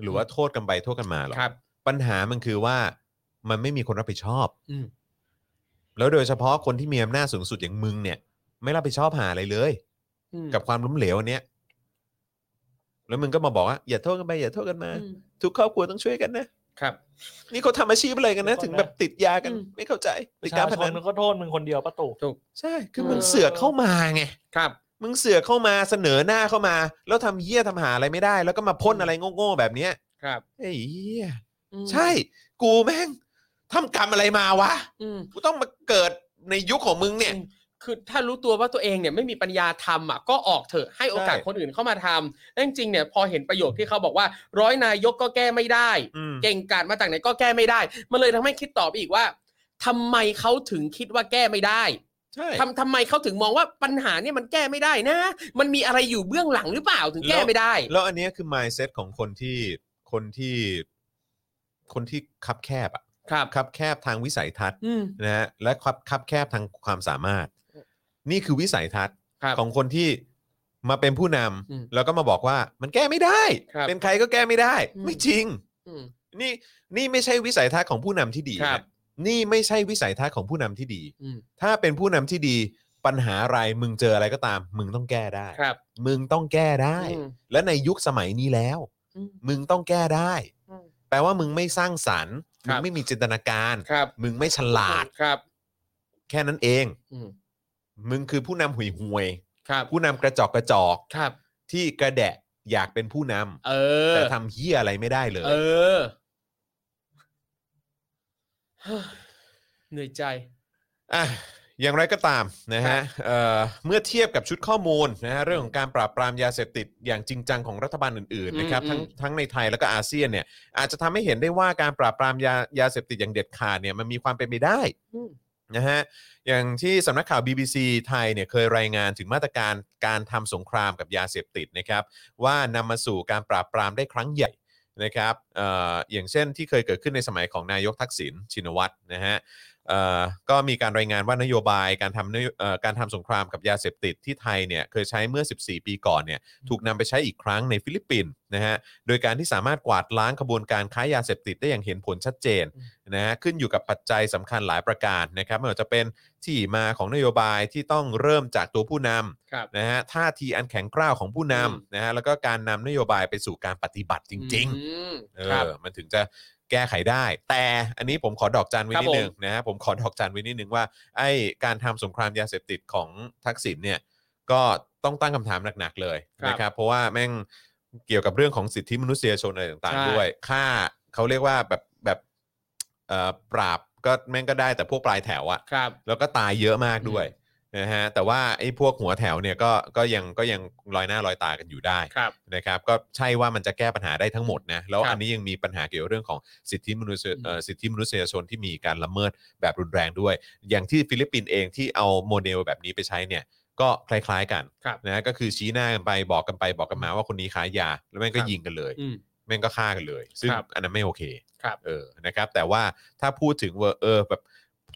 [SPEAKER 2] หรือว่าโทษกันไปโทษกันมาหรอก
[SPEAKER 3] ครับ
[SPEAKER 2] ปัญหามันคือว่ามันไม่มีคนรับผิดชอบ
[SPEAKER 3] อืม
[SPEAKER 2] แล้วโดยเฉพาะคนที่มีอำนาจสูงสุดอย่างมึงเนี่ย ไม่รับผิดชอบหาอะไรเลย กับความล้มเหลวอันเนี้ย แล้วมึงก็มาบอกว่าอย่าโทษกันไปอย่าโทษกันมา ทุกครอบครัวต้องช่วยกันนะ
[SPEAKER 3] ครับ
[SPEAKER 2] นี่เขาทำอาชีพอะไรกันนะ
[SPEAKER 4] เดี๋ยวก่อน
[SPEAKER 2] ถึง
[SPEAKER 4] นะ
[SPEAKER 2] แบบติดยากัน
[SPEAKER 3] อืม
[SPEAKER 2] ไม่เข้าใจ
[SPEAKER 4] ป
[SPEAKER 2] ติด
[SPEAKER 4] ระ
[SPEAKER 2] กา
[SPEAKER 4] ชาร
[SPEAKER 2] พ
[SPEAKER 4] ช
[SPEAKER 2] นั
[SPEAKER 4] น
[SPEAKER 2] น
[SPEAKER 4] มันก็โทษมึงคนเดียวปะตู่
[SPEAKER 2] ใช่ คือ
[SPEAKER 3] เออ
[SPEAKER 2] มึงเสือกเข้ามาไง
[SPEAKER 3] ครับ
[SPEAKER 2] มึงเสือกเข้ามาเสนอหน้าเข้ามา แล้วทำเหี้ยทำหาอะไรไม่ได้ แล้วก็มาพ่นอะไรโง่ๆแบบเนี้ย
[SPEAKER 3] ครับ
[SPEAKER 2] ไอ้เหี้ย
[SPEAKER 3] อืม
[SPEAKER 2] ใช่ กูแม่งทำกรรมอะไรมาวะ
[SPEAKER 3] อืม
[SPEAKER 2] กูต้องมาเกิดในยุคของมึงเนี่ย
[SPEAKER 3] คือถ้ารู้ตัวว่าตัวเองเนี่ยไม่มีปัญญาทำอ่ะก็ออกเถอะให้โอกาส
[SPEAKER 2] ใช่
[SPEAKER 3] คนอื่นเข้ามาทำแล้วจริงๆเนี่ยพอเห็นประโยคที่เขาบอกว่า ร้อยนายกก็แก้ไม่ได้
[SPEAKER 2] อืม
[SPEAKER 3] เก่งกาจมาจากไหนก็แก้ไม่ได้ มันเลยทำให้คิดต่อไปอีกว่าทำไมเขาถึงคิดว่าแก้ไม่ได้
[SPEAKER 2] ใช่
[SPEAKER 3] ทำทำไมเขาถึงมองว่าปัญหาเนี่ยมันแก้ไม่ได้นะ มันมีอะไรอยู่เบื้องหลังหรือเปล่าถึงแก้ไม่ได้
[SPEAKER 2] แล้วอันเนี้ยคือ mindset ของคนที่คนที่ คนที่คับแคบอะ
[SPEAKER 3] ครับ
[SPEAKER 2] คับแคบทางวิสัยทัศน์
[SPEAKER 3] อืม
[SPEAKER 2] นะฮะและคับคับแคบทางความสามารถ นี่คือวิสัยทัศน์
[SPEAKER 3] ครับ
[SPEAKER 2] ของคนที่มาเป็นผู้นำ
[SPEAKER 3] อืม
[SPEAKER 2] แล้วก็มาบอกว่ามันแก้ไม่ได้
[SPEAKER 3] ครับ
[SPEAKER 2] เป็นใครก็แก้ไม่ได้
[SPEAKER 3] อืม
[SPEAKER 2] ไม่จริง
[SPEAKER 3] อืม
[SPEAKER 2] นี่นี่ไม่ใช่วิสัยทัศน์ของผู้นำที่ดี
[SPEAKER 3] ครับ
[SPEAKER 2] นะนี่ไม่ใช่วิสัยทัศน์ของผู้นำที่ดี
[SPEAKER 3] อืม
[SPEAKER 2] ถ้าเป็นผู้นำที่ดีปัญหาอะไรมึงเจออะไรก็ตาม มึงต้องแก้ได้
[SPEAKER 3] ครับ
[SPEAKER 2] มึงต้องแก้ได้
[SPEAKER 3] อืม
[SPEAKER 2] และในยุคสมัยนี้แล้ว
[SPEAKER 3] อืม
[SPEAKER 2] มึงต้องแก้ได้
[SPEAKER 3] อืม
[SPEAKER 2] แปลว่ามึงไม่สร้างสรรค์
[SPEAKER 3] ค
[SPEAKER 2] มึ
[SPEAKER 3] รั
[SPEAKER 2] ง
[SPEAKER 3] บ
[SPEAKER 2] ไม่มีจินตนาการ
[SPEAKER 3] ครับ
[SPEAKER 2] มึงไม่ฉลาด
[SPEAKER 3] ครับ
[SPEAKER 2] แค่นั้นเอง
[SPEAKER 3] อืม
[SPEAKER 2] มึงคือผู้นำห่วยห่วย
[SPEAKER 3] ครับ
[SPEAKER 2] ๆผู้นำกระจอกกระจอก
[SPEAKER 3] ครับ
[SPEAKER 2] ที่กระแดะอยากเป็นผู้นำ
[SPEAKER 3] เออ
[SPEAKER 2] แต่ทำเฮียอะไรไม่ได้เลย
[SPEAKER 3] เออเฮ้ยเหนื่อยใจ
[SPEAKER 2] อ่ะอย่างไรก็ตามนะฮะเอ่อเมื่อเทียบกับชุดข้อมูลนะฮะเรื่องของการปราบปรามยาเสพติดอย่างจริงจังของรัฐบาลอื่นๆนะครับ
[SPEAKER 3] อืม
[SPEAKER 2] ทั้ง
[SPEAKER 3] อืม
[SPEAKER 2] ทั้งในไทยแล้วก็อาเซียนเนี่ยอาจจะทำให้เห็นได้ว่าการปราบปรามยายาเสพติดอย่างเด็ดขาดเนี่ยมันมีความเป็นไปได้
[SPEAKER 3] อืม
[SPEAKER 2] นะฮะอย่างที่สำนักข่าว BBC ไทยเนี่ยเคยรายงานถึงมาตรการการทำสงครามกับยาเสพติดนะครับว่านำมาสู่การปราบปรามได้ครั้งใหญ่นะครับเอ่ออย่างเช่นที่เคยเกิดขึ้นในสมัยของนายกทักษิณชินวัตรนะฮะ เอ่อก็มีการรายงานว่านโยบายการทำนโยเอ่อการทำสงครามกับยาเสพติดที่ไทยเนี่ยเคยใช้เมื่อ 14 ปีก่อนเนี่ยถูกนำไปใช้อีกครั้งในฟิลิปปินส์นะฮะโดยการที่สามารถกวาดล้างขบวนการค้ายาเสพติดได้อย่างเห็นผลชัดเจนนะฮะขึ้นอยู่กับปัจจัยสำคัญหลายประการนะครับไม่ว่าจะเป็นที่มาของนโยบายที่ต้องเริ่มจากตัวผู้นำ
[SPEAKER 3] ครับ
[SPEAKER 2] นะฮะท่าทีอันแข็งกร้าวของผู้
[SPEAKER 3] อืม
[SPEAKER 2] นำนะฮะแล้วก็การนำนโยบายไปสู่การปฏิบัติจริง ๆ
[SPEAKER 3] อืม
[SPEAKER 2] เอ
[SPEAKER 3] ครับ
[SPEAKER 2] อ มันถึงจะแก้ไขได้ แต่อันนี้ผมขอดอกจันไว้
[SPEAKER 3] ครับ
[SPEAKER 2] นิดนึง
[SPEAKER 3] ผม
[SPEAKER 2] นะฮะผมขอดอกจันไว้นิดนึงว่าไอ้การทำสงครามยาเสพติดของทักษิณเนี่ยก็ต้องตั้งคำถามหนักๆเลยนะครับ เพราะว่าแม่งเกี่ยวกับเรื่องของสิทธิมนุษยชนอะไรต่างๆ ด้วย ค่าเขาเรียกว่าแบบแบบเอ่อปราบก็แม่งก็ได้แต่พวกปลายแถวอะ
[SPEAKER 3] ครับ
[SPEAKER 2] แล้วก็ตายเยอะมากด้วยนะฮะแต่ว่าไอ้พวกหัวแถวเนี่ยก็ก็ยังก็ยังลอยหน้าลอยตากันอยู่ได้
[SPEAKER 3] ครับ
[SPEAKER 2] นะครับก็ใช่ว่ามันจะแก้ปัญหาได้ทั้งหมดนะแล้ว
[SPEAKER 3] ครับ
[SPEAKER 2] อันนี้ยังมีปัญหาเกี่ยวกับเรื่องของสิทธิมนุษย
[SPEAKER 3] อืม
[SPEAKER 2] เอ่อสิทธิมนุษยชนที่มีการละเมิดแบบรุนแรงด้วย อย่างที่ฟิลิปปินส์เองที่เอาโมเดลแบบนี้ไปใช้เนี่ยก็คล้ายๆกัน
[SPEAKER 3] ครับ
[SPEAKER 2] นะก็คือชี้หน้ากันไปบอกกันไปบอกกันมาว่าคนนี้ค้ายา แล้วแม่งก็
[SPEAKER 3] ครับ
[SPEAKER 2] ยิงกันเลย
[SPEAKER 3] อืม
[SPEAKER 2] แม่งก็ฆ่ากันเลย ซึ่ง
[SPEAKER 3] ครับ
[SPEAKER 2] อันนั้นไม่โอเค
[SPEAKER 3] ครับ
[SPEAKER 2] เออนะครับแต่ว่าถ้าพูดถึงว่าเออแบบ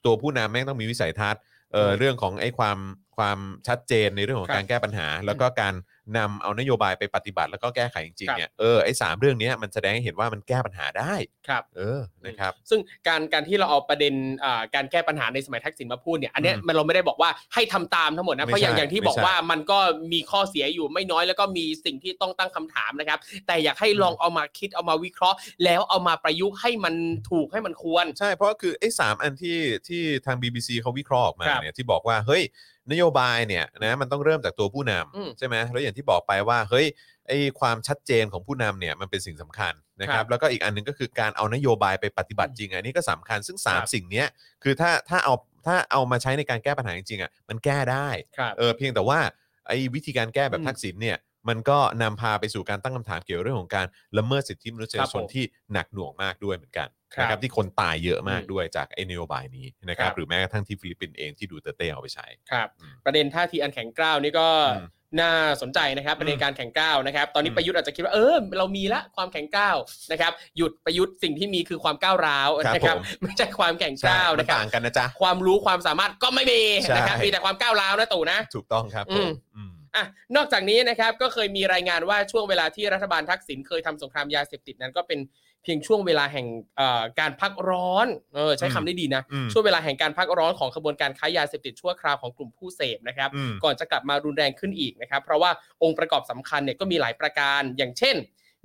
[SPEAKER 2] ตัวผู้นำแม่งต้องมีวิสัยทัศน์เออเรื่องของไอ้ความความชัดเจนในเรื่องของการแก้ปัญหา แล้วก็การนำเอานโยบายไปปฏิบัติ แล้วก็แก้ไขจริงๆเนี่ยเออไอ้สามเรื่องเนี้ยมันแสดงให้เห็นว่ามันแก้ปัญหาได้
[SPEAKER 3] ครับ
[SPEAKER 2] เออนะครับ
[SPEAKER 3] ซึ่งการการที่เราเอาประเด็นอ่าการแก้ปัญหาในสมัยทักษิณมาพูดเนี่ย อันเนี้ย
[SPEAKER 2] อืม
[SPEAKER 3] มันเราไม่ได้บอกว่าให้ทำตามทั้งหมดนะ
[SPEAKER 2] ไม่
[SPEAKER 3] เพราะอย่าง
[SPEAKER 2] ใช่
[SPEAKER 3] อย่างที่บอก
[SPEAKER 2] ไม่ใช่
[SPEAKER 3] ว่ามันก็มีข้อเสียอยู่ไม่น้อยแล้วก็มีสิ่งที่ต้องตั้งคำถามนะครับ แต่อยากให้ลองเอามาคิดเอามาวิเคราะห์ แล้วเอามาประยุกต์ให้มันถูกให้มันควร
[SPEAKER 2] ใช่เพราะคือไอ้สามอันที่ที่ทาง BBC เขาวิเคราะห์ออกมา
[SPEAKER 3] ครับ
[SPEAKER 2] เนี่ยที่บอกว่าเฮ้ยนโยบายเนี่ยนะมันต้องเริ่มจากตัวผู้น
[SPEAKER 3] อืม
[SPEAKER 2] ำใช่ไหมแล้วอย่างที่บอกไปว่าเฮ้ยไอ้ความชัดเจนของผู้นำเนี่ยมันเป็นสิ่งสำคัญนะค
[SPEAKER 3] ครั
[SPEAKER 2] รับบ แล้วก็อีกอันหนึงก็คือการเอานโยบายไปปฏิบัติจริงอันนี้ก็สำคัญซึ่ง
[SPEAKER 3] ครับ
[SPEAKER 2] 3 สิ่งเนี้ยคือถ้าถ้าเอาถ้าเอามาใช้ในการแก้ปัญหาจริงๆอ่ะมันแก้ได้
[SPEAKER 3] ครับ
[SPEAKER 2] เออเพียงแต่ว่าไอ้วิธีการแก้แบบ
[SPEAKER 3] อืม
[SPEAKER 2] ทักษิณเนี่ยมันก็นำพาไปสู่การตั้งคำถามเกี่ยวกับเรื่องของการละเมิดสิทธิมนุษย
[SPEAKER 3] ครับ
[SPEAKER 2] ช
[SPEAKER 3] ผ
[SPEAKER 2] น
[SPEAKER 3] ม
[SPEAKER 2] ที่หนักหน่วงมากด้วยเหมือนกัน
[SPEAKER 3] ครับ
[SPEAKER 2] นะครับ ที่คนตายเยอะมากด้วยจากไอ้นโยบายนี้นะครับ
[SPEAKER 3] ครับ
[SPEAKER 2] หรือแม้กระทั่งที่ฟิลิปปินส์เองที่ดูเตอร์เต้เอาไปใช้
[SPEAKER 3] ครับ
[SPEAKER 2] อืม
[SPEAKER 3] ประเด็นท่าทีอันแข็งกร้าวนี่ก็
[SPEAKER 2] อืม
[SPEAKER 3] น่าสนใจนะครับ ประเด็นการแข็งกร้าวนะครับ ตอนนี้
[SPEAKER 2] อืม
[SPEAKER 3] ประยุทธ์อาจจะคิดว่าเออเรามีละความแข็งกร้าวนะครับหยุดประยุทธ์สิ่งที่มีคือความก้าวร้าว
[SPEAKER 2] ครับ
[SPEAKER 3] นะครับ
[SPEAKER 2] ผม
[SPEAKER 3] ไม่ใช่ความแข็งกร้าว
[SPEAKER 2] มั
[SPEAKER 3] นะ
[SPEAKER 2] น
[SPEAKER 3] ครับ
[SPEAKER 2] ต่างกันนะจ๊ะ
[SPEAKER 3] ความรู้ความสามารถก็ไม่มี
[SPEAKER 2] ใช่
[SPEAKER 3] นะครับมีแต่ความก้าวร้าวนะตู่นะ
[SPEAKER 2] ถูกต้องครับผ
[SPEAKER 3] อื
[SPEAKER 2] ม
[SPEAKER 3] ม
[SPEAKER 2] อืม
[SPEAKER 3] อ่ะนอกจากนี้นะครับก็เคยมีรายงานว่าช่วงเวลาที่รัฐบาลทักษิณเคยทำสงครามยาเสพติดนั้นก็เป็นเพียงช่วงเวลาแห่งเอ่อการพักร้อนเออใช้
[SPEAKER 2] อืม
[SPEAKER 3] คำได้ดีนะ
[SPEAKER 2] อืม
[SPEAKER 3] ช่วงเวลาแห่งการพักร้อนของขบวนการค้ายาเสพติดชั่วคราวของกลุ่มผู้เสพนะครับ
[SPEAKER 2] อืม
[SPEAKER 3] ก่อนจะกลับมารุนแรงขึ้นอีกนะครับ เพราะว่าองค์ประกอบสำคัญเนี่ยก็มีหลายประการ อย่างเช่น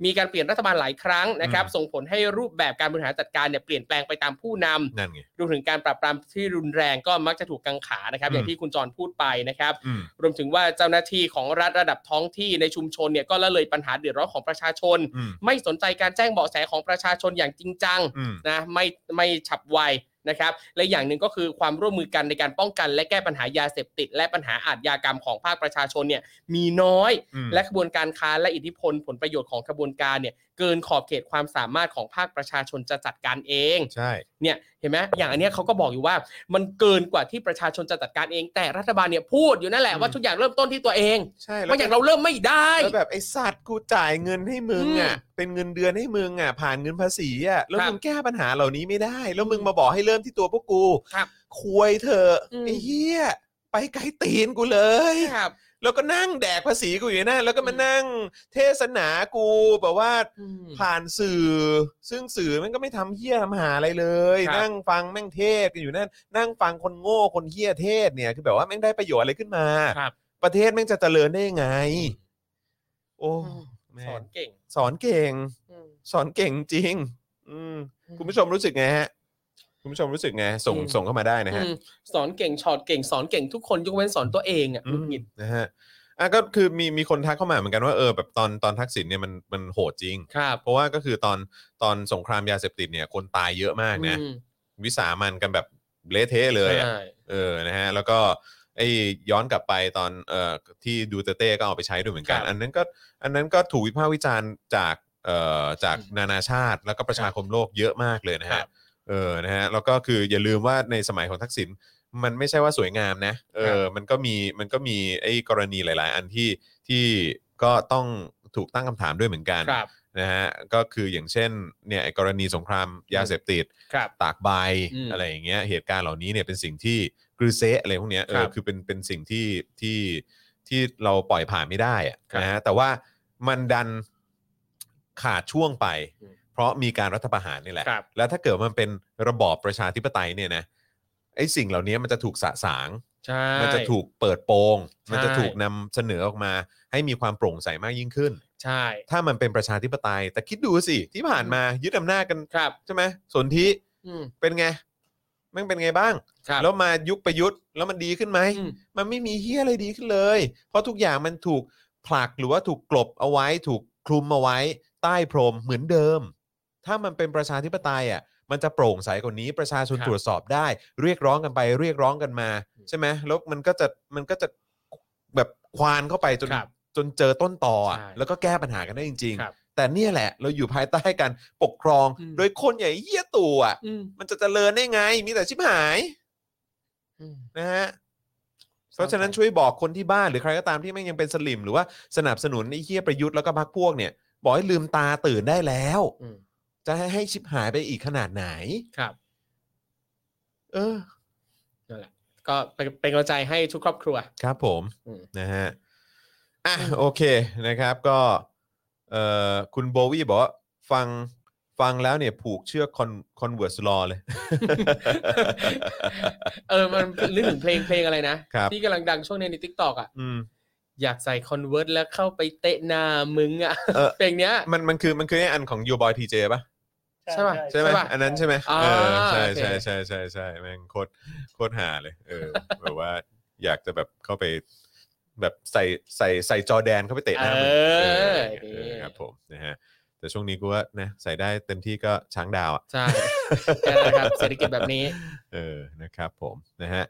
[SPEAKER 3] มีการเปลี่ยนรัฐบาลหลายครั้งนะครับ
[SPEAKER 2] อืม
[SPEAKER 3] ส่งผลให้รูปแบบการบริหารจัดการเนี่ยเปลี่ยนแปลงไปตามผู้นำ
[SPEAKER 2] นั่นไง
[SPEAKER 3] รวมถึงการปราบปรามที่รุนแรงก็มักจะถูกกังขานะครับ
[SPEAKER 2] อืม
[SPEAKER 3] อย่างที่คุณจรพูดไปนะครับ
[SPEAKER 2] อืม
[SPEAKER 3] รวมถึงว่าเจ้าหน้าที่ของรัฐระดับท้องที่ในชุมชนเนี่ยก็ละเลยปัญหาเดือดร้อนของประชาชน
[SPEAKER 2] อืม
[SPEAKER 3] ไม่สนใจการแจ้งเบาะแสของประชาชนอย่างจริงจัง
[SPEAKER 2] อืม
[SPEAKER 3] นะไม่ไม่ฉับไว นะครับและอย่างหนึ่งก็คือความร่วมมือกันในการป้องกันและแก้ปัญหายาเสพติด และปัญหาอาทยากรรมของภาคประชาชนเนี่ยมีน้อย
[SPEAKER 2] อืม
[SPEAKER 3] และขบวนการค้าและอิทธิพลผลประโยชน์ของขบวนการเนี่ยเกินขอบเขตความสามารถของภาคประชาชนจะจัดการเอง
[SPEAKER 2] ใช่
[SPEAKER 3] เนี่ยเห็นไหมอย่างอันเนี้ยเขาก็บอกอยู่ว่า มันเกินกว่าที่ประชาชนจะจัดการเอง แต่รัฐบาลเนี่ยพูดอยู่นั่นแหละว่าทุกอย่างเริ่มต้นที่ตัวเอง
[SPEAKER 2] ใช่
[SPEAKER 3] ว่าอย่างเราเริ่มไม่ได้
[SPEAKER 2] แล้วแบบไอ้สัตว์กูจ่ายเงินให้มึงอ่ะเป็นเงินเดือนให้มึงอ่ะผ่านเงินภาษีอ่ะแล้ว
[SPEAKER 3] ครับ
[SPEAKER 2] มึงแก้ปัญหาเหล่านี้ไม่ได้ แล้วมึงมาบอกให้เริ่มที่ตัวพวกกู
[SPEAKER 3] ครับ
[SPEAKER 2] คุยเถอะ
[SPEAKER 3] อืม
[SPEAKER 2] ไอ้เหี้ยไปไกลตีนกูเลย
[SPEAKER 3] ครับ
[SPEAKER 2] แล้วก็นั่งแดกภาษีกูอยู่นั่นแล้วก็มา
[SPEAKER 3] อืม
[SPEAKER 2] นั่งเทศนากูแบบว่า
[SPEAKER 3] อืม
[SPEAKER 2] ผ่านสื่อ ซึ่งสื่อมันก็ไม่ทำเฮี้ยทำหาอะไรเลย
[SPEAKER 3] ครับ
[SPEAKER 2] นั่งฟังแม่งเทศกันอยู่นั่นนั่งฟังคนโง่คนเฮี้ยเทศเนี่ยคือแบบว่าแม่งได้ประโยชน์อะไรขึ้นมา
[SPEAKER 3] ครับ
[SPEAKER 2] ประเทศแม่งจะเจริญได้ยังไง โอ้แม่
[SPEAKER 3] สอง นเก่ง
[SPEAKER 2] สอนเก่ง
[SPEAKER 3] อืม
[SPEAKER 2] สอนเก่งจริง อืมคุณผู้ชมรู้สึกไงฮะ คุณผู้ชมรู้สึกไงส่ง
[SPEAKER 3] อืม
[SPEAKER 2] ส่งเข้ามาได้นะฮะ
[SPEAKER 3] อืมสอนเก่งช็อตเก่งสอนเก่งทุกคนยกเว้นสอนตัวเองอ่ะหงุดหงิด
[SPEAKER 2] นะฮะอ่ะก็คือมีมีคนทักเข้ามาเหมือนกันว่าเออแบบตอนตอนทักษิณเนี่ยมันมันโหดจริง
[SPEAKER 3] ครับ
[SPEAKER 2] เพราะว่าก็คือตอนตอนสงครามยาเสพติดเนี่ยคนตายเยอะมากนะ
[SPEAKER 3] อืม
[SPEAKER 2] วิสามันกันแบบเละเทะเลยอะ
[SPEAKER 3] ใช่
[SPEAKER 2] เออนะฮะแล้วก็ไอ้ย้อนกลับไปตอนเอ่อที่ดูเตเต้ก็เอาไปใช้ด้วยเหมือนกัน
[SPEAKER 3] ครับ
[SPEAKER 2] อันนั้นก็อันนั้นก็ถูกวิพากษ์วิจารณ์จากเอ่อจากนานาชาติแล้วก็ประชาคมโลกเยอะมากเลยนะ
[SPEAKER 3] ครั
[SPEAKER 2] ฮะ
[SPEAKER 3] บ
[SPEAKER 2] เออนะฮะแล้วก็คืออย่าลืมว่าในสมัยของทักษิณมันไม่ใช่ว่าสวยงามนะเอ
[SPEAKER 3] ครั
[SPEAKER 2] อบ มันก็มีมันก็มีไอ้กรณีหลาย ๆ อันที่ที่ก็ต้องถูกตั้งคำถามด้วยเหมือนกัน
[SPEAKER 3] ครับ
[SPEAKER 2] นะฮะก็คืออย่างเช่นเนี่ยไอ้กรณีสงครามยาเสพติด
[SPEAKER 3] ครับ
[SPEAKER 2] ตากใบ
[SPEAKER 3] อืม
[SPEAKER 2] อะไรอย่างเงี้ยเหตุการณ์เหล่านี้เนี่ยเป็นสิ่งที่กรือเซะอะไรพวกเนี้ยเอ
[SPEAKER 3] ครั
[SPEAKER 2] อบ คือเป็นเป็นสิ่งที่ที่ที่เราปล่อยผ่านไม่ได้อะ
[SPEAKER 3] ครับ
[SPEAKER 2] นะฮะแต่ว่ามันดันขาดช่วงไป
[SPEAKER 3] อืม
[SPEAKER 2] เพราะมีการรัฐประหารนี่แหละ
[SPEAKER 3] ครับ
[SPEAKER 2] แล้วถ้าเกิดมันเป็นระบอบประชาธิปไตยเนี่ยนะไอ้สิ่งเหล่านี้มันจะถูกสะสาง
[SPEAKER 3] ใช่
[SPEAKER 2] มันจะถูกเปิดโปง มันจะ
[SPEAKER 3] ใช่
[SPEAKER 2] ถูกนำเสนอออกมา ให้มีความโปร่งใสมากยิ่งขึ้น
[SPEAKER 3] ใช่
[SPEAKER 2] ถ้ามันเป็นประชาธิปไตย แต่คิดดูสิ ที่ผ่านมายึดอำนาจกัน
[SPEAKER 3] ครับ
[SPEAKER 2] ใช่ไหมสนธิ
[SPEAKER 3] อืม
[SPEAKER 2] เป็นไงแมันเป็นไงบ้าง
[SPEAKER 3] ครับ
[SPEAKER 2] แล้วมายุคประยุทธ์แล้วมันดีขึ้นไหม
[SPEAKER 3] อืม
[SPEAKER 2] มันไม่มีเฮียอะไรดีขึ้นเลย เพราะทุกอย่างมันถูกผลักหรือว่าถูกกลบเอาไว้ ถูกคลุมเอาไว้ ใต้พรมเหมือนเดิม ถ้ามันเป็นประชาธิปไตยอ่ะมันจะโปร่งใสกว่านี้ประชาชน
[SPEAKER 3] ครับ
[SPEAKER 2] ตรวจสอบได้ เรียกร้องกันไป เรียกร้องกันมา ใช่ไหมแล้วมันก็จะมันก็จะแบบควานเข้าไปจน
[SPEAKER 3] ครับ
[SPEAKER 2] จนเจอต้นตออะ
[SPEAKER 3] ใช่
[SPEAKER 2] แล้วก็แก้ปัญหากันได้จริง
[SPEAKER 3] ครับ
[SPEAKER 2] ๆ แต่เนี่ยแหละ เราอยู่ภายใต้การปกครอง
[SPEAKER 3] อืม
[SPEAKER 2] โดยคนใหญ่เยี่ยตัวอ่ะ
[SPEAKER 3] อืม
[SPEAKER 2] มันจะเจริญได้ไง มีแต่ชิบหาย
[SPEAKER 3] อืม
[SPEAKER 2] นะฮะ เพราะฉะนั้นช่วยบอกคนที่บ้านหรือใครก็ตามที่แม่งยังเป็นสลิม หรือว่าสนับสนุนไอ้เฮียประยุทธ์แล้วก็พรรคพวกเนี่ย บอกให้ลืมตาตื่นได้แล้ว
[SPEAKER 3] อืม
[SPEAKER 2] จะให้ให้ชิบหายไปอีกขนาดไหน
[SPEAKER 3] ครับ
[SPEAKER 2] เออ
[SPEAKER 3] นั่นแหละก็เป็นเป็นกำลังใจให้ทุกครอบครัว
[SPEAKER 2] ครับผม
[SPEAKER 3] อืม
[SPEAKER 2] นะฮะอ่ะ
[SPEAKER 3] อืม
[SPEAKER 2] โอเคนะครับก็เอ่อคุณโบวี่บอกว่าฟังฟังแล้วเนี่ยผูกเชือกคอนคอนเวิร์สลอเลย
[SPEAKER 3] เออมันนึกถึงเพลงเพลงอะไรนะ
[SPEAKER 2] ครับ
[SPEAKER 3] ที่กำลังดังช่วงนี้ในทิกตอกอ่ะ
[SPEAKER 2] อืม
[SPEAKER 3] อยากใส่คอนเวิร์ตแล้วเข้าไปเตะหน้ามึงอ่ะ
[SPEAKER 2] เออ
[SPEAKER 3] เพลงเนี้ย
[SPEAKER 2] มันมันคือมันคือไอ้อันของยูบอยทีเจป่ะ
[SPEAKER 3] ใช่ปะ
[SPEAKER 2] ใช่ไหม
[SPEAKER 3] ใช่ปะ
[SPEAKER 2] อันนั้นใช่ไหม
[SPEAKER 3] อ่า
[SPEAKER 2] เออใช่
[SPEAKER 3] โอเค
[SPEAKER 2] ใช่ใช่ใช่ใช่แม่งโคตรโคตรหาเลย เอ อ แบบว่าอยากจะแบบเข้าไป แบบใส่ใส่ใส่จอแดนเข้าไปเตะหน้า
[SPEAKER 3] เอ
[SPEAKER 2] มั
[SPEAKER 3] อ
[SPEAKER 2] เออครับผมนะฮะแต่ช่วงนี้กูว่านะใส่ได้เต็มที่ก็ช้างดาวอ่ะ
[SPEAKER 3] ใช่แค่นั้นแหละครับเศรษฐกิจแบบนี้
[SPEAKER 2] เออ นะครับผม นะฮะ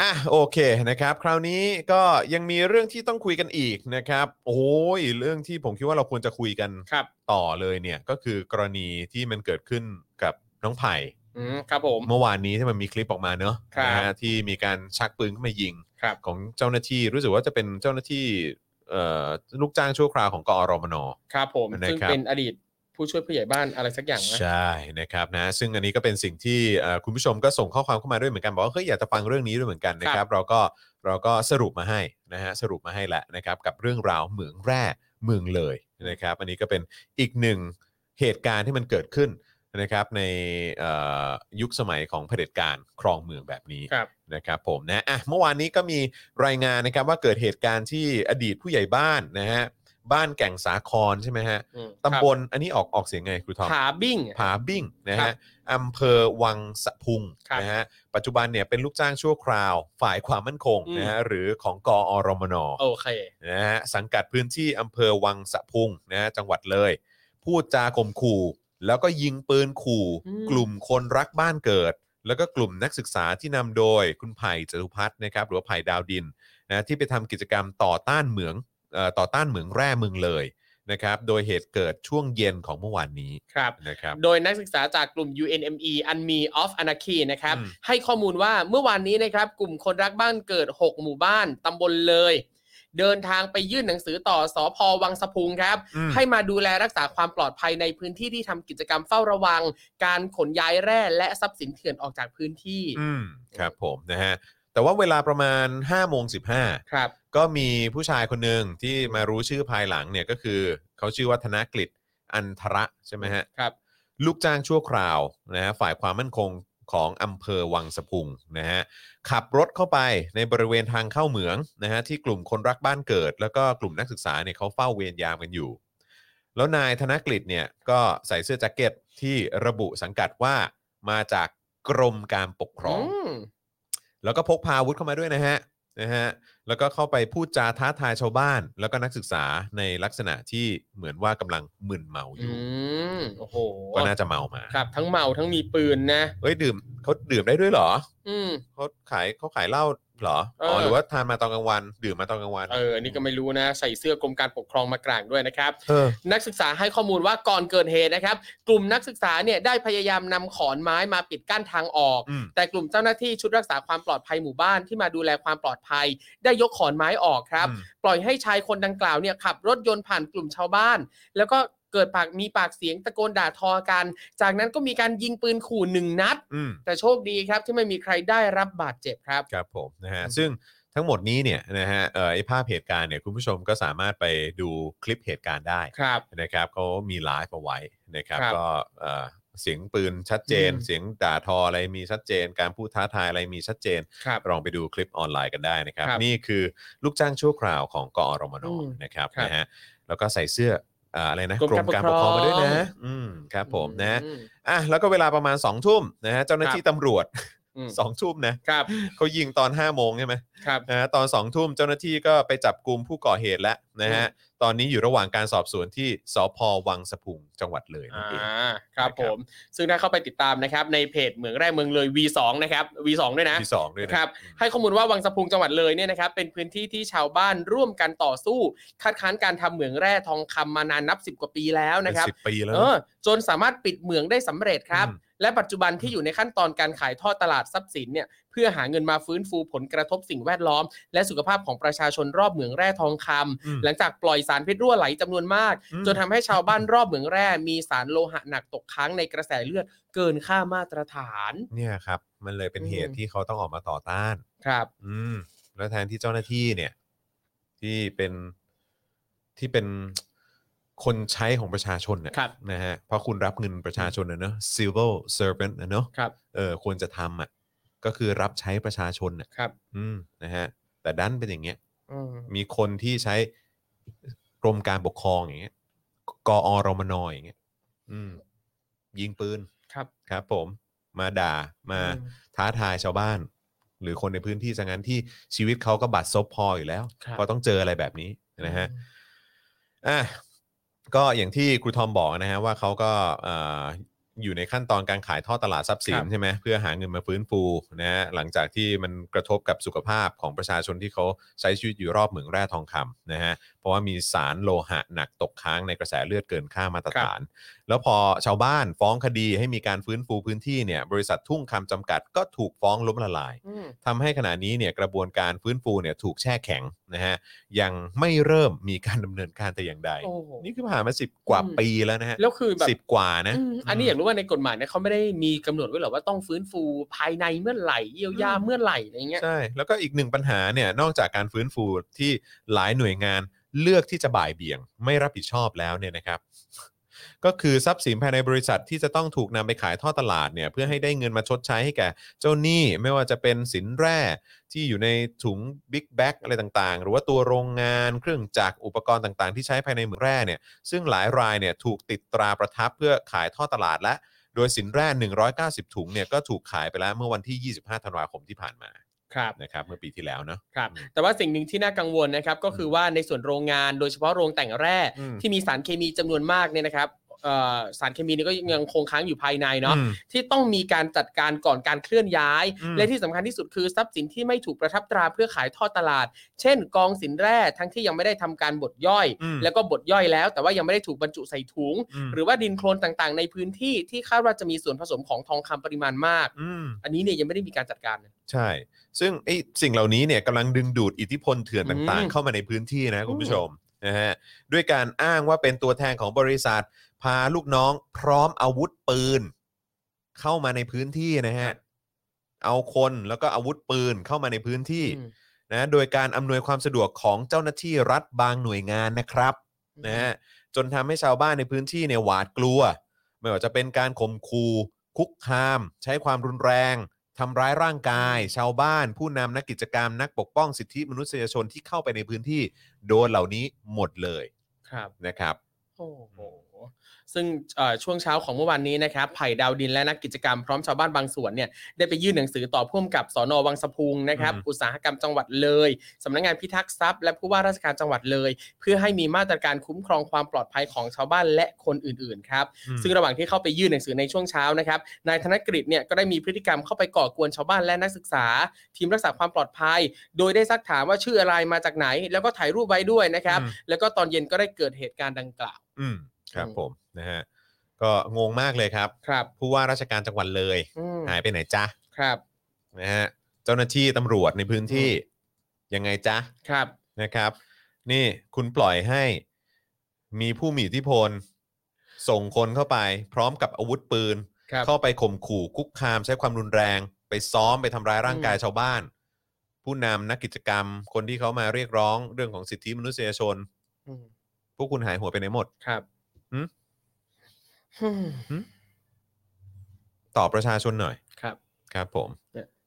[SPEAKER 2] อ่ะ โอเค นะครับ คราวนี้ก็ยังมีเรื่องที่ต้องคุยกันอีกนะครับ โอ้ย เรื่องที่ผมคิดว่าเราควรจะคุยกัน
[SPEAKER 3] ครับ
[SPEAKER 2] ต่อเลยเนี่ย ก็คือกรณีที่มันเกิดขึ้นกับน้องไผ่
[SPEAKER 3] อืมครับผม
[SPEAKER 2] เมื่อวานนี้ที่มันมีคลิปออกมาเนอะ
[SPEAKER 3] ครับ
[SPEAKER 2] นะฮะที่มีการชักปืนขึ้นมายิง
[SPEAKER 3] ครับ
[SPEAKER 2] ของเจ้าหน้าที่รู้สึกว่าจะเป็นเจ้าหน้าที่เอ่อลูกจ้างชั่วคราวของกอรมน
[SPEAKER 3] ครับผม
[SPEAKER 2] นะครับ
[SPEAKER 3] ซึ่งเป็นอดีตผู้ช่วยผู้ใหญ่บ้านอะไรสักอย่างนะ
[SPEAKER 2] ใช่นะครับนะซึ่งอันนี้ก็เป็นสิ่งที่เอ่อคุณผู้ชมก็ส่งข้อความเข้ามาด้วยเหมือนกันบอกว่าเฮ้ยอยากจะฟังเรื่องนี้ด้วยเหมือนกันนะค
[SPEAKER 3] ครั
[SPEAKER 2] รับบ เราก็เราก็สรุปมาให้นะฮะสรุปมาให้แหละนะครับกับเรื่องราวเหมืองแร่เมืองเลยนะครับอันนี้ก็เป็นอีกหนึ่งเหตุการณ์ที่มันเกิดขึ้นนะครับในเอ่อยุคสมัยของเผด็จการครองเมืองแบบนี้
[SPEAKER 3] ครับ
[SPEAKER 2] นะครับผมนะอ่ะเมื่อวานนี้ก็มีรายงานนะครับว่าเกิดเหตุการณ์ที่อดีตผู้ใหญ่บ้านนะฮะบ้านแก่งสาครใช่ไหมฮะ
[SPEAKER 3] อืม
[SPEAKER 2] ตำบลอันนี้ออกออกเสียงไงครูทอม
[SPEAKER 3] ผาบิ้ง
[SPEAKER 2] ผาบิ้งนะ
[SPEAKER 3] ครั
[SPEAKER 2] ฮะ
[SPEAKER 3] บ
[SPEAKER 2] อำเภอวังสะพุง
[SPEAKER 3] ครับ
[SPEAKER 2] นะฮะปัจจุบันเนี่ยเป็นลูกจ้างชั่วคราวฝ่ายความมั่นคง
[SPEAKER 3] อืม
[SPEAKER 2] นะฮะหรือของกอรมน
[SPEAKER 3] โอเค
[SPEAKER 2] นะฮะสังกัดพื้นที่อำเภอวังสะพุงนะฮะจังหวัดเลย พูดจาข่มขู่ แล้วก็ยิงปืนขู่
[SPEAKER 3] อืม
[SPEAKER 2] กลุ่มคนรักบ้านเกิด แล้วก็กลุ่มนักศึกษาที่นำโดยคุณไผ่จตุพัฒน์นะครับหรือว่าไผ่ดาวดินนะที่ไปทำกิจกรรมต่อต้านเหมืองเอ่อต่อต้านเหมืองแร่เมืองเลยนะครับ โดยเหตุเกิดช่วงเย็นของเมื่อวานนี้
[SPEAKER 3] ครับ
[SPEAKER 2] นะครับ
[SPEAKER 3] โดยนักศึกษาจากกลุ่ม UNME Army of Anarchy นะครับ
[SPEAKER 2] อืม
[SPEAKER 3] ให้ข้อมูลว่าเมื่อวานนี้นะครับ กลุ่มคนรักบ้านเกิด 6 หมู่บ้านตำบลเลย เดินทางไปยื่นหนังสือต่อสอพวังสะพุงครับ
[SPEAKER 2] อืม
[SPEAKER 3] ให้มาดูแลรักษาความปลอดภัยในพื้นที่ที่ทำกิจกรรมเฝ้าระวัง การขนย้ายแร่และทรัพย์สินเถื่อนออกจากพื้นที่
[SPEAKER 2] อืมครับผมนะฮะแต่ว่าเวลาประมาณ5้าโมงสิ
[SPEAKER 3] ครับ
[SPEAKER 2] ก็มีผู้ชายคนหนึ่งที่มารู้ชื่อภายหลังเนี่ยก็คือ เขาชื่อว่าธนกฤษอันทระใช่ไหมฮะ
[SPEAKER 3] ครับ
[SPEAKER 2] ลูกจ้างชั่วคราวนะฮะฝ่ายความมั่นคงของอำเภอวังสะพุงนะฮะขับรถเข้าไปในบริเวณทางเข้าเหมืองนะฮะที่กลุ่มคนรักบ้านเกิด แล้วก็กลุ่มนักศึกษาเนี่ยเขาเฝ้าเวรยามกันอยู่ แล้วนายธนกฤษเนี่ยก็ใส่เสื้อแจ็คเก็ตที่ระบุสังกัดว่ามาจากกรมการปกครอง
[SPEAKER 3] ม
[SPEAKER 2] แล้วก็พกพาอาวุธเข้ามาด้วยนะฮะนะฮะ แล้วก็เข้าไปพูดจาท้าทายชาวบ้าน แล้วก็นักศึกษาในลักษณะที่เหมือนว่ากำลังมึนเมาอ
[SPEAKER 3] อื
[SPEAKER 2] ยู่
[SPEAKER 3] มโอ้โห
[SPEAKER 2] ก็น่าจะเมามา
[SPEAKER 3] ครับ ทั้งเมาทั้งมีปืนนะ
[SPEAKER 2] เฮ้ยดื่มเขาดื่มได้ด้วยเหรอ
[SPEAKER 3] อืม
[SPEAKER 2] เขาขายเขาขายเหล้าเหรออ๋อ
[SPEAKER 3] เออ
[SPEAKER 2] หรือว่าทานมาตอนกลางวัน ดื่มมาตอนกลางวัน
[SPEAKER 3] เอออันนี่ก็ไม่รู้นะ ใส่เสื้อกรมการปกครองมากลางด้วยนะครับ
[SPEAKER 2] เออ
[SPEAKER 3] นักศึกษาให้ข้อมูลว่าก่อนเกิดเหตุนะครับ กลุ่มนักศึกษาเนี่ยได้พยายามนำขอนไม้มาปิดกั้นทางออก
[SPEAKER 2] อืม
[SPEAKER 3] แต่กลุ่มเจ้าหน้าที่ชุดรักษาความปลอดภัยหมู่บ้านที่มาดูแลความปลอดภัย ได้ยกขอนไม้ออกครับ
[SPEAKER 2] อืม
[SPEAKER 3] ปล่อยให้ชายคนดังกล่าวเนี่ยขับรถยนต์ผ่านกลุ่มชาวบ้าน แล้วก็เกิดปากมีปากเสียงตะโกนด่าทอกัน จากนั้นก็มีการยิงปืนขู่หนึ่งนัด
[SPEAKER 2] อืม
[SPEAKER 3] แต่โชคดีครับที่ไม่มีใครได้รับบาดเจ็บครับ
[SPEAKER 2] ครับผมนะฮะ
[SPEAKER 3] อืม
[SPEAKER 2] ซึ่งทั้งหมดนี้เนี่ยนะฮะเอ่อไอภาพเหตุการณ์เนี่ยคุณผู้ชมก็สามารถไปดูคลิปเหตุการณ์ได้
[SPEAKER 3] ครับ
[SPEAKER 2] นะครับเขามีไลฟ์เอาไว้นะครับ
[SPEAKER 3] ครับ
[SPEAKER 2] ก็เอ่อเสียงปืนชัดเจน
[SPEAKER 3] อืม
[SPEAKER 2] เสียงด่าทออะไรมีชัดเจน การพูดท้าทายอะไรมีชัดเจน
[SPEAKER 3] ครับ
[SPEAKER 2] ลองไปดูคลิปออนไลน์กันได้นะครับ
[SPEAKER 3] ครับ
[SPEAKER 2] นี่คือลูกจ้างชั่วคราวของกอรมน
[SPEAKER 3] อืม
[SPEAKER 2] นะครับ
[SPEAKER 3] ครับ
[SPEAKER 2] นะฮะแล้วก็ใส่เสื้อเอ่ออะไรนะ
[SPEAKER 3] กรมการปกครอง
[SPEAKER 2] มาด้วยนะอืมครับผมนะ
[SPEAKER 3] อืม
[SPEAKER 2] อ่ะแล้วก็เวลาประมาณ2องทุ่มนะฮะเจ้าหน้าที่ตำรวจ
[SPEAKER 3] อืม
[SPEAKER 2] 2องทุ่มนะครับ เขายิงตอน5้าโมงใช่ไหม
[SPEAKER 3] ครับ
[SPEAKER 2] นะฮะตอน2องทุ่มเจ้าหน้าที่ก็ไปจับกลุ่มผู้ก่อเหตุแล้วนะฮะตอนนี้อยู่ระหว่างการสอบสวนที่สพวังสะพุงจังหวัดเลยนั่นเอง
[SPEAKER 3] อ่าครับ
[SPEAKER 2] นะครับ
[SPEAKER 3] ผม ซึ่งถ้าเข้าไปติดตามนะครับ ในเพจเหมืองแร่เมืองเลย V2 นะครับ V2 ด้วยนะ
[SPEAKER 2] ที่สองด้วยนะครับ
[SPEAKER 3] ให้ข้อมูลว่าวังสะพุงจังหวัดเลยเนี่ยนะครับ เป็นพื้นที่ที่ชาวบ้านร่วมกันต่อสู้ คัดค้านการทำเหมืองแร่ทองคำมานานนับ 10 กว่าปีแล้ว
[SPEAKER 2] เป็
[SPEAKER 3] นะครับ
[SPEAKER 2] สิบปีแล้ว
[SPEAKER 3] เอ
[SPEAKER 2] นะ
[SPEAKER 3] อ จนสามารถปิดเหมืองได้สำเร็จครับ
[SPEAKER 2] อืม
[SPEAKER 3] และปัจจุบันที่อยู่ในขั้นตอนการขายทอดตลาดทรัพย์สินเนี่ย เพื่อหาเงินมาฟื้นฟูผลกระทบสิ่งแวดล้อม และสุขภาพของประชาชนรอบเหมืองแร่ทองคำ
[SPEAKER 2] ม
[SPEAKER 3] หลังจากปล่อยสารพิษรั่วไหลจำนวนมาก
[SPEAKER 2] อืม
[SPEAKER 3] จนทำให้ชาวบ้านรอบเหมืองแร่มีสารโลหะหนักตกค้างในกระแสเลือดเกินค่ามาตรฐาน
[SPEAKER 2] เนี่ยครับ มันเลยเป็นเหตุ
[SPEAKER 3] อืม
[SPEAKER 2] ที่เขาต้องออกมาต่อต้าน
[SPEAKER 3] ครับ
[SPEAKER 2] อืมแล้วแทนที่เจ้าหน้าที่เนี่ย ที่เป็นที่เป็นคนใช้ของประชาชนเนี่ย
[SPEAKER 3] ครับ
[SPEAKER 2] นะฮะเพราะคุณรับเงินประชาชนนะเนอะ civil servant นะเนอะ
[SPEAKER 3] ครับ
[SPEAKER 2] เออควรจะทำอ่ะก็คือรับใช้ประชาชนน่ะ
[SPEAKER 3] ครับ
[SPEAKER 2] อืมนะฮะแต่ดันเป็นอย่างเงี้ย
[SPEAKER 3] อืม
[SPEAKER 2] มีคนที่ใช้กรมการปกครองอย่างเงี้ย กอรมนอย่างเงี้ยอืม ยิงปืน
[SPEAKER 3] ครับ
[SPEAKER 2] ครับผม มาด่ามา
[SPEAKER 3] อืม
[SPEAKER 2] ท้าทายชาวบ้าน หรือคนในพื้นที่ซะงั้นที่ชีวิตเขาก็บาดซบพออยู่แล้ว
[SPEAKER 3] ครับ
[SPEAKER 2] ก็ต้องเจออะไรแบบนี้นะฮะ อ่ะก็อย่างที่ครูทอมบอกนะฮะว่าเขาก็เอ่ออยู่ในขั้นตอนการขายท่อตลาดทรัพย์สิ
[SPEAKER 3] คน รับ
[SPEAKER 2] ใช่ไหมเพื่อหาเงินมาฟื้นฟูนะฮะหลังจากที่มันกระทบกับสุขภาพของประชาชนที่เขาใช้ชีวิตอยู่รอบเหมืองแร่ทองคำนะฮะเพราะว่ามีสารโลหะหนักตกค้างในกระแสเลือดเกินค่ามาตรฐาน แล้วพอชาวบ้านฟ้องคดีให้มีการฟื้นฟูพื้นที่เนี่ยบริษัททุ่งคำจำกัดก็ถูกฟ้องล้มละลาย
[SPEAKER 3] อืม
[SPEAKER 2] ทำให้ขณะนี้เนี่ยกระบวนการฟื้นฟูเนี่ยถูกแช่แข็งนะฮะยังไม่เริ่มมีการดำเนินการแต่อย่างใด
[SPEAKER 3] โอ้โห
[SPEAKER 2] นี่คือผ่านมาสิบกว่า
[SPEAKER 3] อืม
[SPEAKER 2] ปีแล้วนะฮะ
[SPEAKER 3] แล้วคือแบบ
[SPEAKER 2] สิบกว่านะ
[SPEAKER 3] อืมอันนี้อยากรู้ว่าในกฎหมายเนี่ยเขาไม่ได้มีกำหนดไว้หรอว่าต้องฟื้นฟูภายในเมื่อไหร่เยียวยาเมื่อไหร่อะไรเงี้ย
[SPEAKER 2] ใช่ แล้วก็อีกหนึ่งปัญหาเนี่ยนอกจากการฟื้นฟูที่หลายหน่วยงานเลือกที่จะบ่ายเบี่ยง ไม่รับผิดชอบแล้วเนี่ยนะครับ ก็คือทรัพย์สินภายในบริษัทที่จะต้องถูกนำไปขายท่อตลาดเนี่ยเพื่อให้ได้เงินมาชดใช้ให้แก่เจ้าหนี้ไม่ว่าจะเป็นสินแร่ที่อยู่ในถุงบิ๊กแบ็กอะไรต่างๆ หรือว่าตัวโรงงานเครื่องจักรอุปกรณ์ต่างๆ ที่ใช้ภายในเหมืองแร่เนี่ยซึ่งหลายรายเนี่ยถูกติดตราประทับเพื่อขายท่อตลาดและ โดยสินแร่ 190 ถุงเนี่ยก็ถูกขายไปแล้วเมื่อวันที่ 25 ธันวาคมที่ผ่านมา
[SPEAKER 3] ครับ
[SPEAKER 2] นะครับ เมื่อปีที่แล้วเนอะ
[SPEAKER 3] ครับ
[SPEAKER 2] อืม
[SPEAKER 3] แต่ว่าสิ่งหนึ่งที่น่ากังวลนะครับก็คือว่าในส่วนโรงงานโดยเฉพาะโรงแต่งแร่
[SPEAKER 2] อืม
[SPEAKER 3] ที่มีสารเคมีจำนวนมากเนี่ยนะครับ เอ่อสารเคมีนี่ก็ยังคงค้างอยู่ภายในเนาะ
[SPEAKER 2] อืม
[SPEAKER 3] ที่ต้องมีการจัดการก่อนการเคลื่อนย้าย
[SPEAKER 2] อืม
[SPEAKER 3] และที่สำคัญที่สุดคือทรัพย์สินที่ไม่ถูกประทับตราเพื่อขายทอดตลาด เช่น กองสินแร่ทั้งที่ยังไม่ได้ทำการบดย่อย
[SPEAKER 2] อืม
[SPEAKER 3] แล้วก็บดย่อยแล้ว แต่ว่ายังไม่ได้ถูกบรรจุใส่ถุง
[SPEAKER 2] ม
[SPEAKER 3] หรือว่าดินโคลนต่างๆ ในพื้นที่ที่คาดว่าจะมีส่วนผสมของทองคำปริมาณมาก
[SPEAKER 2] ม
[SPEAKER 3] อันนี้เนี่ยยังไม่ได้มีการจัดการเลย
[SPEAKER 2] ใช่ ซึ่งไอ้สิ่งเหล่านี้เนี่ยกำลังดึงดูดอิทธิพลเถื่อนต่าง
[SPEAKER 3] อื
[SPEAKER 2] ๆ
[SPEAKER 3] ม
[SPEAKER 2] เข้ามาในพื้นที่นะคุณผู้ชมนะฮะด้วยการอ้างว่าเป็นตัวแทนของบริษัท พาลูกน้องพร้อมอาวุธปืน เข้ามาในพื้นที่นะฮะ
[SPEAKER 3] ครับ
[SPEAKER 2] เอาคนแล้วก็อาวุธปืนเข้ามาในพื้นที่
[SPEAKER 3] อืม
[SPEAKER 2] นะโดยการอำนวยความสะดวกของเจ้าหน้าที่รัฐบางหน่วยงานนะครับ
[SPEAKER 3] อืม
[SPEAKER 2] นะฮะจนทำให้ชาวบ้านในพื้นที่เนี่ยหวาดกลัว ไม่ว่าจะเป็นการข่มขู่คุกคาม ใช้ความรุนแรงทำร้ายร่างกาย ชาวบ้าน ผู้นำนักกิจกรรม นักปกป้องสิทธิมนุษยชนที่เข้าไปในพื้นที่ โดนเหล่านี้หมดเลย
[SPEAKER 3] ครับ
[SPEAKER 2] นะครับ
[SPEAKER 3] โอ้โห ซึ่งเอ่อช่วงเช้าของเมื่อวานนี้นะครับ ไผ่ดาวดินและนักกิจกรรมพร้อมชาวบ้านบางส่วนเนี่ย ได้ไปยื่นหนังสือต่อพ่วมกับสอนอวังสะพุงนะครับ
[SPEAKER 2] อืม
[SPEAKER 3] อุตสาหกรรมจังหวัดเลย สำนักงานพิทักษ์ทรัพย์และผู้ว่าราชการจังหวัดเลย เพื่อให้มีมาตรการคุ้มครองความปลอดภัยของชาวบ้านและคนอื่นๆครับ
[SPEAKER 2] อืม
[SPEAKER 3] ซึ่งระหว่างที่เข้าไปยื่นหนังสือในช่วงเช้านะครับ นายธนกฤษเนี่ยก็ได้มีพฤติกรรมเข้าไปก่อกวนชาวบ้านและนักศึกษา ทีมรักษาความปลอดภัย โดยได้ซักถามว่าชื่ออะไรมาจากไหน แล้วก็ถ่ายรูปไว้ด้วยนะครับ
[SPEAKER 2] อืม
[SPEAKER 3] แล้วก็ตอนเย็นก็ได้เกิดเหตุการณ์ดังกล่าว
[SPEAKER 2] อืมครับ
[SPEAKER 3] อืม
[SPEAKER 2] ผมนะฮะก็งงมากเลยครับ
[SPEAKER 3] ครับ
[SPEAKER 2] ผู้ว่าราชการจังหวัดเลย
[SPEAKER 3] อืม
[SPEAKER 2] หายไปไหนจ๊ะ
[SPEAKER 3] ครับ
[SPEAKER 2] นะฮะเจ้าหน้าที่ตำรวจในพื้นที่ยังไงจ๊ะ
[SPEAKER 3] ครับ
[SPEAKER 2] นะครับ นี่คุณปล่อยให้มีผู้มีอิทธิพล ส่งคนเข้าไป พร้อมกับอาวุธปืน
[SPEAKER 3] ครับ
[SPEAKER 2] เข้าไปข่มขู่คุกคามใช้ความรุนแรง ไปซ้อมไปทำร้ายร่างกายชาวบ้าน ผู้นำนักกิจกรรม คนที่เขามาเรียกร้องเรื่องของสิทธิมนุษยชน
[SPEAKER 3] อืม
[SPEAKER 2] พวกคุณหายหัวไปไหนหมด
[SPEAKER 3] ครับ
[SPEAKER 2] หืม
[SPEAKER 3] อืม
[SPEAKER 2] ตอบประชาชนหน่อย
[SPEAKER 3] ครับ
[SPEAKER 2] ครับ ผม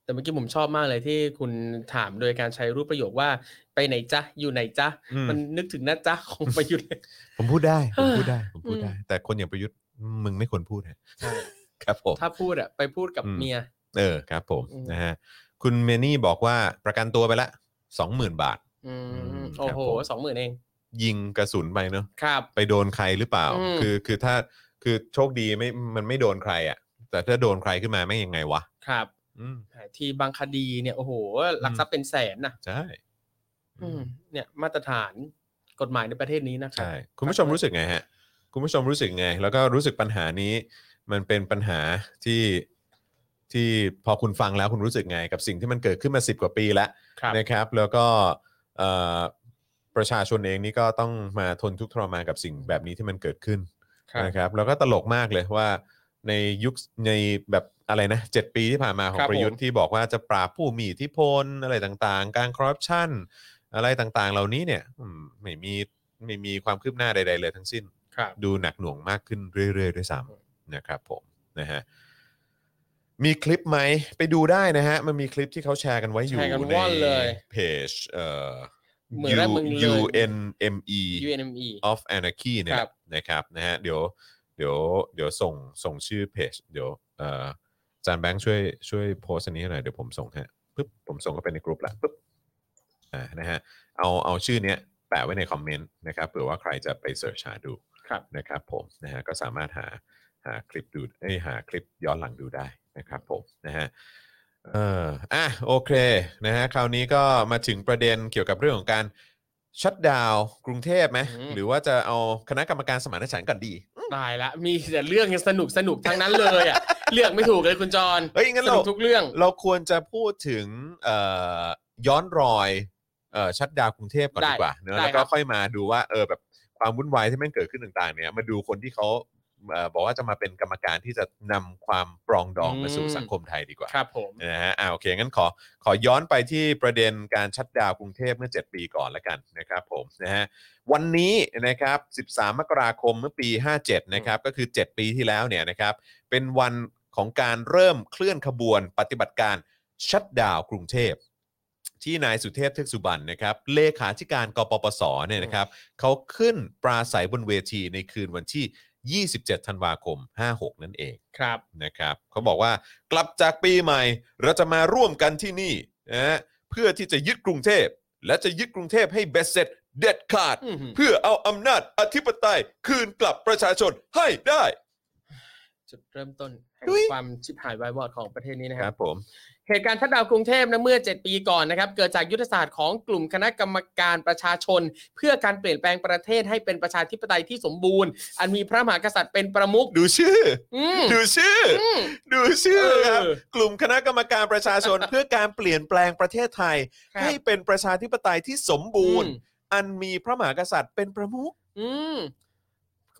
[SPEAKER 3] แต่เมื่อกี้ผมชอบมากเลยที่คุณถามโดยการใช้รูปประโยคว่า ไปไหนจ๊ะ อยู่ไหนจ๊ะ
[SPEAKER 2] อืม
[SPEAKER 3] มันนึกถึงนะจ๊ะ ของประยุทธ์เลย
[SPEAKER 2] ผมพูดได้ผมพูดได้ ผมพูด
[SPEAKER 3] อืม
[SPEAKER 2] ได้ แต่คนอย่างประยุทธ์มึงไม่ควรพูดฮะ
[SPEAKER 3] ใช่
[SPEAKER 2] ครับผม
[SPEAKER 3] ถ้าพูดอะไปพูดกับ
[SPEAKER 2] อืม
[SPEAKER 3] เมีย
[SPEAKER 2] เออครับ ผม
[SPEAKER 3] อืม
[SPEAKER 2] นะฮะคุณเมนี่บอกว่าประกันตัวไปละสองหมื่นบาท
[SPEAKER 3] อืม
[SPEAKER 2] อืม
[SPEAKER 3] โอ้
[SPEAKER 2] ค
[SPEAKER 3] โห
[SPEAKER 2] รับผม
[SPEAKER 3] สองหมื่นเอง
[SPEAKER 2] ยิงกระสุนไปเนอะ
[SPEAKER 3] ครับ
[SPEAKER 2] ไปโดนใครหรือเปล่า
[SPEAKER 3] อืม
[SPEAKER 2] คือคือถ้าคือโชคดีไม่มันไม่โดนใครอะ่ะ แต่ถ้าโดนใครขึ้นมาไม่งยังไงวะ
[SPEAKER 3] ครับ
[SPEAKER 2] อืม
[SPEAKER 3] ทีบางคดีเนี่ยโอ้โหหลักทรัพย์เป็นแสนนะ
[SPEAKER 2] ใช่
[SPEAKER 3] อืมเนี่ยมาตรฐานกฎหมายในประเทศนี้นะครั
[SPEAKER 2] ใช่คุณผู้ชมรู้สึกไงฮะ คุณผู้ชมรู้สึกไง แล้วก็รู้สึกปัญหานี้ มันเป็นปัญหาที่ที่พอคุณฟังแล้วคุณรู้สึกไง กับสิ่งที่มันเกิดขึ้นมา 10 กว่าปีแล้ว
[SPEAKER 3] ครับ
[SPEAKER 2] นะครับ แล้วก็เอ่อประชาชนเองนี่ก็ต้องมาทนทุกข์ทรมานกับสิ่งแบบนี้ที่มันเกิดขึ้น นะครับแล้วก็ตลกมากเลยว่าในยุคในแบบอะไรนะเปีที่ผ่านมาของ
[SPEAKER 3] ครับ
[SPEAKER 2] ประยุท
[SPEAKER 3] ผ
[SPEAKER 2] ธ์
[SPEAKER 3] ม
[SPEAKER 2] ที่บอกว่าจะปราบผู้มีอิทธิพลอะไรต่างๆ การคอร์รัปชันอะไรต่างๆ เหล่านี้เนี่ยอืมไม่มีไม่มีความคืบหน้าใด ๆ เลยทั้งสิ้น
[SPEAKER 3] ครับ
[SPEAKER 2] ดูหนักหน่วงมากขึ้นเรื่อย ๆ ด้วยซ้ำนะครับผมนะฮะมีคลิปไหมไปดูได้นะฮะ มันมีคลิปที่เขาแชร์กันไว้อยู่
[SPEAKER 3] แชร์กัน
[SPEAKER 2] ใน
[SPEAKER 3] ว่อนเลย
[SPEAKER 2] เพจเอ่อ
[SPEAKER 3] เหมือนว่ามึงเลย
[SPEAKER 2] UNME
[SPEAKER 3] UNME
[SPEAKER 2] of Anarchy เนี่ย
[SPEAKER 3] ครับ
[SPEAKER 2] นะครับนะฮะเดี๋ยวเดี๋ยวเดี๋ยวส่งส่งชื่อเพจเดี๋ยวเอ่ออาจานแบงค์ช่วยช่วยโพสต์อันนี้ให้หน่อย เดี๋ยวผมส่งฮะปึ๊บผมส่งเข้าไปในกลุ่มละปึ๊บอ่านะฮะเอาเอาชื่อเนี้ยแปะไว้ในคอมเมนต์นะครับเผื่อว่าใครจะไปเสิร์ชหาดู
[SPEAKER 3] ครับ
[SPEAKER 2] นะครับผมนะฮะก็สามารถหาหาคลิปดูเอ้ยหาคลิปย้อนหลังดูได้นะครับผมนะฮะเอออ่ะโอเคนะฮะคราวนี้ก็มาถึงประเด็นเกี่ยวกับเรื่องของการชัดดาวน์กรุงเทพไหม
[SPEAKER 3] อืม
[SPEAKER 2] หรือว่าจะเอาคณะกรรมการสมานฉันท์ก่อนดี
[SPEAKER 3] ตายละมีแต่เรื่องสนุกสนุกทั้งนั้นเลยอ่ะ เลือกไม่ถูกเลยคุณจร
[SPEAKER 2] เฮ้ยงั้น
[SPEAKER 3] ส
[SPEAKER 2] เรา
[SPEAKER 3] นุกทุกเรื่อง
[SPEAKER 2] เราควรจะพูดถึงเอ่อย้อนรอยเอ่อชัดดาวน์กรุงเทพก่อน
[SPEAKER 3] ได้
[SPEAKER 2] ดีกว่าเนอะ
[SPEAKER 3] ได้
[SPEAKER 2] แล้วก็
[SPEAKER 3] ครับ
[SPEAKER 2] ค่อยมาดูว่าเออแบบความวุ่นวายที่แม่งเกิดขึ้นต่างๆเนี่ยมาดูคนที่เขาเอ่อบอกว่าจะมาเป็นกรรมการที่จะนำความปรองดองมาสู่สังคมไทยดีกว่า
[SPEAKER 3] ครับผม
[SPEAKER 2] นะฮะอ่าโอเค งั้นขอขอย้อนไปที่ประเด็นการชัดดาวน์กรุงเทพเมื่อ 7 ปีก่อนละกันนะครับผมนะฮะวันนี้นะครับ 13 มกราคมเมื่อปี 57 นะครับ ก็คือ 7 ปีที่แล้วเนี่ยนะครับ เป็นวันของการเริ่มเคลื่อนขบวนปฏิบัติการชัดดาวน์กรุงเทพ ที่นายสุเทพเทือกสุบรรณนะครับ เลขาธิการกปปสเนี่ยนะครับเขาขึ้นปราศัยบนเวทีในคืนวันที่ 27 ธันวาคม 56 นั่นเอง
[SPEAKER 3] ครับ
[SPEAKER 2] นะครับเขาบอกว่ากลับจากปีใหม่ เราจะมาร่วมกันที่นี่นะฮะเพื่อที่จะยึดกรุงเทพ และจะยึดกรุงเทพให้เบ็ดเสร็จ เด็ดขาด
[SPEAKER 3] อื้อหือ
[SPEAKER 2] เพื่อเอาอำนาจอธิปไตยคืนกลับประชาชนให้ได้
[SPEAKER 3] จุดเริ่มต้นแห่งความชิบหายวายวอดของประเทศนี้นะ
[SPEAKER 2] ค
[SPEAKER 3] ค
[SPEAKER 2] รั
[SPEAKER 3] รั
[SPEAKER 2] บบ ผม
[SPEAKER 3] เหตุการณ์ชัดดาวน์กรุงเทพนะเมื่อ 7 ปีก่อนนะครับ เกิดจากยุทธศาสตร์ของกลุ่มคณะกรรมการประชาชน เพื่อการเปลี่ยนแปลงประเทศให้เป็นประชาธิปไตยที่สมบูรณ์ อันมีพระมหากษัตริย์เป็นประมุข
[SPEAKER 2] ดูชื่อ
[SPEAKER 3] อืม
[SPEAKER 2] ดูชื่อ
[SPEAKER 3] อืม
[SPEAKER 2] ดูชื่อครับ
[SPEAKER 3] เออ
[SPEAKER 2] กลุ่มคณะกรรมการประชาชน เพื่อการเปลี่ยนแปลงประเทศไทย
[SPEAKER 3] ครับ
[SPEAKER 2] ให้เป็นประชาธิปไตยที่สมบูรณ์
[SPEAKER 3] อืม
[SPEAKER 2] อันมีพระมหากษัตริย์เป็นประมุข
[SPEAKER 3] อืม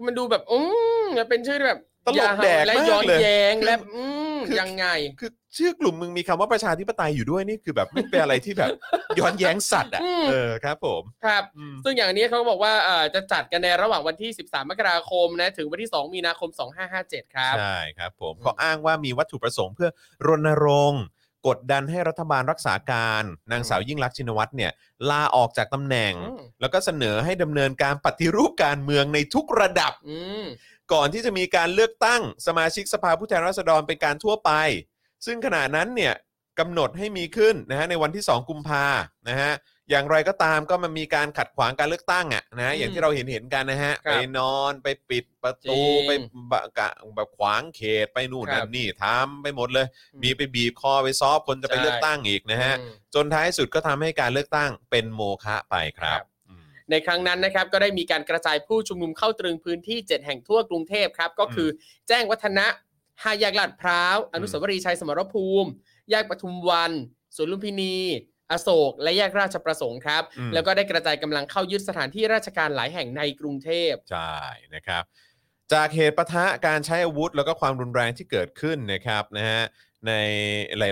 [SPEAKER 3] มันดูแบบ อืมเป็นชื่อที่แบบ
[SPEAKER 2] ตลกแดก
[SPEAKER 3] ยาวและ
[SPEAKER 2] มาก
[SPEAKER 3] ย้อน
[SPEAKER 2] เลย
[SPEAKER 3] แย้งและ
[SPEAKER 2] คือ
[SPEAKER 3] อืม
[SPEAKER 2] คือ
[SPEAKER 3] ยังไง
[SPEAKER 2] คือชื่อกลุ่มมึงมีคำว่าประชาธิปไตยอยู่ด้วยนี่คือแบบไม่เป็นอะไรที่แบบ ย้อนแย้งสัตว์อ่ะ
[SPEAKER 3] อืม
[SPEAKER 2] เออครับผม
[SPEAKER 3] ครับ
[SPEAKER 2] อืม
[SPEAKER 3] ซึ่งอย่างนี้เขาก็บอกว่าเอ่อจะจัดกันในระหว่างวันที่ 13 มกราคมนะ ถึงวันที่ 2 มีนาคม 2557 ครับ
[SPEAKER 2] ใช่ครับผมเขาอ้างว่ามีวัตถุประสงค์เพื่อรณรงค์ กดดันให้รัฐบาลรักษาการนางสาวยิ่งรักษณ์ชินวัตรเนี่ย ลาออกจากตำแหน่ง
[SPEAKER 3] อืม
[SPEAKER 2] แล้วก็เสนอให้ดำเนินการปฏิรูปการเมืองในทุกระดับ
[SPEAKER 3] อืม
[SPEAKER 2] ก่อนที่จะมีการเลือกตั้งสมาชิกสภาผู้แทนราษฎรเป็นการทั่วไป ซึ่งขณะนั้นเนี่ยกำหนดให้มีขึ้นนะฮะในวันที่ 2 กุมภานะฮะอย่างไรก็ตามก็มันมีการขัดขวางการเลือกตั้งอ่ะนะฮะ
[SPEAKER 3] อืม
[SPEAKER 2] อย่างที่เราเห็นเห็นๆกันนะฮะ
[SPEAKER 3] ค
[SPEAKER 2] ไป
[SPEAKER 3] รับ
[SPEAKER 2] นอนไปปิดประตู
[SPEAKER 3] จริง
[SPEAKER 2] ไปบะกะแบบขวางเขตไปนู่น
[SPEAKER 3] ครับ
[SPEAKER 2] นั่นนี่ทำไปหมดเลย
[SPEAKER 3] อืม
[SPEAKER 2] มีไปบีบคอไปซอบคนจะไป
[SPEAKER 3] ใช่
[SPEAKER 2] เลือกตั้งอีกนะฮะ
[SPEAKER 3] อืม
[SPEAKER 2] จนท้ายสุดก็ทำให้การเลือกตั้งเป็นโมฆะไปครั
[SPEAKER 3] ครับ บ
[SPEAKER 2] อืม
[SPEAKER 3] ในครั้งนั้นนะครับก็ได้มีการกระจายผู้ชุมนุมเข้าตรึงพื้นที่ 7 แห่งทั่วกรุงเทพครับ ก็คือแจ้งวัฒนะห้าแยกลาดพร้าว อนุสาวรีย์ชัยสมรภูมิ แยกปทุมวันสวนลุมพินี อโศก และแยกราชประสงค์ครับ
[SPEAKER 2] อืม
[SPEAKER 3] แล้วก็ได้กระจายกำลังเข้ายึดสถานที่ราชการหลายแห่งในกรุงเทพ
[SPEAKER 2] ใช่นะครับ จากเหตุปะทะการใช้อาวุธแล้วก็ความรุนแรงที่เกิดขึ้นนะครับนะฮะใน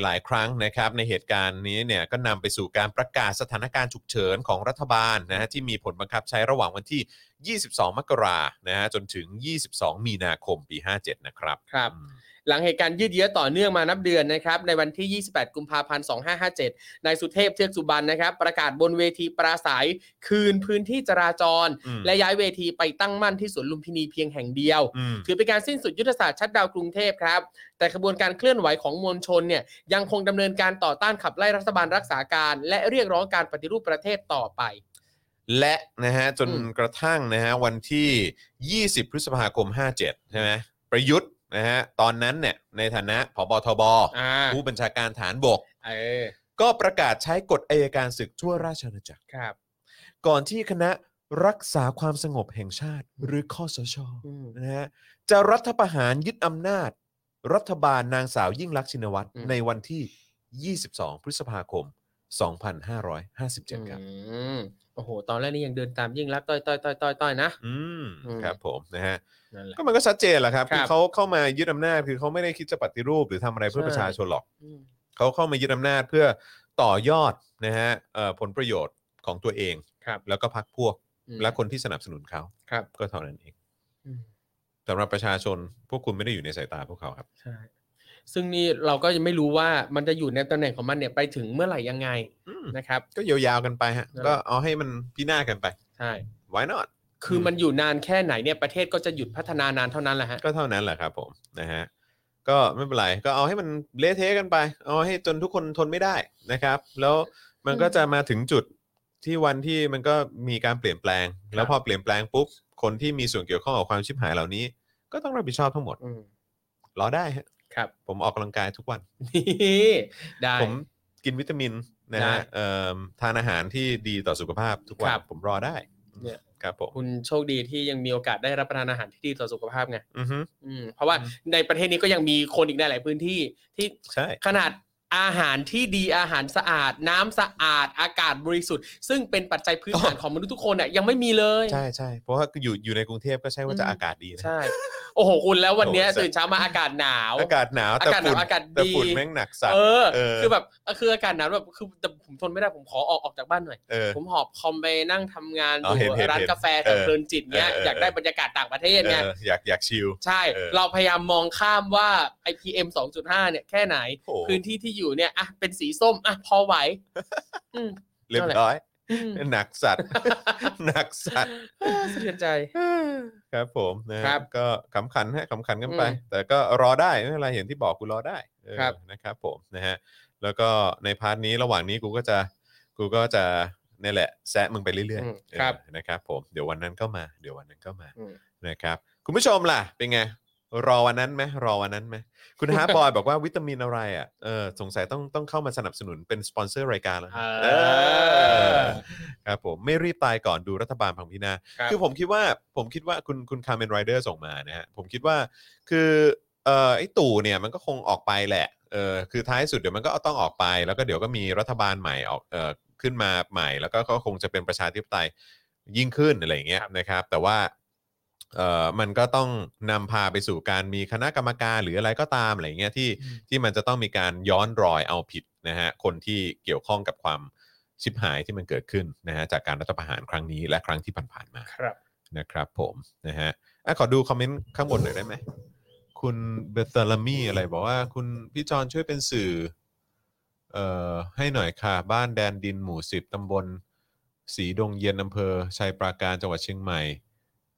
[SPEAKER 2] หลาย ๆ ครั้งนะครับ ในเหตุการณ์นี้เนี่ยก็นำไปสู่การประกาศสถานการณ์ฉุกเฉินของรัฐบาลนะฮะที่มีผลบังคับใช้ระหว่างวันที่ 22 มกรานะฮะจนถึง 22 มีนาคมปี 57 นะครับ
[SPEAKER 3] ครับ
[SPEAKER 2] อืม
[SPEAKER 3] หลังเหตุการณ์ยืดเยื้อต่อเนื่องมานับเดือนนะครับ ในวันที่ 28 กุมภาพันธ์ 2557 นายสุเทพเทือกสุบรรณนะครับ ประกาศบนเวทีปราศัย คืนพื้นที่จราจร
[SPEAKER 2] อืม
[SPEAKER 3] และย้ายเวทีไปตั้งมั่นที่สวนลุมพินีเพียงแห่งเดียว
[SPEAKER 2] อืม
[SPEAKER 3] ถือเป็นการสิ้นสุดยุทธศาสตร์ชัดดาวน์กรุงเทพครับ แต่ขบวนการเคลื่อนไหวของมวลชนเนี่ยยังคงดำเนินการต่อต้านขับไล่รัฐบาลรักษาการ และเรียกร้องการปฏิรูปประเทศต่อไป
[SPEAKER 2] และนะฮะจน
[SPEAKER 3] อืม
[SPEAKER 2] กระทั่งนะฮะวันที่ 20 พฤษภาคม 57 ใช่ไหมประยุทธ์นะฮะตอนนั้นเนี่ยในฐานะผบทบ
[SPEAKER 3] อ่า
[SPEAKER 2] ผู้บัญชาการฐานบก
[SPEAKER 3] เออ
[SPEAKER 2] ก็ประกาศใช้กฎอายการศึกทั่วราชอาณาจักร
[SPEAKER 3] ครับ
[SPEAKER 2] ก่อนที่คณะรักษาความสงบแห่งชาติหรือคอสช
[SPEAKER 3] อืม
[SPEAKER 2] นะฮะจะรัฐประหารยึดอำนาจ รัฐบาลนางสาวยิ่งลักษณ์ชินวัตร
[SPEAKER 3] อืม
[SPEAKER 2] ในวันที่ 22 พฤษภาคม 2557 ครับ
[SPEAKER 3] อืมโอ้โห ตอนแรกนี่ยังเดินตามยิ่งรักษณ์ต้อยต้อยต้อยต้อยต้อยนะ
[SPEAKER 2] อืม
[SPEAKER 3] อืม
[SPEAKER 2] ครับผมนะฮะ
[SPEAKER 3] นั่นแหละ
[SPEAKER 2] ก็มันก็ชัดเจนแหละครับ
[SPEAKER 3] ครับ
[SPEAKER 2] คือเขาเข้ามายึดอำนาจคือเขาไม่ได้คิดจะปฏิรูปหรือทำอะไรเพื่อ
[SPEAKER 3] ใช่
[SPEAKER 2] ประชาชนหรอก
[SPEAKER 3] อืม
[SPEAKER 2] เขาเข้ามายึดอำนาจเพื่อต่อยอดนะฮะเอ่อผลประโยชน์ของตัวเอง
[SPEAKER 3] ครับ
[SPEAKER 2] แล้วก็พรรคพวก
[SPEAKER 3] อืม
[SPEAKER 2] และคนที่สนับสนุนเขา
[SPEAKER 3] ครับ
[SPEAKER 2] ก็เท่านั้นเอง
[SPEAKER 3] อืม
[SPEAKER 2] สำหรับประชาชนพวกคุณไม่ได้อยู่ในสายตาพวกเขาครับ
[SPEAKER 3] ใช่ ซึ่งนี่เราก็ยังไม่รู้ว่ามันจะอยู่ในตำแหน่งของมันเนี่ยไปถึงเมื่อไหร่ยังไง
[SPEAKER 2] อืม
[SPEAKER 3] นะครับ
[SPEAKER 2] ก็ยาวๆกันไปฮะ
[SPEAKER 3] นั่นแหละ
[SPEAKER 2] ก็เอาให้มันพินาศกันไป
[SPEAKER 3] ใช่
[SPEAKER 2] why not
[SPEAKER 3] คือมันอยู่นานแค่ไหนเนี่ยประเทศก็จะหยุดพัฒนานานเท่านั้นแหละฮะ
[SPEAKER 2] ก็เท่านั้นแหละครับผมนะฮะก็ไม่เป็นไรก็เอาให้มันเละเทะกันไป เอาให้จนทุกคนทนไม่ได้นะครับ แล้วมันก็จะมาถึงจุดที่วันที่มันก็มีการเปลี่ยนแปลง แล้วพอเปลี่ยนแปลงปุ๊บคนที่มีส่วนเกี่ยวข้องกับความชิบหายเหล่านี้ ก็ต้องรับผิดชอบทั้งหมด
[SPEAKER 3] อืม
[SPEAKER 2] รอได้ฮะ
[SPEAKER 3] ครับ
[SPEAKER 2] ผมออกกำลังกายทุกวัน
[SPEAKER 3] นี่ ได้
[SPEAKER 2] ผมกินวิตามินนะ
[SPEAKER 3] ได้
[SPEAKER 2] ฮะเอิ่มทานอาหารที่ดีต่อสุขภาพทุกวั
[SPEAKER 3] ครั
[SPEAKER 2] น
[SPEAKER 3] บ
[SPEAKER 2] ผมรอได้
[SPEAKER 3] เนี่ย
[SPEAKER 2] ครับผม
[SPEAKER 3] คุณโชคดีที่ยังมีโอกาสได้รับประทานอาหารที่ดีต่อสุขภาพไง
[SPEAKER 2] อือฮึ
[SPEAKER 3] อืมเพราะว่า
[SPEAKER 2] อืม
[SPEAKER 3] ในประเทศนี้ก็ยังมีคนอีกในหลายพื้นที่ที่
[SPEAKER 2] ใช่
[SPEAKER 3] ขนาดอาหารที่ดีอาหารสะอาด น้ำสะอาด อากาศบริสุทธิ์ ซึ่งเป็นปัจจัยพื้นฐานของมนุษย์ทุกคนอ่ะยังไม่มีเลย
[SPEAKER 2] ใช่ใช่เพราะว่าอยู่อยู่ในกรุงเทพก็ใช่ว่าจะ
[SPEAKER 3] อืม
[SPEAKER 2] อากาศดีนะ
[SPEAKER 3] ใช่ โอ้โห คุณแล้ววันเนี้ย
[SPEAKER 2] โอ้โห
[SPEAKER 3] ตื่นเช้ามาอากาศหนาว
[SPEAKER 2] อากาศหนาวแต่
[SPEAKER 3] อากาศหนาว
[SPEAKER 2] ฝุ่น
[SPEAKER 3] อากาศดี
[SPEAKER 2] แต่ฝุ่นแม่งหนักสัตว์
[SPEAKER 3] เออ
[SPEAKER 2] เออ
[SPEAKER 3] คือแบบคืออากาศหนาวแบบคือแต่ผมทนไม่ได้ผมขอออกออกจากบ้านหน่อย
[SPEAKER 2] เออ
[SPEAKER 3] ผมหอบคอมไปนั่งทำงานอ
[SPEAKER 2] อ๋อเห็นเห็น
[SPEAKER 3] ยู่ร้าน
[SPEAKER 2] เห็น
[SPEAKER 3] กาแฟ
[SPEAKER 2] เอ
[SPEAKER 3] แต่
[SPEAKER 2] อ
[SPEAKER 3] เพลินจิตเนี้ย
[SPEAKER 2] เออเออ
[SPEAKER 3] อยากได้บรรยากาศต่างประเทศไง
[SPEAKER 2] เอออยากอยากชิล
[SPEAKER 3] ใช่
[SPEAKER 2] เออ
[SPEAKER 3] เราพยายามมองข้ามว่าไอพีเอ็มสองจุดห้าเนี่ยแค่ไหน
[SPEAKER 2] โอ้โห
[SPEAKER 3] พื้นที่ที่อยู่เนี่ยอ่ะเป็นสีส้มอ่ะพอไหว อืม
[SPEAKER 2] เรียบ
[SPEAKER 3] นั่นแหละ
[SPEAKER 2] ร้อย
[SPEAKER 3] อืม
[SPEAKER 2] หนักสัตว์ หนักสัตว์
[SPEAKER 3] อ่าสะเทือนใจ
[SPEAKER 2] ครับผมนะฮะ
[SPEAKER 3] ครับ
[SPEAKER 2] ก็ขำขันฮะขำขันกันไป
[SPEAKER 3] อืม
[SPEAKER 2] แต่ก็รอได้ไม่เป็นไรเห็นที่บอกกูรอได้เออ
[SPEAKER 3] ครับ
[SPEAKER 2] นะครับผมนะฮะแล้วก็ในพาร์ทนี้ระหว่างนี้กูก็จะกูก็จะ นี่แหละแซะมึงไปเรื่อย
[SPEAKER 3] อืม
[SPEAKER 2] ๆ
[SPEAKER 3] ครับ
[SPEAKER 2] เออนะครับผมเดี๋ยววันนั้นก็มาเดี๋ยววันนั้นก็มา
[SPEAKER 3] อืม
[SPEAKER 2] นะครับคุณผู้ชมล่ะ เป็นไง รอวันนั้นไหมรอวันนั้นไหมคุณฮาร์บอย บอกว่าวิตามินอะไรอ่ะเออสงสัยต้องต้องเข้ามาสนับสนุนเป็นสปอนเซอร์รายการแล้วนะ
[SPEAKER 3] เออ
[SPEAKER 2] เออครับผมไม่รีบตายก่อนดูรัฐบาลพังพินาศ
[SPEAKER 3] ครับ
[SPEAKER 2] คือผมคิดว่าผมคิดว่าคุณคุณคาร์เมนไรเดอร์ส่งมานะฮะผมคิดว่าคือเอ่อไอ้ตู่เนี่ยมันก็คงออกไปแหละเออคือท้ายสุดเดี๋ยวมันก็ต้องออกไป แล้วก็เดี๋ยวก็มีรัฐบาลใหม่ออกเอ่อขึ้นมาใหม่ แล้วก็ก็คงจะเป็นประชาธิปไตยยิ่งขึ้นอะไรอย่างเงี้ยนะครับ แต่ว่าเอ่อมันก็ต้องนำพาไปสู่การมีคณะกรรมการหรืออะไรก็ตามอะไรอย่างเงี้ยที่
[SPEAKER 4] อืม
[SPEAKER 2] ที่มันจะต้องมีการย้อนรอยเอาผิดนะฮะคนที่เกี่ยวข้องกับความชิบหายที่มันเกิดขึ้นนะฮะจากการรัฐประหารครั้งนี้และครั้งที่ผ่านๆมา
[SPEAKER 3] ครับ
[SPEAKER 2] นะครับผมนะฮะอ่ะขอดูคอมเมนต์ข้างบนหน่อยได้ไหม คุณเบธลามีอะไรบอกว่า คุณพี่จอนช่วยเป็นสื่อเอ่อให้หน่อยค่ะ บ้านแดนดินหมู่สิบตำบลสีดงเย็นอำเภอชัยปราการจังหวัดเชียงใหม่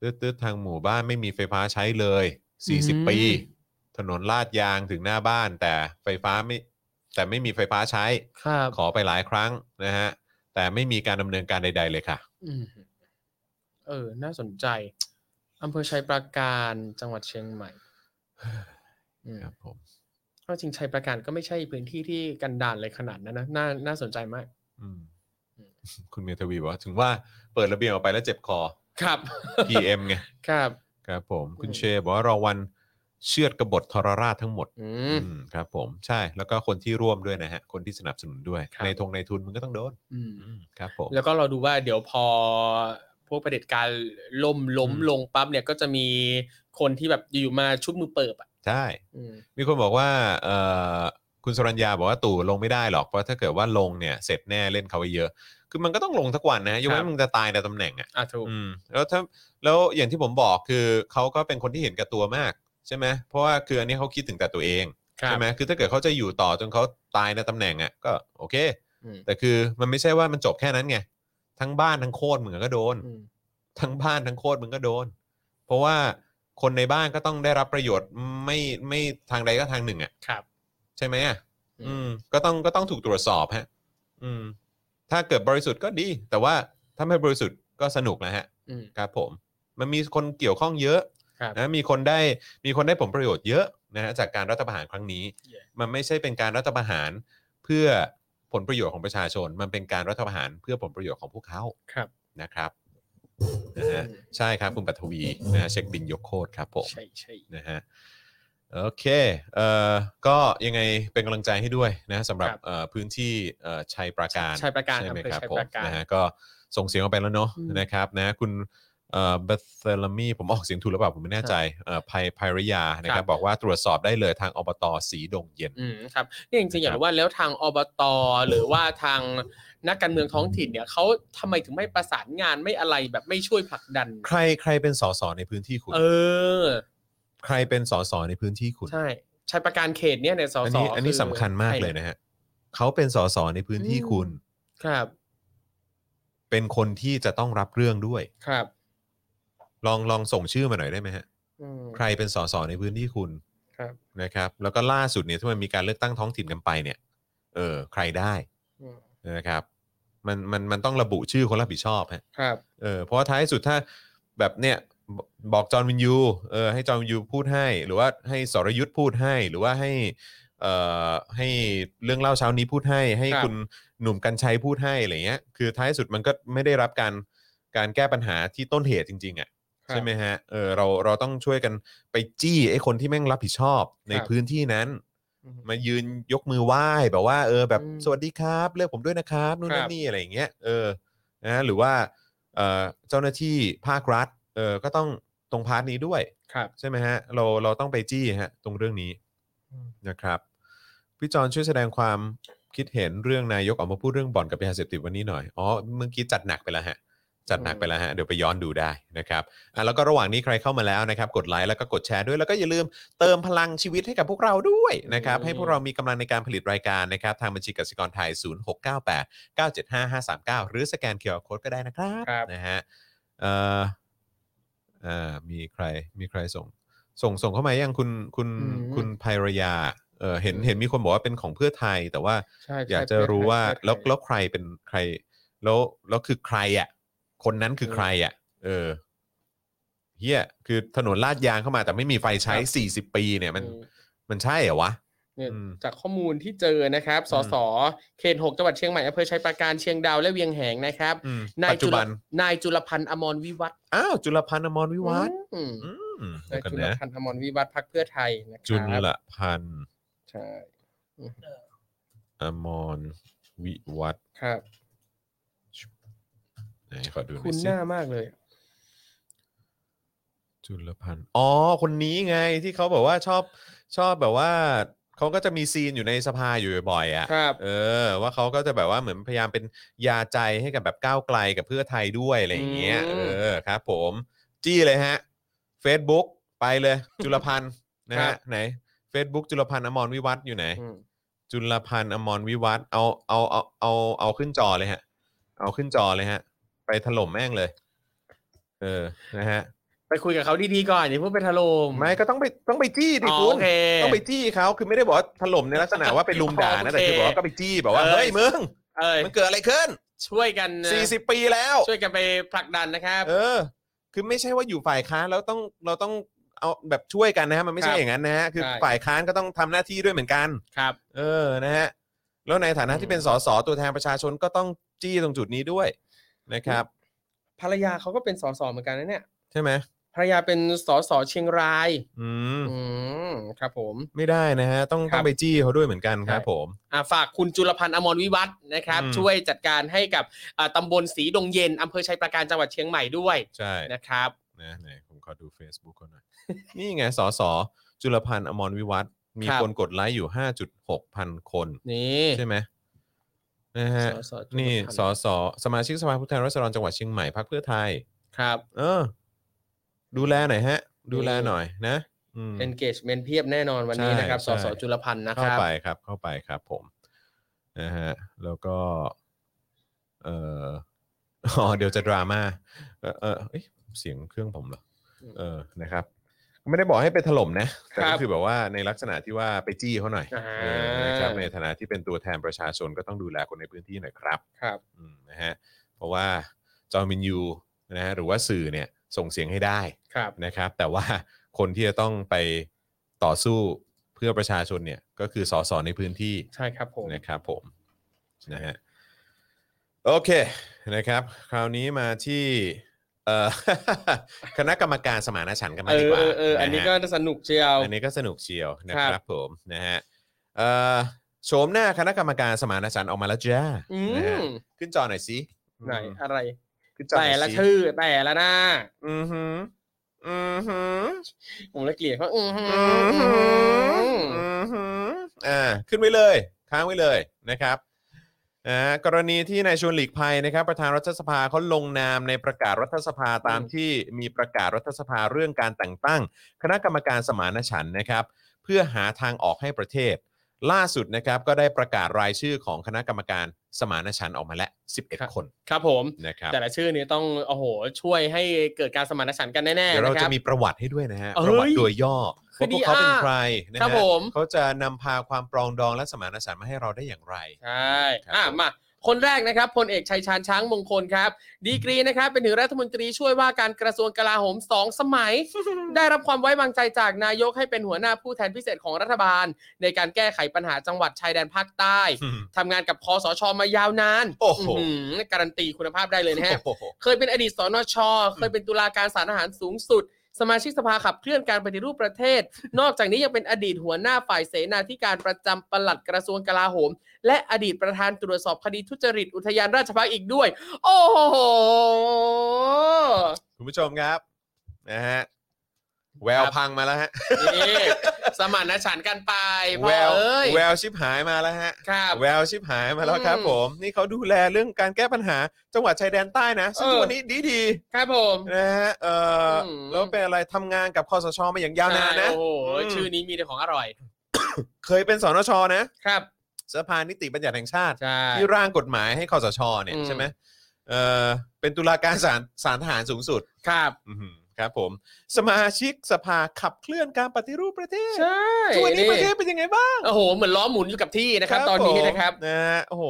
[SPEAKER 2] ตืดๆทางหมู่บ้านไม่มีไฟฟ้าใช้เลย
[SPEAKER 3] อืม
[SPEAKER 2] 40 ปี ถนนลาดยางถึงหน้าบ้าน แต่ไฟฟ้าไม่แต่ไม่มีไฟฟ้าใช้
[SPEAKER 3] ครับ
[SPEAKER 2] ขอไปหลายครั้งนะฮะแต่ไม่มีการดำเนินการใด ๆ เลยค่ะ
[SPEAKER 3] เออ น่าสนใจอำเภอชัยปราการจังหวัดเชียงใหม่อืม
[SPEAKER 2] ครับผม
[SPEAKER 3] ก็จริงชัยปราการก็ไม่ใช่พื้นที่ที่กันดารเลยขนาดนั้นนะน่าน่าสนใจมาก
[SPEAKER 2] อืม
[SPEAKER 3] อืม
[SPEAKER 2] คุณเมทวีบอกว่าถึงว่าเปิดระเบียงออกไปแล้วเจ็บคอ
[SPEAKER 3] ครับ
[SPEAKER 2] PM ไง
[SPEAKER 3] ครับ
[SPEAKER 2] ครับ ผมคุณ
[SPEAKER 3] อืม
[SPEAKER 2] เชบอกว่ารอวันเชือดกบฏทรราชทั้งหมด
[SPEAKER 3] อื
[SPEAKER 2] อื
[SPEAKER 3] ม
[SPEAKER 2] มครับผมใช่แล้วก็คนที่ร่วมด้วยนะฮะ คนที่สนับสนุนด้วย
[SPEAKER 3] ครับ
[SPEAKER 2] ในทงในทุนมันก็ต้องโดน
[SPEAKER 3] อืม
[SPEAKER 2] อืมครับผม
[SPEAKER 3] แล้วก็เราดูว่าเดี๋ยวพอพวกประเผด็จการล่มล้มลงปั๊บเนี่ยก็จะมีคนที่แบบอยู่ๆมาชุบมือเปิบอ่ะ
[SPEAKER 2] ใช่
[SPEAKER 3] อืม
[SPEAKER 2] มีคนบอกว่าเอ่อคุณสรัญญาบอกว่าตู่ลงไม่ได้หรอกเพราะถ้าเกิดว่าลงเนี่ยเสร็จแน่เล่นเขาไปเยอะ คือมันก็ต้องลงทักวันนะฮะยกเว้
[SPEAKER 3] ครั
[SPEAKER 2] น
[SPEAKER 3] บ
[SPEAKER 2] มึงจะตายในตำแหน่งอะ
[SPEAKER 3] อ่ะถูก
[SPEAKER 2] อืมแล้วถ้าแล้วอย่างที่ผมบอกคือเขาก็เป็นคนที่เห็นแกับตัวมากใช่ไหมเพราะว่าคืออันนี้เขาคิดถึงแต่ตัวเอง
[SPEAKER 3] ครับ
[SPEAKER 2] ใช่ไหมคือถ้าเกิดเขาจะอยู่ต่อจนเขาตายในตำแหน่งอ่ะก็โอเค
[SPEAKER 3] อืม
[SPEAKER 2] แต่คือมันไม่ใช่ว่ามันจบแค่นั้นไงทั้งบ้านทั้งโคตรมึงก็โดน
[SPEAKER 3] อืม
[SPEAKER 2] ทั้งบ้านทั้งโคตรมึงก็โดน เพราะว่าคนในบ้านก็ต้องได้รับประโยชน์ไม่ไม่ทางใดก็ทางหนึ่งอ่ะ
[SPEAKER 3] ครับ
[SPEAKER 2] ใช่ไหมอ่ะ
[SPEAKER 3] อืม
[SPEAKER 2] อืม ก็ต้องก็ต้องถูกตรวจสอบฮะ อืม ถ้าเกิดบริสุทธิ์ก็ดี แต่ว่าถ้าไม่บริสุทธิ์ก็สนุกนะฮะ
[SPEAKER 3] อืม
[SPEAKER 2] ครับผมมันมีคนเกี่ยวข้องเยอะ
[SPEAKER 3] ครับ
[SPEAKER 2] นะมีคนได้มีคนได้ผลประโยชน์เยอะนะฮะจากการรัฐประหารครั้งนี้
[SPEAKER 3] Yeah.
[SPEAKER 2] มันไม่ใช่เป็นการรัฐประหารเพื่อผลประโยชน์ของประชาชน มันเป็นการรัฐประหารเพื่อผลประโยชน์ของพวกเขา
[SPEAKER 3] ครับ
[SPEAKER 2] นะครับนะฮะใช่ครับคุณปัทวีนะฮะเช็คบินยกโคตรครับผม
[SPEAKER 3] ใช่ใช่
[SPEAKER 2] นะฮะโอเคเอ่อก็ยังไงเป็นกำลังใจให้ด้วยนะสำหรับเอ่อพื้นที่เอ่อชัยปราการ
[SPEAKER 3] ใช่ประการ
[SPEAKER 2] ใช่ไหม
[SPEAKER 3] อำเภอ
[SPEAKER 2] ครับ
[SPEAKER 3] ชัย
[SPEAKER 2] ผม
[SPEAKER 3] ประการ
[SPEAKER 2] นะฮะก็ส่งเสียงออกไปแล้วเนาะ
[SPEAKER 3] อืม
[SPEAKER 2] นะครับนะคุณเอ่อเบเซลามีผมออกเสียงถูกหรือเปล่าผมไม่แน่ใจเอ่อไพไพริยานะค
[SPEAKER 3] ครั
[SPEAKER 2] รับบ บอกว่าตรวจสอบได้เลยทางอบตสีดงเย็น
[SPEAKER 3] อืมครับนี่จริงๆอยากรู้ว่าแล้วทางอบตหรือว่าทางนักการเมืองท้องถิ่นเนี่ยเขาทำไมถึงไม่ประสานงานไม่อะไรแบบไม่ช่วยผลักดัน
[SPEAKER 2] ใครใครเป็นสสในพื้นที่คุณ
[SPEAKER 3] เออ
[SPEAKER 2] ใครเป็นสสในพื้นที่คุณ
[SPEAKER 3] ใช่ใช่ประการเขตเนี่ยในสส
[SPEAKER 2] อันนี้อันนี้
[SPEAKER 3] อ
[SPEAKER 2] สำคัญมากเลยนะฮะเขาเป็นสสในพื้นที่คุณ
[SPEAKER 3] ครับ
[SPEAKER 2] เป็นคนที่จะต้องรับเรื่องด้วย
[SPEAKER 3] ครับ
[SPEAKER 2] ลองลองส่งชื่อมาหน่อยได้ไหมฮะ
[SPEAKER 3] อืม
[SPEAKER 2] ใครเป็นสสในพื้นที่คุณ
[SPEAKER 3] ครับ
[SPEAKER 2] นะครับ แล้วก็ล่าสุดเนี่ยที่มันมีการเลือกตั้งท้องถิ่นกันไปเนี่ยเออใครได้
[SPEAKER 3] อืม
[SPEAKER 2] นะครับมันมันมันต้องระบุชื่อคนรับผิดชอบฮะ
[SPEAKER 3] ครับ
[SPEAKER 2] เออเพราะว่าท้ายสุดถ้าแบบเนี่ยบบอกจอห์นวินยูเออให้จอห์นวินยูพูดให้ หรือว่าให้สรยุทธ์พูดให้ หรือว่าให้เอ่อให้เรื่องเล่าเช้านี้พูดให้ ให้
[SPEAKER 3] ครับ
[SPEAKER 2] คุณหนุ่มกัญชัยพูดให้อะไรเงี้ยคือท้ายสุดมันก็ไม่ได้รับการการแก้ปัญหาที่ต้นเหตุจริงๆอ่ะ
[SPEAKER 3] ครับ
[SPEAKER 2] ใช่ไหมฮะ เออเราเราต้องช่วยกันไปจี้ไอ้คนที่แม่งรับผิดชอบใน
[SPEAKER 3] ครับ
[SPEAKER 2] พื้นที่นั้น
[SPEAKER 3] อืม
[SPEAKER 2] มายืนยกมือไหว้แบบว่า เออแบบ
[SPEAKER 3] อืม
[SPEAKER 2] สวัสดีครับเลือกผมด้วยนะครับนู่น
[SPEAKER 3] ครั
[SPEAKER 2] นั่น
[SPEAKER 3] บ
[SPEAKER 2] นี่อะไรอย่างเงี้ยเออนะหรือว่าเออเจ้าหน้าที่ภาครัฐเออก็ต้องตรงพาร์ทนี้ด้วย
[SPEAKER 3] ครับ
[SPEAKER 2] ใช่ไหมฮะ เราเราต้องไปจี้ฮะตรงเรื่องนี้นะครับพี่จอนช่วยแสดงความคิดเห็นเรื่องนายกออกมาพูดเรื่องบ่อนกับยาเสพติดวันนี้หน่อยอ๋อเมื่อกี้จัดหนักไปแล้วฮะ จัดหนักไปแล้วฮะเดี๋ยวไปย้อนดูได้นะครับอ่ะแล้วก็ระหว่างนี้ใครเข้ามาแล้วนะครับ กดไลค์แล้วก็กดแชร์ด้วยแล้วก็อย่าลืมเติมพลังชีวิตให้กับพวกเราด้วยนะครับ ให้พวกเรามีกำลังในการผลิตรายการนะครับ ทางบัญชีกสิกรไทย 0698 975 539 หรือสแกนเคอร์โคดก็ได้นะครับ
[SPEAKER 3] ครับ
[SPEAKER 2] นะฮะเอ่อเอ่อมีใครมีใครส่ง ส่งส่งเข้ามายังคุณคุณ
[SPEAKER 3] อืม
[SPEAKER 2] คุณภรยาเออเห็นเห็นมีคนบอกว่าเป็นของเพื่อไทย แต่ว่า
[SPEAKER 3] ใช่
[SPEAKER 2] อยากจะ
[SPEAKER 3] ใช่
[SPEAKER 2] รู้ว่า
[SPEAKER 3] ใช่
[SPEAKER 2] แล้วแล้วใครเป็นใคร แล้วแล้วคือใครอ่ะ คนนั้นคือใครอ่ะ เออเฮียคือถนนลาดยางเข้ามาแต่ไม่มีไฟใช้ 40 ปีเนี่ยมันมันใช่เหรอวะ
[SPEAKER 3] เนี่ย
[SPEAKER 2] อืม
[SPEAKER 3] จากข้อมูลที่เจอนะครับ ส
[SPEAKER 2] อืม
[SPEAKER 3] ส เขตหกจังหวัดเชียงใหม่อำเภอชัยปราการเชียงดาวและเวียงแหงนะครับ
[SPEAKER 2] อืม
[SPEAKER 3] นาย
[SPEAKER 2] ปัจจุบัน
[SPEAKER 3] ลนายจุลพันธ์อมรวิวัฒน์
[SPEAKER 2] อ้าว จุลพันธ์อมรวิวัฒน์
[SPEAKER 3] อืม
[SPEAKER 2] อืมเดี๋
[SPEAKER 3] นาย
[SPEAKER 2] วยกัน
[SPEAKER 3] จุล
[SPEAKER 2] นะ
[SPEAKER 3] พันธ์อมรวิวัฒน์พักเพื่อไทยนะค
[SPEAKER 2] จุ
[SPEAKER 3] รั
[SPEAKER 2] ลพันธ์
[SPEAKER 3] ใช่
[SPEAKER 2] อมรวิวัฒน์
[SPEAKER 3] ครับ
[SPEAKER 2] ไหนขอดูหน่
[SPEAKER 3] คุ
[SPEAKER 2] อ
[SPEAKER 3] ณ
[SPEAKER 2] ย
[SPEAKER 3] ห
[SPEAKER 2] สิ
[SPEAKER 3] น้ามากเลย
[SPEAKER 2] จุลพันธ์อ๋อ คนนี้ไงที่เขาบอกว่าชอบชอบแบบว่าเขาก็จะมีซีนอยู่ในสภาอยู่บ่อยๆอ่ะ
[SPEAKER 3] ครับ
[SPEAKER 2] เออว่าเขาก็จะแบบว่าเหมือนพยายามเป็นยาใจให้กับแบบก้าวไกลกับเพื่อไทยด้วยอะไรอย่างเงี้ย
[SPEAKER 3] อื
[SPEAKER 2] เอ
[SPEAKER 3] ม
[SPEAKER 2] อครับผม จี้เลยฮะ Facebook ไปเลย จุลพันธ์นะ
[SPEAKER 3] ครั
[SPEAKER 2] ฮะ
[SPEAKER 3] บ
[SPEAKER 2] ไหน Facebook จุลพันธ์อมรวิวัฒน์อยู่ไหน
[SPEAKER 3] อืม
[SPEAKER 2] จุลพันธ์อมรวิวัฒน์เอาเอาเอาเอาเอาขึ้นจอเลยฮะ เอาขึ้นจอเลยฮะ ไปถล่มแม่งเลย เออนะฮะ
[SPEAKER 3] ไปคุยกับเขาดีๆก่อนอย่าเพิ่งไปถล่ม
[SPEAKER 2] ไม่ก็ต้องไปต้องไปจี้ดิ
[SPEAKER 3] อ๋อ
[SPEAKER 2] คุ
[SPEAKER 3] โอ
[SPEAKER 2] ณ
[SPEAKER 3] เค
[SPEAKER 2] ต้องไปจี้เขาคือไม่ได้บอกว่าถล่มในลักษณะว่าไปลุมด่านะแต่คือบอกว่าก็ไปจี้แบบว่า
[SPEAKER 3] เออ
[SPEAKER 2] เฮ้ยมึง
[SPEAKER 3] เอ้ย
[SPEAKER 2] มันเกิดอะไรขึ้น
[SPEAKER 3] ช่วยกันนะ
[SPEAKER 2] 40 ปีแล้ว
[SPEAKER 3] ช่วยกันไปผลักดันนะครับ
[SPEAKER 2] เออ คือไม่ใช่ว่าอยู่ฝ่ายค้านแล้วต้องเราต้องเอาแบบช่วยกันนะฮะมันไม่ใช่
[SPEAKER 3] ครับ
[SPEAKER 2] อย่างนั้นนะฮะคือ
[SPEAKER 3] ใช่
[SPEAKER 2] ฝ่ายค้านก็ต้องทำหน้าที่ด้วยเหมือนกัน
[SPEAKER 3] ครับ
[SPEAKER 2] เออนะฮะแล้วในฐานะที่เป็นสสตัวแทนประชาชนก็ต้องจี้ตรงจุดนี้ด้วยนะครับ
[SPEAKER 3] ภรรยาเขาก็เป็นสสเหมือนกันนะเนี่ย
[SPEAKER 2] ใช่ไหม
[SPEAKER 3] ภรรยาเป็นสสเชียงราย
[SPEAKER 2] อืม
[SPEAKER 3] อืมครับผม
[SPEAKER 2] ไม่ได้นะฮะต้อง
[SPEAKER 3] ครั
[SPEAKER 2] ต้อบ งไปจี้เขาด้วยเหมือนกันครับ
[SPEAKER 3] ใช่
[SPEAKER 2] ผม
[SPEAKER 3] อ่าฝากคุณจุลพันธ์อมรวิวัฒน์นะครับ
[SPEAKER 2] อืม
[SPEAKER 3] ช่วยจัดการให้กับอ่าตำบลสีดงเย็นอำเภอชัยปราการจังหวัดเชียงใหม่ด้วย
[SPEAKER 2] ใช่
[SPEAKER 3] นะครับ
[SPEAKER 2] นะไหนผมขอดู Facebook เขาหน่อย นี่ไงสสจุลพันธ์อมรวิวัฒน์มี
[SPEAKER 3] ครับ
[SPEAKER 2] คนกดไลค์อยู่ 5.6 พันคน
[SPEAKER 3] นี่
[SPEAKER 2] ใช่ไหมนะฮะ
[SPEAKER 3] สสจุลพัธ์
[SPEAKER 2] นี่สสสมาชิกสภาผู้แทนราษฎรจังหวัดเชียงใหม่พรรคเพื่อไทย
[SPEAKER 3] ครับ
[SPEAKER 2] เออ ดูแลหน่อยฮะ ดูแลหน่อยนะอืม
[SPEAKER 3] engagement เพียบแน่นอนวันนี้
[SPEAKER 2] ใช่
[SPEAKER 3] นะครับส
[SPEAKER 2] ใช่
[SPEAKER 3] สจุลพันธ์นะค
[SPEAKER 2] เข้า
[SPEAKER 3] รับ
[SPEAKER 2] ไปครับ เข้าไปครับผมนะฮะแล้วก็ เอ่อ อ๋อเดี๋ยวจะดราม่าเออเออเอ้ยเสียงเครื่องผมเหรอเออนะครับ ไม่ได้บอกให้ไปถล่มนะแต่ก็คือแบบว่าในลักษณะที่ว่าไปจี้เขาหน่อย
[SPEAKER 3] อ่า
[SPEAKER 2] เออนะครับในฐานะที่เป็นตัวแทนประชาชนก็ต้องดูแลคนในพื้นที่หน่อยครับ
[SPEAKER 3] ครับ
[SPEAKER 2] อืมนะฮะเพราะว่าจอมินยูนะฮะหรือว่าสื่อเนี่ยส่งเสียงให้ได้
[SPEAKER 3] ครับ
[SPEAKER 2] นะครับ แต่ว่าคนที่จะต้องไปต่อสู้เพื่อประชาชนเนี่ยก็คือสสในพื้นที่
[SPEAKER 3] ใช่ครับผม
[SPEAKER 2] นะครับผมนะฮะโอเคนะครับ คราวนี้มาที่เอ่อ คณะกรรมการสมานฉันท์กันมาง
[SPEAKER 3] เอ
[SPEAKER 2] ดี
[SPEAKER 3] อก
[SPEAKER 2] ว่า
[SPEAKER 3] เออเอออันนี้ก็
[SPEAKER 2] ะฮะ
[SPEAKER 3] สนุกเชียว
[SPEAKER 2] อันนี้ก็สนุกเชียวนะค
[SPEAKER 3] ครั
[SPEAKER 2] รับบ ผมนะฮะเอ่อโฉมหน้าคณะกรรมการสมานฉันท์ออกมาแล้วจ้า
[SPEAKER 3] อืม
[SPEAKER 2] นะฮะขึ้นจอหน่อยสิ
[SPEAKER 3] ไหน
[SPEAKER 2] อืม
[SPEAKER 3] อะไร
[SPEAKER 2] ขึ้นจอหน่
[SPEAKER 3] แต่
[SPEAKER 2] ยสิ
[SPEAKER 3] ละชื่อแต่ละหน้า
[SPEAKER 2] อือหืออือหือ
[SPEAKER 3] ผมละเกลียดเขาอืม
[SPEAKER 2] อือหืออือหืออ่าขึ้นไว้เลยค้างไว้เลยนะครับนะฮะกรณีที่นายชวนหลีกภัยนะครับ ประธานรัฐสภาเขาลงนามในประกาศรัฐสภาตามที่มีประกาศรัฐสภาเรื่องการแต่งตั้ง คณะกรรมการสมานฉันท์นะครับ เพื่อหาทางออกให้ประเทศ ล่าสุดนะครับก็ได้ประกาศรายชื่อของคณะกรรมการสมานฉันท์ออกมาแล้ว 11 คน
[SPEAKER 3] ครับผม
[SPEAKER 2] นะครับ
[SPEAKER 3] แต่ละชื่อนี้ต้องโอ้โหช่วยให้เกิดการสมานฉันท์กันแน่ๆนะ
[SPEAKER 2] เดี๋ยวเรา
[SPEAKER 3] ค
[SPEAKER 2] จะ
[SPEAKER 3] รับ
[SPEAKER 2] มีประวัติให้ด้วยนะฮะ
[SPEAKER 3] เอ้ย
[SPEAKER 2] ประวัติโดยย่อ
[SPEAKER 3] คื
[SPEAKER 2] ว่า
[SPEAKER 3] อ
[SPEAKER 2] พวกเขา
[SPEAKER 3] ดีอ่ะ
[SPEAKER 2] เป็นใครนะ
[SPEAKER 3] ครั
[SPEAKER 2] ฮะ
[SPEAKER 3] บผม
[SPEAKER 2] เขาจะนำพาความปรองดองและสมานฉันท์มาให้เราได้อย่างไร
[SPEAKER 3] ใช่
[SPEAKER 2] ครับ
[SPEAKER 3] อ่ะ
[SPEAKER 2] ผม
[SPEAKER 3] มา คนแรกนะครับพลเอกชัยชาญช้างมงคลครับ ดีกรีนะครับ เป็นถึงรัฐมนตรีช่วยว่าการกระทรวงกลาโหมสองสมัย ได้รับความไว้วางใจจากนายกให้เป็นหัวหน้าผู้แทนพิเศษของรัฐบาล ในการแก้ไขปัญหาจังหวัดชายแดนภาคใต้ทำงานกับคอสชมายาวนาน
[SPEAKER 2] โอ้โห
[SPEAKER 3] อื้อหือการันตีคุณภาพได้เลยนะฮะ
[SPEAKER 2] โอ้โห
[SPEAKER 3] เคยเป็นอดีตสนช เคยเป็นตุลาการศาลทหารสูงสุด สมาชิกสภาขับเคลื่อนการปฏิรูปประเทศ นอกจากนี้ยังเป็นอดีตหัวหน้าฝ่ายเสนาธิการประจำปลัดกระทรวงกลาโหม และอดีตประธานตรวจสอบคดีทุจริตอุทยานราชภักอีกด้วย โอ้โห
[SPEAKER 2] คุณผู้ชมครับนะฮะแวว
[SPEAKER 3] ครับ
[SPEAKER 2] พังมาแล้วฮะ
[SPEAKER 3] นี่สมานฉันท์กัน ไปพ่
[SPEAKER 2] แว
[SPEAKER 3] อ
[SPEAKER 2] ว
[SPEAKER 3] เอ้ย
[SPEAKER 2] แววชิบหายมาแล้วฮะ
[SPEAKER 3] ครับ
[SPEAKER 2] แววชิบหายมาแล้วครับ
[SPEAKER 3] อืม
[SPEAKER 2] ผม นี่เขาดูแลเรื่องการแก้ปัญหาจังหวัดชายแดนใต้นะซึ่ง
[SPEAKER 3] เออ
[SPEAKER 2] ทุกวันนี้ดีดี
[SPEAKER 3] ครับผม
[SPEAKER 2] ๆนะฮะเอออ
[SPEAKER 3] ม
[SPEAKER 2] แล้วเป็นอะไรทำงานกับคอสชมาอย่างยาวนานนะ
[SPEAKER 3] ใช่โอ้โห
[SPEAKER 2] อืม
[SPEAKER 3] ชื่อนี้มีแต่ของอร่อย
[SPEAKER 2] เคยเป็นสนชนะครับ สภานิติบัญญัติแห่งชาติ
[SPEAKER 3] ใช่
[SPEAKER 2] ที่ร่างกฎหมายให้คอสชเนี่ย
[SPEAKER 3] อืม
[SPEAKER 2] ใช่ไหมเออเป็นตุลาการศาลศาลทหารสูงสุด
[SPEAKER 3] ครับ
[SPEAKER 2] อื้อหือ ครับผม สมาชิกสภาขับเคลื่อนการปฏิรูปประเทศ
[SPEAKER 3] ใช่
[SPEAKER 2] ทุกวันนี้ประเทศเป็นยังไงบ้าง
[SPEAKER 3] โอ้โห เหมือนล้อหมุนอยู่กับที่นะครับ ตอนนี้
[SPEAKER 2] ผม
[SPEAKER 3] นะครับ
[SPEAKER 2] นะฮะโอ้โห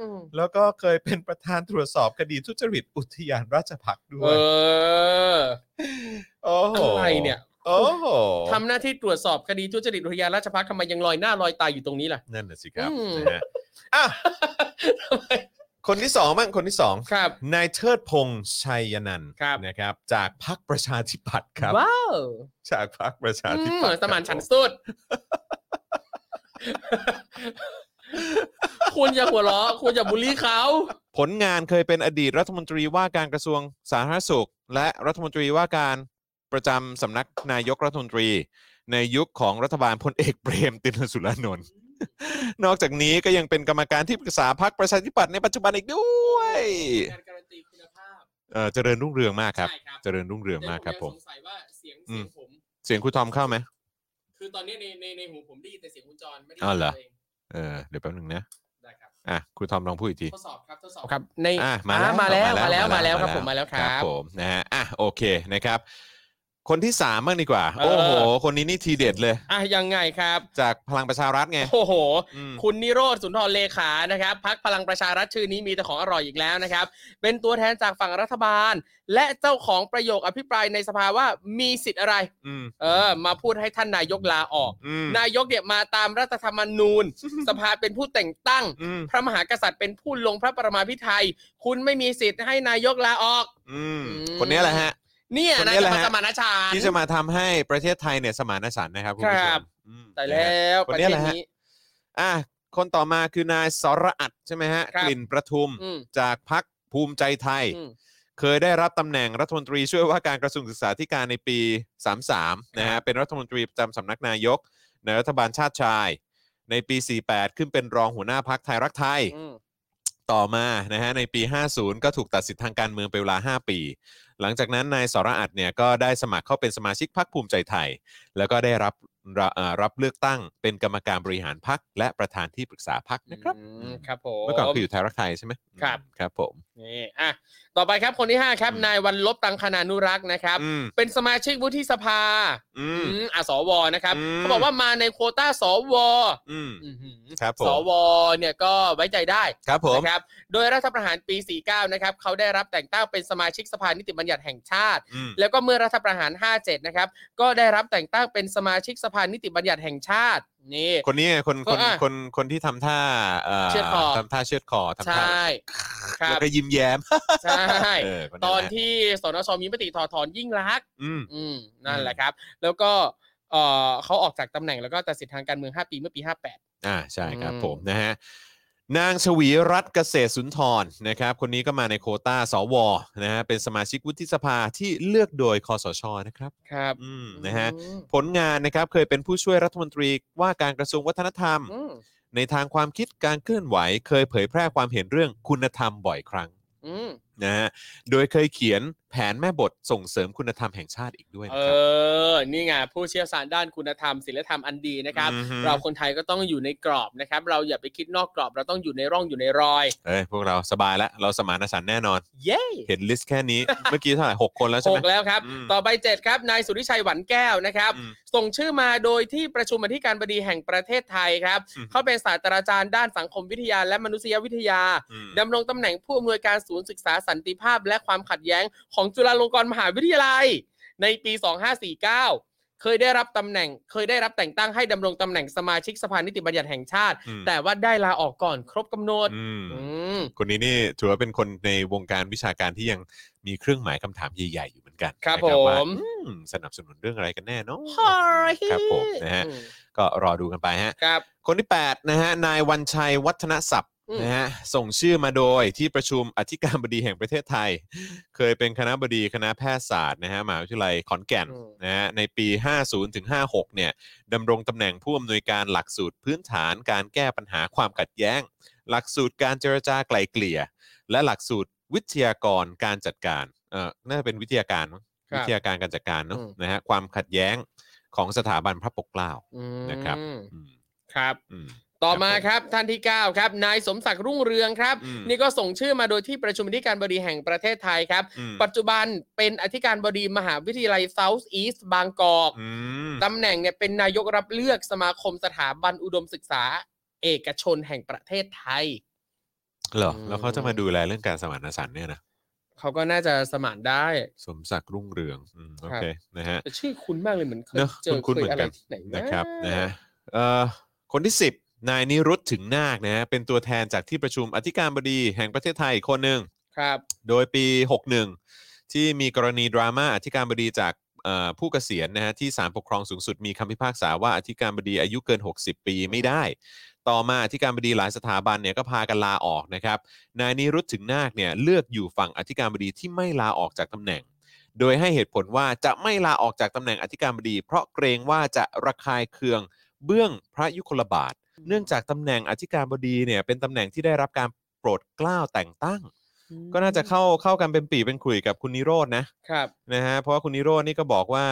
[SPEAKER 3] อืม
[SPEAKER 2] แล้วก็เคยเป็นประธานตรวจสอบคดีทุจริตอุทยานราชพักษ์ด้
[SPEAKER 3] เอ
[SPEAKER 2] วย
[SPEAKER 3] อ
[SPEAKER 2] โอ้โห
[SPEAKER 3] อะไรเนี่ย
[SPEAKER 2] โอ้โห
[SPEAKER 3] ทำหน้าที่ตรวจสอบคดีทุจริตอุทยานราชพักษ์ทำไมยังลอยหน้าลอยตาอยู่ตรงนี้ล่ะ
[SPEAKER 2] นั่นน่ะสิครับ
[SPEAKER 3] อืม
[SPEAKER 2] นะฮะอ่ะคนที่สองบ้างคนที่สอง
[SPEAKER 3] ครับ
[SPEAKER 2] นายเชิดพงษ์ชัยนันท์
[SPEAKER 3] ครับ
[SPEAKER 2] นะครับ จากพรรคประชาธิปัตย์ครับ
[SPEAKER 3] ว้าว
[SPEAKER 2] จากพรรคประชา
[SPEAKER 3] อื
[SPEAKER 2] ธิ
[SPEAKER 3] ม
[SPEAKER 2] ปัตย์
[SPEAKER 3] สมานฉัน
[SPEAKER 2] ครับ
[SPEAKER 3] ท์สุด คุณอย่าหัวเราะคุณอย่าบูลลี่เขา
[SPEAKER 2] ผลงานเคยเป็นอดีตรัฐมนตรีว่าการกระทรวงสาธารณสุข และรัฐมนตรีว่าการประจำสำนักนายกรัฐมนตรี ในยุคของรัฐบาลพลเอกเปรมตินสุรานนท์ นอกจากนี้ก็ยังเป็นกรรมการที่ปรึกษาพรรคประชาธิปัตย์ในปัจจุบันอีกด้วย
[SPEAKER 3] การการันตีคุณภาพ
[SPEAKER 2] เอ่อเจริญรุ่งเรืองมากครับ
[SPEAKER 3] ใช่ครับ
[SPEAKER 2] เจริญรุ่งเรืองมากครับผม
[SPEAKER 3] แต่ยังสงสัยว่าเสียง
[SPEAKER 2] อืม
[SPEAKER 3] เสียงผม
[SPEAKER 2] เสียงครูทอมเข้าไหม
[SPEAKER 3] คือตอนนี้ในในในหูผมได้ยินแต่เสียงคุณจรไม่ได้
[SPEAKER 2] อ้าวเหรอ
[SPEAKER 3] สียงตัวง
[SPEAKER 2] เออเดี๋ยวแป๊บหนึ่งนะ
[SPEAKER 3] ได้ครับ
[SPEAKER 2] อ่ะครูทอมลองพูดอีกที
[SPEAKER 3] ทดสอบครับทดสอบครับใน
[SPEAKER 2] อ่ะ
[SPEAKER 3] อ่
[SPEAKER 2] มาแล้ว
[SPEAKER 3] มาแล้วมาแล้วครับผมมาแล้วค
[SPEAKER 2] ค
[SPEAKER 3] รั
[SPEAKER 2] รับ บผมนะฮะอ่ะโอเคนะครับ คนที่สามบ้างดีกว่า โอ้โห
[SPEAKER 3] เออ
[SPEAKER 2] คนนี้นี่ทีเด็ดเลย
[SPEAKER 3] อ่ะยังไงครับ
[SPEAKER 2] จากพลังประชารัฐไง
[SPEAKER 3] โอ้โห
[SPEAKER 2] อืม
[SPEAKER 3] คุณนิโรธสุนทรเลขานะครับพักพลังประชารัฐชื่อนี้มีแต่ของอร่อยอีกแล้วนะครับ เป็นตัวแทนจากฝั่งรัฐบาล และเจ้าของประโยคอภิปรายในสภาว่ามีสิทธิ์อะไร
[SPEAKER 2] อืม
[SPEAKER 3] เออ มาพูดให้ท่านนายกลาออก
[SPEAKER 2] อืม
[SPEAKER 3] นายกเนี่ยมาตามรัฐธรรมนูญ สภาเป็นผู้แต่งตั้ง
[SPEAKER 2] อืม
[SPEAKER 3] พระมหากษัตริย์เป็นผู้ลงพระประมาพิไทย คุณไม่มีสิทธิ์ให้นายกลาออก
[SPEAKER 2] อืม
[SPEAKER 3] อืม
[SPEAKER 2] คนนี้แหละฮะ
[SPEAKER 3] เนี่ย
[SPEAKER 2] คน
[SPEAKER 3] นะ
[SPEAKER 2] นี้แห
[SPEAKER 3] จะ
[SPEAKER 2] ละ
[SPEAKER 3] มา
[SPEAKER 2] ฮะ
[SPEAKER 3] สมานฉัน
[SPEAKER 2] ที่จะ
[SPEAKER 3] ท์
[SPEAKER 2] มาทำให้ประเทศไทยเนี่ยสมานฉันท์นะครับคุณผู้ช
[SPEAKER 3] ครั
[SPEAKER 2] ม
[SPEAKER 3] บ
[SPEAKER 2] อืม
[SPEAKER 3] แต่
[SPEAKER 2] นะฮะ
[SPEAKER 3] แล้ว
[SPEAKER 2] ค
[SPEAKER 3] ป
[SPEAKER 2] น
[SPEAKER 3] ระ
[SPEAKER 2] นี้
[SPEAKER 3] เทศ
[SPEAKER 2] แหละฮะ
[SPEAKER 3] นี้
[SPEAKER 2] อ่ะคนต่อมาคือนายสรอัดใช่ไหมฮะ
[SPEAKER 3] ค
[SPEAKER 2] ก
[SPEAKER 3] รับ
[SPEAKER 2] ลิ่นประทุม
[SPEAKER 3] อืม
[SPEAKER 2] จากพักภูมิใจไทย
[SPEAKER 3] อืม
[SPEAKER 2] เคยได้รับตำแหน่งรัฐมนตรีช่วยว่าการกระทรวงศึกษาธิการในปี 33 นะฮะ เป็นรัฐมนตรีประจำสำนักนายก ในรัฐบาลชาติชาย ในปี 48 ขึ้นเป็นรองหัวหน้าพักไทยรักไทย
[SPEAKER 3] อืม
[SPEAKER 2] ต่อมานะฮะในปี 50 ก็ถูกตัดสิทธิ์ทางการเมืองเป็นเวลา 5 ปี หลังจากนั้นนายสรอัดเนี่ยก็ได้สมัครเข้าเป็นสมาชิกพรรคภูมิใจไทย แล้วก็ได้รับรับเอ่อรับเลือกตั้งเป็นกรรมการบริหารพรรคและประธานที่ปรึกษาพรรคนะครับ
[SPEAKER 3] อืมครับผม
[SPEAKER 2] เมื่อก่อนคืออยู่ไทยรักไทยใช่ไหม
[SPEAKER 3] ครับ
[SPEAKER 2] ครับผม
[SPEAKER 3] นี่อ่ะต่อไปครับคนที่ห้าครับ
[SPEAKER 2] อืม
[SPEAKER 3] นายวันลบตังคณานุรักษ์นะครับ
[SPEAKER 2] อืม
[SPEAKER 3] เป็นสมาชิกวุฒิสภา
[SPEAKER 2] อืม
[SPEAKER 3] อืมอ่ะสวนะครับ
[SPEAKER 2] อืม
[SPEAKER 3] เขาบอกว่ามาในโควต้าสว
[SPEAKER 2] อืม
[SPEAKER 3] อื้อหือ
[SPEAKER 2] ครับผม
[SPEAKER 3] สวเนี่ยก็ไว้ใจได้
[SPEAKER 2] ครับผม
[SPEAKER 3] นะครับโดยรัฐประหารปี 49 นะครับเขาได้รับแต่งตั้งเป็นสมาชิกสภานิติบัญญัติแห่งชาติ
[SPEAKER 2] อืม
[SPEAKER 3] แล้วก็เมื่อรัฐประหาร 57 นะครับ ก็ได้รับแต่งตั้งเป็นสมาชิกสภานิติบัญญัติแห่งชาตินี่
[SPEAKER 2] คนนี้ไงคนคน
[SPEAKER 3] เออ
[SPEAKER 2] คนคนที่ทำท่าเอ่อ
[SPEAKER 3] เชือดคอ
[SPEAKER 2] ทำท่าเชือดคอทำท่า
[SPEAKER 3] ใช่ ครับ
[SPEAKER 2] แล้วก็ยิ้มแย้ม
[SPEAKER 3] ใช่
[SPEAKER 2] เออค
[SPEAKER 3] ตอนะ ที่สนชมีมติถอดถอนยิ่งลักษณ์
[SPEAKER 2] อืม
[SPEAKER 3] อืมนั่
[SPEAKER 2] อื
[SPEAKER 3] น
[SPEAKER 2] ม
[SPEAKER 3] แหละครับ แล้วก็เออเขาออกจากตำแหน่งแล้วก็ตัดสิทธิ์ทางการเมือง 5 ปีเมื่อปี 58
[SPEAKER 2] อ่าใช่ครับ
[SPEAKER 3] อืม
[SPEAKER 2] ผมนะฮะนางชวีรัตน์เกษตรสุนทรนะครับ คนนี้ก็มาในโควต้าสวนะฮะเป็นสมาชิกวุฒิสภาที่เลือกโดยคอสชนะครับ
[SPEAKER 3] ครับ
[SPEAKER 2] อืมนะฮะ
[SPEAKER 3] อืม
[SPEAKER 2] ผลงานนะครับเคยเป็นผู้ช่วยรัฐมนตรีว่าการกระทรวงวัฒนธรรม
[SPEAKER 3] อืม
[SPEAKER 2] ในทางความคิดการเคลื่อนไหว เคยเผยแพร่ความเห็นเรื่องคุณธรรมบ่อยครั้ง
[SPEAKER 3] อืม
[SPEAKER 2] นะฮะโดยเคยเขียนแผนแม่บทส่งเสริมคุณธรรมแห่งชาติอีกด้วย
[SPEAKER 3] เอ
[SPEAKER 2] นะครับ
[SPEAKER 3] อ นี่ไงผู้เชี่ยวชาญด้านคุณธรรมศีลธรรมอันดีนะครับ
[SPEAKER 2] อือฮึ
[SPEAKER 3] เราคนไทยก็ต้องอยู่ในกรอบนะครับ เราอย่าไปคิดนอกกรอบ เราต้องอยู่ในร่องอยู่ในรอย
[SPEAKER 2] เอ้ยพวกเราสบายแล้วเราสมานฉันท์แน่นอน
[SPEAKER 3] เย้
[SPEAKER 2] เห็นลิสต์แค่นี้ เมื่อกี้เท่าไหร่หกคนแล้วใช่
[SPEAKER 3] ห
[SPEAKER 2] ไหม
[SPEAKER 3] กแล้วครับ
[SPEAKER 2] อืม
[SPEAKER 3] ต่อไปเจ็ดครับนายสุริชัยหวันแก้วนะครับ
[SPEAKER 2] อืม
[SPEAKER 3] ส่งชื่อมาโดยที่ประชุมอธิการบดีแห่งประเทศไทยครับ
[SPEAKER 2] อืม
[SPEAKER 3] เขาเป็นศาสตราจารย์ด้านสังคมวิทยาและมนุษยวิทยา
[SPEAKER 2] อืม
[SPEAKER 3] ดำรงตำแหน่งผู้อำนวยการศูนย์ศึกษาสันติภาพและความขัดแย้งของจุฬาลงกรณ์มหาวิทยาลัย ในปี 2549 เคยได้รับตำแหน่ง เคยได้รับแต่งตั้งให้ดำรงตำแหน่งสมาชิกสภานิติบัญญัติแห่งชาติ
[SPEAKER 2] อืม
[SPEAKER 3] แต่ว่าได้ลาออกก่อนครบกำหนด
[SPEAKER 2] อืม
[SPEAKER 3] อืม
[SPEAKER 2] คนนี้นี่ถือว่าเป็นคนในวงการวิชาการที่ยังมีเครื่องหมายคำถามใหญ่ๆอยู่เหมือนกัน
[SPEAKER 3] ครับ
[SPEAKER 2] นะว่า
[SPEAKER 3] ผม
[SPEAKER 2] อืมสนับสนุนเรื่องอะไรกันแน่เนาะ
[SPEAKER 3] ฮอย
[SPEAKER 2] ครับผมนะฮะ
[SPEAKER 3] อืม
[SPEAKER 2] ก็รอดูกันไปฮะ
[SPEAKER 3] ครับ
[SPEAKER 2] คนที่ 8 นะฮะ นายวันชัยวัฒนศัพท์
[SPEAKER 3] อืม
[SPEAKER 2] นะฮะส่งชื่อมาโดยที่ประชุมอธิการบดีแห่งประเทศไทย เคยเป็นคณะบดีคณะแพทยศาสตร์นะฮะมหาวิทยาลัยขอนแก่นนะฮะในปี 50ถึง56 เนี่ยดำรงตำแหน่งผู้อำนวยการหลักสูตรพื้นฐานการแก้ปัญหาความขัดแย้ง หลักสูตรการเจรจาไกล่เกลี่ย และหลักสูตรวิทยากรการจัดการเออน่าจะเป็นวิทยาการมั้ง
[SPEAKER 3] ครับ
[SPEAKER 2] วิทยาการการจัดการเนอะ
[SPEAKER 3] อืม
[SPEAKER 2] นะฮะความขัดแย้งของสถาบันพระปกเกล้า
[SPEAKER 3] อืม
[SPEAKER 2] นะครับ อืม
[SPEAKER 3] ครับ
[SPEAKER 2] อืม
[SPEAKER 3] ต่อมาครับท่านที่ 9 ครับ นายสมศักดิ์รุ่งเรืองครับ
[SPEAKER 2] อืม
[SPEAKER 3] นี่ก็ส่งชื่อมาโดยที่ประชุมอธิการบดีแห่งประเทศไทยครับ
[SPEAKER 2] อืม
[SPEAKER 3] ปัจจุบันเป็นอธิการบดีมหาวิทยาลัย South East บางกอก
[SPEAKER 2] อืม
[SPEAKER 3] ตำแหน่งเนี่ยเป็นนายกรับเลือกสมาคมสถาบันอุดมศึกษา เอกชนแห่งประเทศไทย
[SPEAKER 2] เหรอแล้วเขาจะมาดูแลเรื่องการสมานฉันท์เนี่ยนะ
[SPEAKER 3] เขาก็น่าจะสมานได้
[SPEAKER 2] สมศักดิ์รุ่งเรืองอืมโอเคนะฮะ
[SPEAKER 3] แต่ชื่อคุ้นมากเลยเหมือนเคย
[SPEAKER 2] เนอะ
[SPEAKER 3] เจอ
[SPEAKER 2] คุ้นๆ
[SPEAKER 3] เคย
[SPEAKER 2] เหมือน
[SPEAKER 3] อะ
[SPEAKER 2] กัน
[SPEAKER 3] ไรที่ไหน
[SPEAKER 2] นะครับนะฮะเอ่อคนที่ 10 นายนิรุตถึงนาคนะฮะเป็นตัวแทนจากที่ประชุมอธิการบดีแห่งประเทศไทยอีกคนหนึ่ง
[SPEAKER 3] ครับ
[SPEAKER 2] โดยปี 61 ที่มีกรณีดราม่าอธิการบดีจากเอ่อผู้เกษียณนะฮะที่ศาลปกครองสูงสุดมีคำพิพากษาว่าอธิการบดีอายุเกิน 60 ปีไม่ได้ ต่อมาอธิการบดีหลายสถาบันเนี่ยก็พากันลาออกนะครับ นายนิรุตถึงนาคเนี่ยเลือกอยู่ฝั่งอธิการบดีที่ไม่ลาออกจากตำแหน่ง โดยให้เหตุผลว่าจะไม่ลาออกจากตำแหน่งอธิการบดี เพราะเกรงว่าจะระคายเคืองเบื้องพระยุคลบาท เนื่องจากตำแหน่งอธิการบดีเนี่ยเป็นตำแหน่งที่ได้รับการโปรดเกล้าแต่งตั้ง ก็น่าจะเข้าเข้ากันเป็นปีเป็นขลุยกับคุณนิโรธนะครับ นะฮะเพราะว่าคุณนิโรธนี่ก็บอกว่า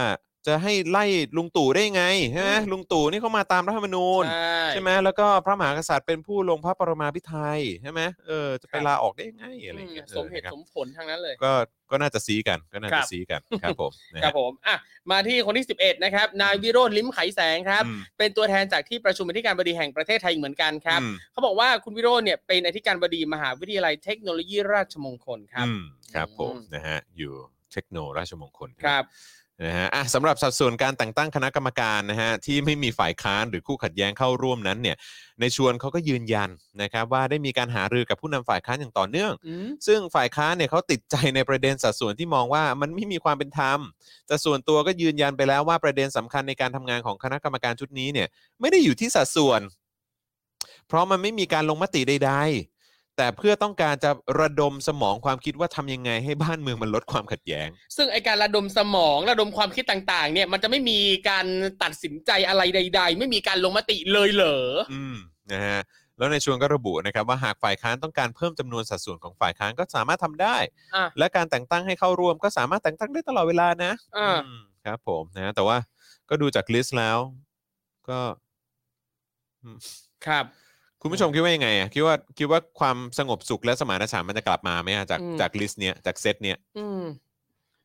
[SPEAKER 2] จะให้ไล่ลุงตู่ได้ไงใช่ไหม
[SPEAKER 3] อืม
[SPEAKER 2] ลุงตู่นี่เขามาตามรัฐธรรมนูญ
[SPEAKER 3] ใช่
[SPEAKER 2] ใช่ไหมแล้วก็พระมหากษัตริย์เป็นผู้ลงพระปรมาภิไธยใช่ไหมเออจะไป
[SPEAKER 3] ครับ
[SPEAKER 2] ลาออกได้ยังไงอะไรอย่างเงี้ย
[SPEAKER 3] อืมสมเหตุ
[SPEAKER 2] ออนะค
[SPEAKER 3] ส
[SPEAKER 2] รับ
[SPEAKER 3] มผลทั้งนั้นเลย
[SPEAKER 2] ก็ก็น่าจะซีกันก็น่า
[SPEAKER 3] ครั
[SPEAKER 2] จะ
[SPEAKER 3] บ
[SPEAKER 2] ซีกันครับผมนะ
[SPEAKER 3] ครั
[SPEAKER 2] ฮะ
[SPEAKER 3] บผมอ่ะมาที่คนที่ 11 นะครับ นายวิโรธลิ้มไขแสงครับ
[SPEAKER 2] อืม
[SPEAKER 3] เป็นตัวแทนจากที่ประชุมอธิการบดีแห่งประเทศไทยเหมือนกันครับ
[SPEAKER 2] อืม
[SPEAKER 3] เขาบอกว่าคุณวิโรจน์เนี่ยเป็นอธิการบดีมหาวิทยาลัยเทคโนโลยีราชมงคลครับ
[SPEAKER 2] อืมครับผม
[SPEAKER 3] อืม
[SPEAKER 2] นะฮะอยู่เทคโนราชมงคล
[SPEAKER 3] ครับ
[SPEAKER 2] นะฮะอ่ะสำหรับสัดส่วนการแต่งตั้งคณะกรรมการนะฮะที่ไม่มีฝ่ายค้านหรือคู่ขัดแย้งเข้าร่วมนั้นเนี่ยในชวนเขาก็ยืนยันนะครับว่าได้มีการหารือกับผู้นำฝ่ายค้านอย่างต่อเนื่อง
[SPEAKER 3] อืม
[SPEAKER 2] ซึ่งฝ่ายค้านเนี่ยเขาติดใจในประเด็นสัดส่วนที่มองว่ามันไม่มีความเป็นธรรมแต่ส่วนตัวก็ยืนยันไปแล้วว่าประเด็นสำคัญในการทำงานของคณะกรรมการชุดนี้เนี่ยไม่ได้อยู่ที่สัดส่วน เพราะมันไม่มีการลงมติใด ๆ แต่เพื่อต้องการจะระดมสมองความคิดว่าทำยังไงให้บ้านเมืองมันลดความขัดแย้ง
[SPEAKER 3] ซึ่งไอการระดมสมองระดมความคิดต่างๆ เนี่ยมันจะไม่มีการตัดสินใจอะไรใด ๆ ไม่มีการลงมติเลยเหรอ
[SPEAKER 2] อืมนะฮะแล้วในชวนก็ระบุนะครับว่าหากฝ่ายค้านต้องการเพิ่มจำนวนสัดส่วนของฝ่ายค้านก็สามารถทำได้
[SPEAKER 3] อ่ะ
[SPEAKER 2] และการแต่งตั้งให้เข้าร่วมก็สามารถแต่งตั้งได้ตลอดเวลานะ
[SPEAKER 3] อ่า
[SPEAKER 2] อืมครับผมนะแต่ว่าก็ดูจากลิสต์แล้ว ก็
[SPEAKER 3] ครับ
[SPEAKER 2] คุณผู้ชมคิดว่ายังไงอ่ะคิดว่าคิดว่าความสงบสุขและสมานฉันท์มันจะกลับมาไหมอ่ะจาก
[SPEAKER 3] อืม
[SPEAKER 2] จากลิสต์เนี้ยจากเซตเนี้ย
[SPEAKER 3] อืม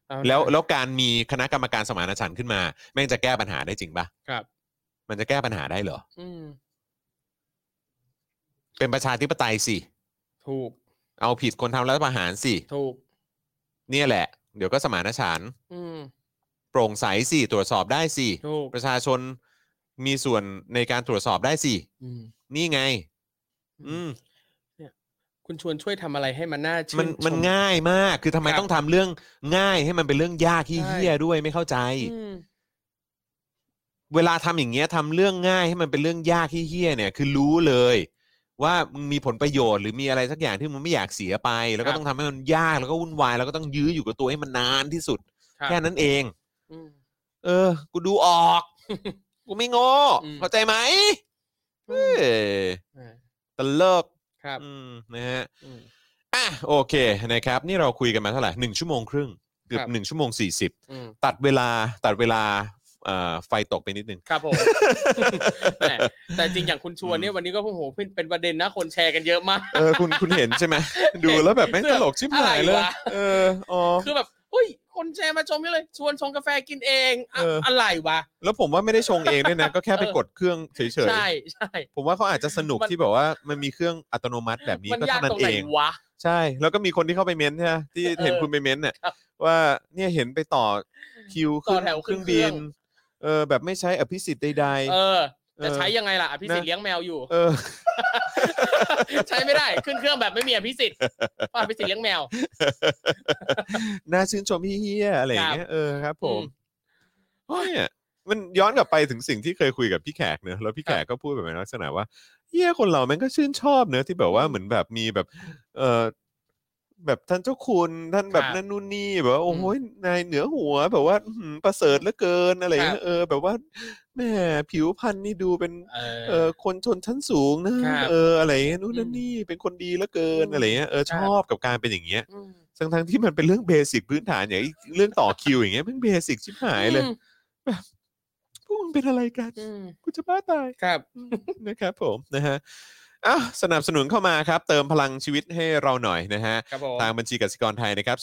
[SPEAKER 3] เอา
[SPEAKER 2] แล้ว
[SPEAKER 3] นะ
[SPEAKER 2] แล้วการมีคณะกรรมการสมานฉันท์ขึ้นมาแม่งจะแก้ปัญหาได้จริงปะ
[SPEAKER 3] ครับ
[SPEAKER 2] มันจะแก้ปัญหาได้เหรอ
[SPEAKER 3] อืม
[SPEAKER 2] เป็นประชาธิปไตยสิ
[SPEAKER 3] ถูก
[SPEAKER 2] เอาผิดคนทำรัฐประหารสิ
[SPEAKER 3] ถูก
[SPEAKER 2] เนี่ยแหละ เดี๋ยวก็สมานฉันท์
[SPEAKER 3] อืม
[SPEAKER 2] โปร่งใสสิตรวจสอบได้สิ
[SPEAKER 3] ถูก
[SPEAKER 2] ประชาชนมีส่วนในการตรวจสอบได้สิ
[SPEAKER 3] อืม
[SPEAKER 2] นี่ไง อืม
[SPEAKER 3] คุณชวนช่วยทำอะไรให้มันน่าชื่
[SPEAKER 2] มัน
[SPEAKER 3] น
[SPEAKER 2] มัน
[SPEAKER 3] ช
[SPEAKER 2] ง่ายมากคือทำไม
[SPEAKER 3] ครับ
[SPEAKER 2] ต้องทำเรื่องง่ายให้มันเป็นเรื่องยากที่
[SPEAKER 3] ใช่
[SPEAKER 2] เฮี้ยด้วยไม่เข้าใจ
[SPEAKER 3] อืม
[SPEAKER 2] เวลาทำอย่างเงี้ยทำเรื่องง่ายให้มันเป็นเรื่องยากที่เฮี้ยเนี่ย คือรู้เลย ว่ามึงมีผลประโยชน์หรือมีอะไรสักอย่างที่มึงไม่อยากเสียไป แล้วก็ต้องทำให้มันยากแล้วก็วุ่นวายแล้วก็ต้องยื้ออยู่กับตัวให้มันนานที่สุด
[SPEAKER 3] รับ
[SPEAKER 2] แค่นั้นเอง
[SPEAKER 3] อืม
[SPEAKER 2] เออ กูดูอ อก กูไม่โง่
[SPEAKER 3] อืม
[SPEAKER 2] เข้าใจไหมเอ้ย
[SPEAKER 3] อ่า
[SPEAKER 2] ตลก
[SPEAKER 3] ครับ
[SPEAKER 2] อืมนะฮะ
[SPEAKER 3] อืม
[SPEAKER 2] อ่ะ โอเค นะครับ นี่เราคุยกันมาเท่าไหร่หนึ่งชั่วโมงครึ่ง เกือ
[SPEAKER 3] ครับ บ
[SPEAKER 2] หนึ่งชั่วโมงสี่สิบ
[SPEAKER 3] อืม
[SPEAKER 2] ตัดเวลา ตัดเวลาเอ่อไฟตกไปนิดนึง
[SPEAKER 3] ครับผม แหมแต่จริงอย่างคุณชวนเนี่ยวันนี้ก็โอ้โหเป็นเป็นประเด็นนะคนแชร์กันเยอะมาก
[SPEAKER 2] เออ คุณ คุณเห็นใช่ไหม ดูแล้วแบบไม่งตลกชิบหายเลย
[SPEAKER 3] อะไรวะ
[SPEAKER 2] เออ อ๋อ
[SPEAKER 3] คือแบบอุ้ย คนแชร์มาชมเยอะเลย ชวนชงกาแฟกินเองอะ
[SPEAKER 2] เอออ
[SPEAKER 3] อะไรวะ
[SPEAKER 2] แล้วผมว่าไม่ได้ชงเองด้วยนะ ก็แค่ไป
[SPEAKER 3] เออ
[SPEAKER 2] กดเครื่องเฉย
[SPEAKER 3] ใช่ใช่
[SPEAKER 2] ๆ ผมว่าเขาอาจจะสนุก
[SPEAKER 3] มัน
[SPEAKER 2] ที่แบบว่ามันมีเครื่องอัตโนมัติแบบนี้
[SPEAKER 3] มัน
[SPEAKER 2] ก็
[SPEAKER 3] ยาก
[SPEAKER 2] เท่านั้
[SPEAKER 3] ตร
[SPEAKER 2] น
[SPEAKER 3] ง
[SPEAKER 2] เอ
[SPEAKER 3] ไหน
[SPEAKER 2] ง
[SPEAKER 3] วะ
[SPEAKER 2] ใช่แล้วก็มีคนที่เข้าไปเม้นต์ใช่ไหมที่
[SPEAKER 3] เออ
[SPEAKER 2] เห็นคุณไปเม้นต์เนี่ย
[SPEAKER 3] ครับ
[SPEAKER 2] ว่าเนี่ยเห็นไปต่อคิว
[SPEAKER 3] ต่อแถว
[SPEAKER 2] เค
[SPEAKER 3] ขึ้
[SPEAKER 2] รื่อ
[SPEAKER 3] น
[SPEAKER 2] ง
[SPEAKER 3] เครื่
[SPEAKER 2] บิ
[SPEAKER 3] อง
[SPEAKER 2] นเออแบบไม่ใช้อภิสิทธิ์ใด
[SPEAKER 3] เออ
[SPEAKER 2] เออ
[SPEAKER 3] แต่ใช้ยังไงล่ะอภิสิท
[SPEAKER 2] นะ
[SPEAKER 3] ธิ์เลี้ยงแมวอยู่
[SPEAKER 2] ๆ เออ
[SPEAKER 3] ใช้ไม่ได้ขึ้นเครื่องแบบไม่มีอภิสิทธิ์เพราะอภิสิทธิ์เลี้ยงแมว
[SPEAKER 2] น่าชื่นชมพี่เฮียอะไรอย่างเงี้ยเออครับ ผมเนี่ยมันย้อนกลับไปถึงสิ่งที่เคยคุยกับพี่แขกเนอะแล้วพี่แขกก็พูดแบบในลักษณะว่าเฮียคนเราแม่งก็ชื่นชอบเนอะที่แบบว่าเหมือนแบบมีแบบ เออแบบท่านเจ้าคุณท่านแบบ
[SPEAKER 3] ครับ
[SPEAKER 2] นั่นนู่นนี่แบบว่าโอ้โห
[SPEAKER 3] อืม
[SPEAKER 2] นายเหนือหัว แบบว่าอื้อหือประเสริฐเหลือเกินอะไรอย่างเงี้ยเออ แบบว่าแหมผิวพรรณนี่ดูเป็น
[SPEAKER 3] เออ
[SPEAKER 2] เออคนชนชั้นสูงนะครับเอออะไรอย่างเงี้ยนู่นนั่น
[SPEAKER 3] อืม
[SPEAKER 2] นี่เป็นคนดีเหลือเกิน
[SPEAKER 3] อืม
[SPEAKER 2] อะไรเงี้ยเออ
[SPEAKER 3] ค
[SPEAKER 2] ช
[SPEAKER 3] รับ
[SPEAKER 2] อบกับการเป็นอย่างเงี้ย
[SPEAKER 3] อืม
[SPEAKER 2] ทั้งทั้งที่มันเป็นเรื่องเบสิกพื้นฐานอย่างไอ้เรื่องต่อคิวอย่างเงี้ยมันเบสิกชิบหายเลย
[SPEAKER 3] อืม
[SPEAKER 2] พวกมึงเป็นอะไรกัน
[SPEAKER 3] อืม
[SPEAKER 2] กูจะบ้าตาย
[SPEAKER 3] ครับ
[SPEAKER 2] นะครับผมนะฮะอ้าวสนับสนุนเข้ามาครับ เติมพลังชีวิตให้เราหน่อยนะฮะ
[SPEAKER 3] ครับผม
[SPEAKER 2] ทางบัญชีกสิกรไทยนะครับ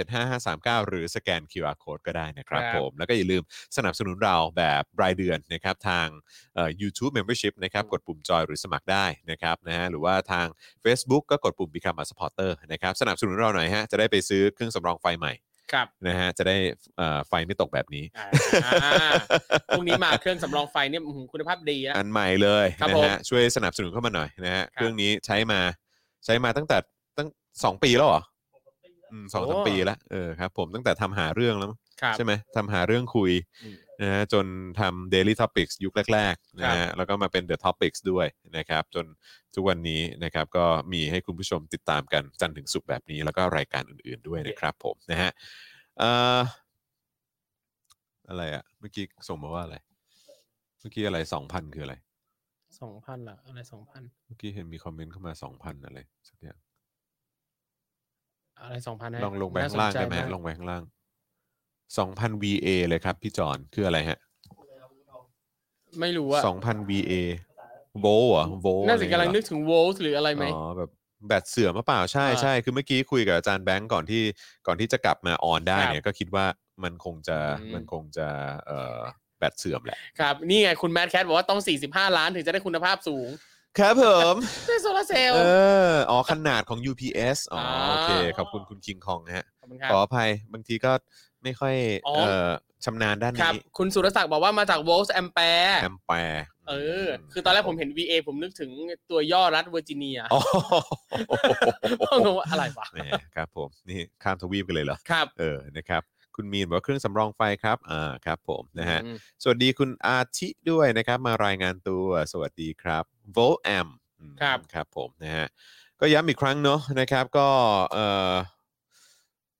[SPEAKER 2] 0698975539 หรือสแกน QR Code ก็ได้นะครับ
[SPEAKER 3] ครับ
[SPEAKER 2] ผม แล้วก็อย่าลืมสนับสนุนเราแบบรายเดือนนะครับ ทางเอ่อ YouTube Membership นะครับ กดปุ่มจอยหรือสมัครได้นะครับนะฮะ หรือว่าทาง Facebook ก็กดปุ่ม Become a supporter นะครับ สนับสนุนเราหน่อยฮะ จะได้ไปซื้อเครื่องสำรองไฟใหม่
[SPEAKER 3] ครับ
[SPEAKER 2] นะฮะ จะได้เอ่อไฟไม่ตกแบบนี้
[SPEAKER 3] อ่าพรุ่งนี้มาเครื่องสำรองไฟเนี่ยอื้อหือคุณภาพดีนะ
[SPEAKER 2] อันใหม่เลย
[SPEAKER 3] ครับ
[SPEAKER 2] นะ
[SPEAKER 3] ผม
[SPEAKER 2] ฮะช่วยสนับสนุนเข้ามาหน่อยนะฮะ
[SPEAKER 3] ครับ
[SPEAKER 2] เครื่องนี้ใช้มาใช้มาตั้งแต่ตั้งสองปีแล้วเหรออืมสองสามปีแล้วเออครับผมตั้งแต่ทำหาเรื่องแล้วมั้ง
[SPEAKER 3] ครับ
[SPEAKER 2] ใช่ไหมทำหาเรื่องคุย
[SPEAKER 3] อืม
[SPEAKER 2] นะฮะจนทำ Daily Topics ยุคแรกๆนะฮะแล้วก็มาเป็น The Topics ด้วยนะครับ จนทุกวันนี้นะครับก็มีให้คุณผู้ชมติดตามกันจันทร์ถึงศุกร์แบบนี้ แล้วก็รายการอื่นๆด้วยนะครับผมนะฮะเอ่ออะไรอะเมื่อกี้ส่งมาว่าอะไร เมื่อกี้อะไรสองพันคืออะไร
[SPEAKER 3] สองพันละอะไรสองพัน
[SPEAKER 2] เมื่อกี้เห็นมีคอมเมนต์เข้ามาสองพันอะไรสักอย่าง
[SPEAKER 3] อะไรสองพัน
[SPEAKER 2] ลองลงไปข้างล่างได้ไหมฮะลงไปข้างล่างสองพัน VA เลยครับ พี่จอนคืออะไรฮะ
[SPEAKER 3] ไม่รู้อะ
[SPEAKER 2] สองพัน VA โวลต์เหรอโวลต์
[SPEAKER 3] น่าจะกำลังนึก
[SPEAKER 2] อะไร
[SPEAKER 3] ถึงโวลต์หรืออะไร
[SPEAKER 2] อย่า
[SPEAKER 3] ไหม
[SPEAKER 2] เยเหรออ๋อแบบแบตเสื่อมหรือเปล่าใช่
[SPEAKER 3] อ่า
[SPEAKER 2] ใช่คือเมื่อกี้คุยกับอาจารย์แบงก์ก่อนที่ก่อนที่จะกลับมาออนได้
[SPEAKER 3] ครับ
[SPEAKER 2] เนี่ยก็คิดว่ามันคงจะ
[SPEAKER 3] อืม
[SPEAKER 2] มันคงจะเอ่อแบตเสื่อมแหละ
[SPEAKER 3] ครับ นี่ไงคุณแมทแคทบอกว่าต้อง 45 ล้านถึงจะได้คุณภาพสูง
[SPEAKER 2] ครับผม
[SPEAKER 3] ด้วยโซลาร์เซลล์
[SPEAKER 2] เอออ๋อขนาดของ UPS อ๋ออา โอเคขอบคุณคุณคิงคองฮะ
[SPEAKER 3] ขอบคุณครับ
[SPEAKER 2] ขออภัยบางทีก็ไม่ค่อย
[SPEAKER 3] อ๋อ
[SPEAKER 2] เอ่อชำนาญด้าน
[SPEAKER 3] ครับ
[SPEAKER 2] นี้
[SPEAKER 3] คุณสุรศักดิ์บอกว่ามาจากโวลต์แอมแปร์
[SPEAKER 2] แอมแปร์
[SPEAKER 3] เออ คือตอนแรกผมเห็น VA ผมนึกถึงตัวย่อรัฐเวอร์จิเนีย
[SPEAKER 2] อ๋อ
[SPEAKER 3] ผมงงว่าอะไรวะ
[SPEAKER 2] แหมครับผม นี่ข้ามทวีปกันเลยเหรอ
[SPEAKER 3] ครับ
[SPEAKER 2] เออนะครับ คุณมีนบอกว่าเครื่องสำรองไฟครับ อ่าครับผมนะฮะ
[SPEAKER 3] อืม
[SPEAKER 2] สวัสดีคุณอาทิด้วยนะครับ มารายงานตัวสวัสดีครับ v o l a m
[SPEAKER 3] ครับ
[SPEAKER 2] ครับผมนะฮะก็ย้ำอีกครั้งเนาะนะครับก็เอ่อ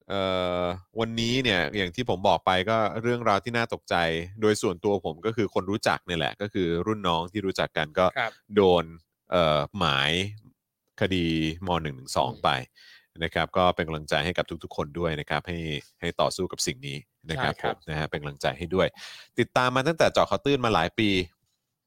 [SPEAKER 2] เอ่อวันนี้เนี่ยอย่างที่ผมบอกไปก็เรื่องราวที่น่าตกใจ โดยส่วนตัวผมก็คือคนรู้จักเนี่ยแหละ ก็คือรุ่นน้องที่รู้จักกันก็
[SPEAKER 3] ครับ
[SPEAKER 2] โดนเอ่อหมายคดีม .112 ไปนะครับ ก็เป็นกำลังใจให้กับทุกๆ คนด้วยนะครับ ให้ให้ต่อสู้กับสิ่งนี้นะครับผ
[SPEAKER 3] ใช่ครับ
[SPEAKER 2] มนะฮะเป็นกำลังใจให้ด้วย ติดตามมาตั้งแต่เจาะข่าวตื้นมาหลายปี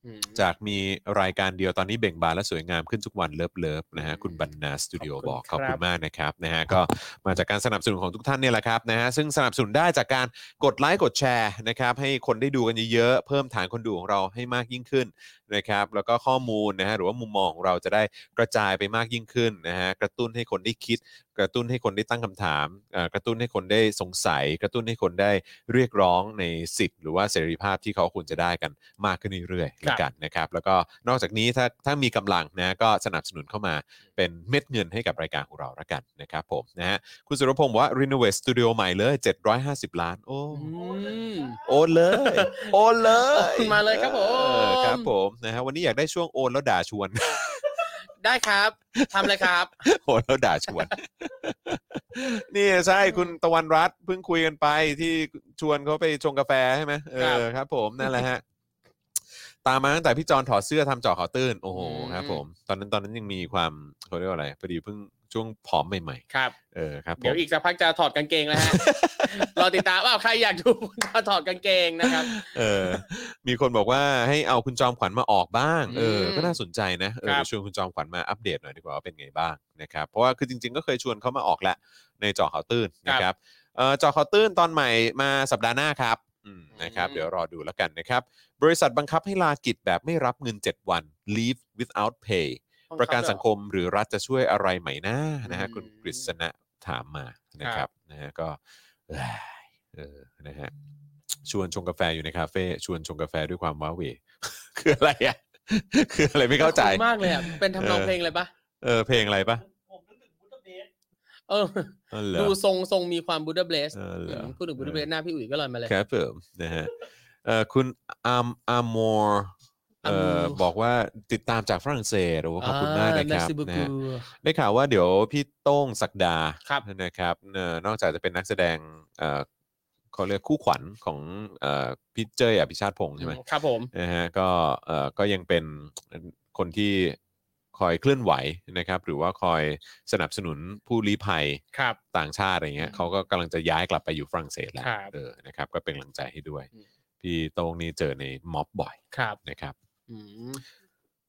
[SPEAKER 3] อืม
[SPEAKER 2] จากมีรายการเดียวตอนนี้เบ่งบานและสวยงามขึ้นทุกวันเลิฟเลิฟนะฮะคุณบรรณาสตูดิโอ
[SPEAKER 3] ข
[SPEAKER 2] บ
[SPEAKER 3] อบคุณ
[SPEAKER 2] อก
[SPEAKER 3] ค
[SPEAKER 2] ข
[SPEAKER 3] รับ
[SPEAKER 2] อบคุณมากนะครับนะฮะก็มาจากการสนับสนุนของทุกท่านเนี่ยแหละครับนะฮะซึ่งสนับสนุนได้จากการกดไลค์กดแชร์นะครับให้คนได้ดูกันเยอะๆ เพิ่มฐานคนดูของเราให้มากยิ่งขึ้นนะครับแล้วก็ข้อมูลนะฮะหรือว่ามุมมองของเราจะได้กระจายไปมากยิ่งขึ้นนะฮะกระตุ้นให้คนได้คิด กระตุ้นให้คนได้ตั้งคำถามเอ่อกระตุ้นให้คนได้สงสัย กระตุ้นให้คนได้เรียกร้องในสิทธิ์หรือว่าเสรีภาพที่เขาควรจะได้กันมากขึ้นเรื่อยๆ
[SPEAKER 3] ครับ
[SPEAKER 2] แล้วกันนะครับ แล้วก็นอกจากนี้ถ้าถ้ามีกำลังนะก็สนับสนุนเข้ามาเป็นเม็ดเงินให้กับรายการของเราละกันนะครับผมนะฮะคุณสุรพงศ์บอกว่า Renovate Studio ใหม่เลย 750 ล้าน โอ้
[SPEAKER 3] อืม
[SPEAKER 2] โอนเลย โอนเลย
[SPEAKER 3] โอนมาเลยครับผม
[SPEAKER 2] เออครับผมนะฮะวันนี้อยากได้ช่วงโอนแล้วด่าชวน
[SPEAKER 3] ได้ครับทำเลยครับ
[SPEAKER 2] โหดแล้วด่าชวน นี่ใช่คุณตะวันรัตน์เพิ่งคุยกันไปที่ชวนเขาไปชงกาแฟใช่ไหมเอ
[SPEAKER 3] ครับ
[SPEAKER 2] อครับผมนั่นแหละฮะ ตามมาตั้งแต่พี่จอนถอดเสื้อทำเจาะข่าวตื้น โอ้โห
[SPEAKER 3] อืม
[SPEAKER 2] ครับ ผม ตอนนั้นตอนนั้นยังมีความเขาเรียกว่าอะไรพอดีเพิ่งช่วงผอมใหม่
[SPEAKER 3] ครับ
[SPEAKER 2] ๆเออครับผ
[SPEAKER 3] เดี๋ย
[SPEAKER 2] ม
[SPEAKER 3] วอีกสักพักจะถอดกางเกงแล้ว ฮะ รอติดตามว่าใครอยากดู จะถอดกางเกงนะครับ
[SPEAKER 2] เออ มีคนบอกว่าให้เอาคุณจอมขวัญมาออกบ้าง เออ
[SPEAKER 3] อืม
[SPEAKER 2] ก็น่าสนใจนะเออ
[SPEAKER 3] ครับ
[SPEAKER 2] เดี๋ยวชวนคุณจอมขวัญมาอัปเดตหน่อยดีกว่าว่าเป็นไงบ้างนะครับเพราะว่าคือจริง ๆ ก็เคยชวนเขามาออกแหละ ในเจอข่าวตื้นนะครับเอ่อเจอข่าวตื้นตอนใหม่มาสัปดาห์หน้าครับอืมนะครับ
[SPEAKER 3] อืม
[SPEAKER 2] เดี๋ยวรอดูแล้วกันนะครับ บริษัทบังคับให้ลากิจแบบไม่รับเงิน 7 วัน leave without pay ประกันสังคมหรือรัฐจะช่วยอะไรไหมนะนะฮะ
[SPEAKER 3] อืม
[SPEAKER 2] คุณกฤษณะถามมานะค
[SPEAKER 3] ครั
[SPEAKER 2] รับบ นะฮะก็เอ้ยเออนะฮะชวนชงกาแฟอยู่ในคาเฟ่ชวนชงกาแฟด้วยความว้า เหว คืออะไรอ่ะ คืออะไรไม่เข้าใจ
[SPEAKER 3] ขอบคุณมากเลยอ่ะ เป็นทำนอง
[SPEAKER 2] เออ
[SPEAKER 3] เพลงเลยปะ
[SPEAKER 2] เออเพลงอะไรปะ
[SPEAKER 4] ผมนึกถึงบุตเตอร์เบส
[SPEAKER 3] เออ
[SPEAKER 2] อ๋อเหรอ
[SPEAKER 3] ดูทรงทรงมีความบูดาเบส
[SPEAKER 2] เออเหรอ
[SPEAKER 3] พูดถึงบูดาเบสหน้าพี่อุ๋ยก็ลอยมาเลย
[SPEAKER 2] ครับผมนะฮะเอ่อคุณอัมอัมมอร์เอ่อ
[SPEAKER 3] Amour
[SPEAKER 2] บอกว่าติดตามจากฝรั่งเศสโอ้ขอบคุณมากนะครับ
[SPEAKER 3] ซิบุ
[SPEAKER 2] นะ
[SPEAKER 3] กู
[SPEAKER 2] ฮะได้ข่าวว่าเดี๋ยวพี่โต้งศักดา
[SPEAKER 3] ครับ
[SPEAKER 2] นะครับเอ่อนอกจากจะเป็นนักแสดงเอ่อเขาเรียกคู่ขวัญของเอ่อพี่เจยอภิชาติพงษ์ใช่ไหม
[SPEAKER 3] ครับผม
[SPEAKER 2] นะฮะก็เอ่อก็ยังเป็นคนที่คอยเคลื่อนไหวนะครับ หรือว่าคอยสนับสนุนผู้ลี้ภัย
[SPEAKER 3] ครับ
[SPEAKER 2] ต่างชาติอะไรเงี้ย
[SPEAKER 3] อืม
[SPEAKER 2] เขาก็กำลังจะย้ายกลับไปอยู่ฝรั่งเศสแล้ว
[SPEAKER 3] ครับ
[SPEAKER 2] เออนะครับก็เป็นกำลังใจให้ด้วย พี่โต้งนี่เจอในม็อบบ่อย
[SPEAKER 3] ครับ
[SPEAKER 2] นะครับ
[SPEAKER 3] อืม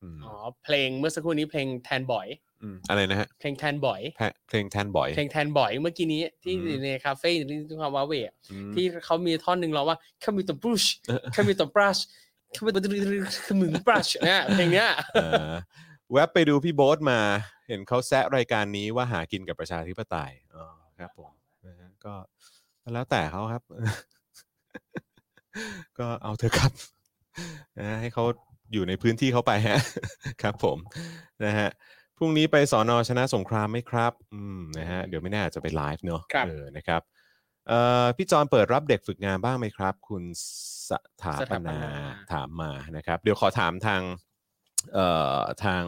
[SPEAKER 2] อืม
[SPEAKER 3] อ๋อเพลงเมื่อสักครู่นี้เพลงแทนบ่อย
[SPEAKER 2] มอะไรนะฮะ
[SPEAKER 3] เพลงแทนบ่อย
[SPEAKER 2] แพะเพลงแทนบ่อย
[SPEAKER 3] เพลงแทนบ่อยเมื่อกี้นี้ที่
[SPEAKER 2] อืม
[SPEAKER 3] อยู่ในคาเฟ่ที่ความว้าเหวอะ
[SPEAKER 2] อืม
[SPEAKER 3] ที่เขามีท่อนหนึ่งร้องว่าคามิตบรู ช
[SPEAKER 2] เออ
[SPEAKER 3] คามิตบรัชคามิตคามิตบรัชเนี่ยเพลงเนี้ย
[SPEAKER 2] เออแวบไปดูพี่โบ๊ทมา เห็นเขาแซะรายการนี้ว่าหากินกับประชาธิปไตยอ๋อครับผมนะฮะก็แล้วแต่เขาครับ ก็เอาเถอะครับ นะฮะให้เขาอยู่ในพื้นที่เขาไปฮะ ครับผมนะฮะพรุ่งนี้ไปสอนอชนะสงครามไหมครับ อืมนะฮะเดี๋ยวไม่แน่อาจจะไปไลฟ์เนอะ
[SPEAKER 3] ครับ
[SPEAKER 2] เออนะครับเอ่อพี่จอนเปิดรับเด็กฝึกงานบ้างไหมครับ คุณสถา
[SPEAKER 3] ส
[SPEAKER 2] ป
[SPEAKER 3] ถาป
[SPEAKER 2] นา
[SPEAKER 3] นา
[SPEAKER 2] ถามมานะครับ เดี๋ยวขอถามทางเอ่อทาง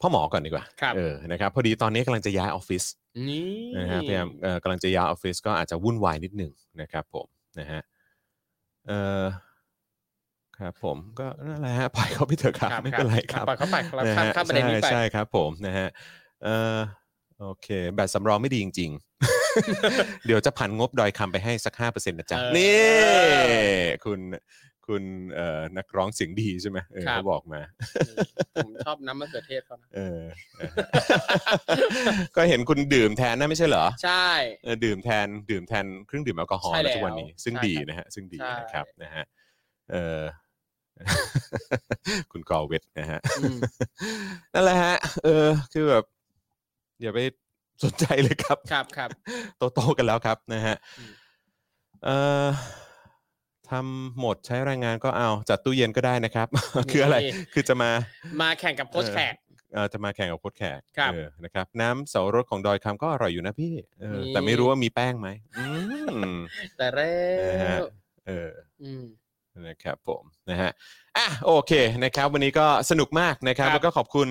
[SPEAKER 2] พ่อหมอก่อนดีกว่า
[SPEAKER 3] ครับ
[SPEAKER 2] เออนะครับพอดีตอนนี้กำลังจะย้ายออฟฟิศ
[SPEAKER 3] นี่
[SPEAKER 2] นะฮะพยายาม เอ่อกำลังจะย้ายออฟฟิศก็อาจจะวุ่นวายนิดหนึ่งนะครับผมนะฮะเอ่อครับผมก็นั่นแหละฮะปล่อยเขาไปเถอะครับ
[SPEAKER 3] ครับ
[SPEAKER 2] ไม่เป็นไร
[SPEAKER 3] ค
[SPEAKER 2] ค
[SPEAKER 3] รั
[SPEAKER 2] รั
[SPEAKER 3] บบ ปล่อยเขาไปครับ
[SPEAKER 2] ฮ
[SPEAKER 3] ข้ามข้ามประเด็นนี้ไป
[SPEAKER 2] ใช่ใช่ครับผมนะฮะเอ่อโอเคแบตสำรองไม่ดีจริง ๆ เดี๋ยวจะผันงบดอยคำไปให้สัก5%นะจ๊ะ
[SPEAKER 3] เออ
[SPEAKER 2] นี่ คุณคุณเอ่อนักร้องเสียงดีใช่ไหมเออ
[SPEAKER 3] ครับ
[SPEAKER 2] เขาบอกมา
[SPEAKER 3] ผมชอบน้ำมะเขือเทศเขานะ
[SPEAKER 2] เออ นะฮะ ก็เห็นคุณดื่มแทนนะไม่ใช่เหรอ
[SPEAKER 3] ใช่
[SPEAKER 2] เออดื่มแทนดื่มแทนเครื่องดื่มแอลกอฮอล์
[SPEAKER 3] ใช่
[SPEAKER 2] นะ
[SPEAKER 3] แล้ว
[SPEAKER 2] ทุกวันนี้ ซึ่ง
[SPEAKER 3] ใช่
[SPEAKER 2] ดี
[SPEAKER 3] ครับ
[SPEAKER 2] นะฮะซึ่งดี
[SPEAKER 3] ใช่
[SPEAKER 2] นะครับนะฮะเออ คุณกอเวทนะฮะ
[SPEAKER 3] อืม
[SPEAKER 2] นั่นแหละฮะ เออ คือแบบอย่าไปสนใจเลยครับ
[SPEAKER 3] ครับครับ
[SPEAKER 2] โตโตๆกันแล้วครับนะฮะ
[SPEAKER 3] อืม
[SPEAKER 2] เอ่อทำหมดใช้แรงงานก็เอา จัดตู้เย็นก็ได้นะครับ คืออะไร คือจะมา
[SPEAKER 3] มาแข่งกับโค้ชแขก
[SPEAKER 2] เอ่อจะมาแข่งกับโค้ดแขก
[SPEAKER 3] ครับ
[SPEAKER 2] เออนะครับ น้ำเสารถของดอยคำก็อร่อยอยู่นะพี่เออ
[SPEAKER 3] นี่
[SPEAKER 2] แต่ไม่รู้ว่ามีแป้งไหมอืม
[SPEAKER 3] แต่แล้
[SPEAKER 2] นะฮะ
[SPEAKER 3] ว
[SPEAKER 2] เออ
[SPEAKER 3] อืม
[SPEAKER 2] นะครับผมนะฮะอ่ะโอเคนะครับ วันนี้ก็สนุกมากนะครับ
[SPEAKER 3] ครับ
[SPEAKER 2] แล้วก็ขอบคุณ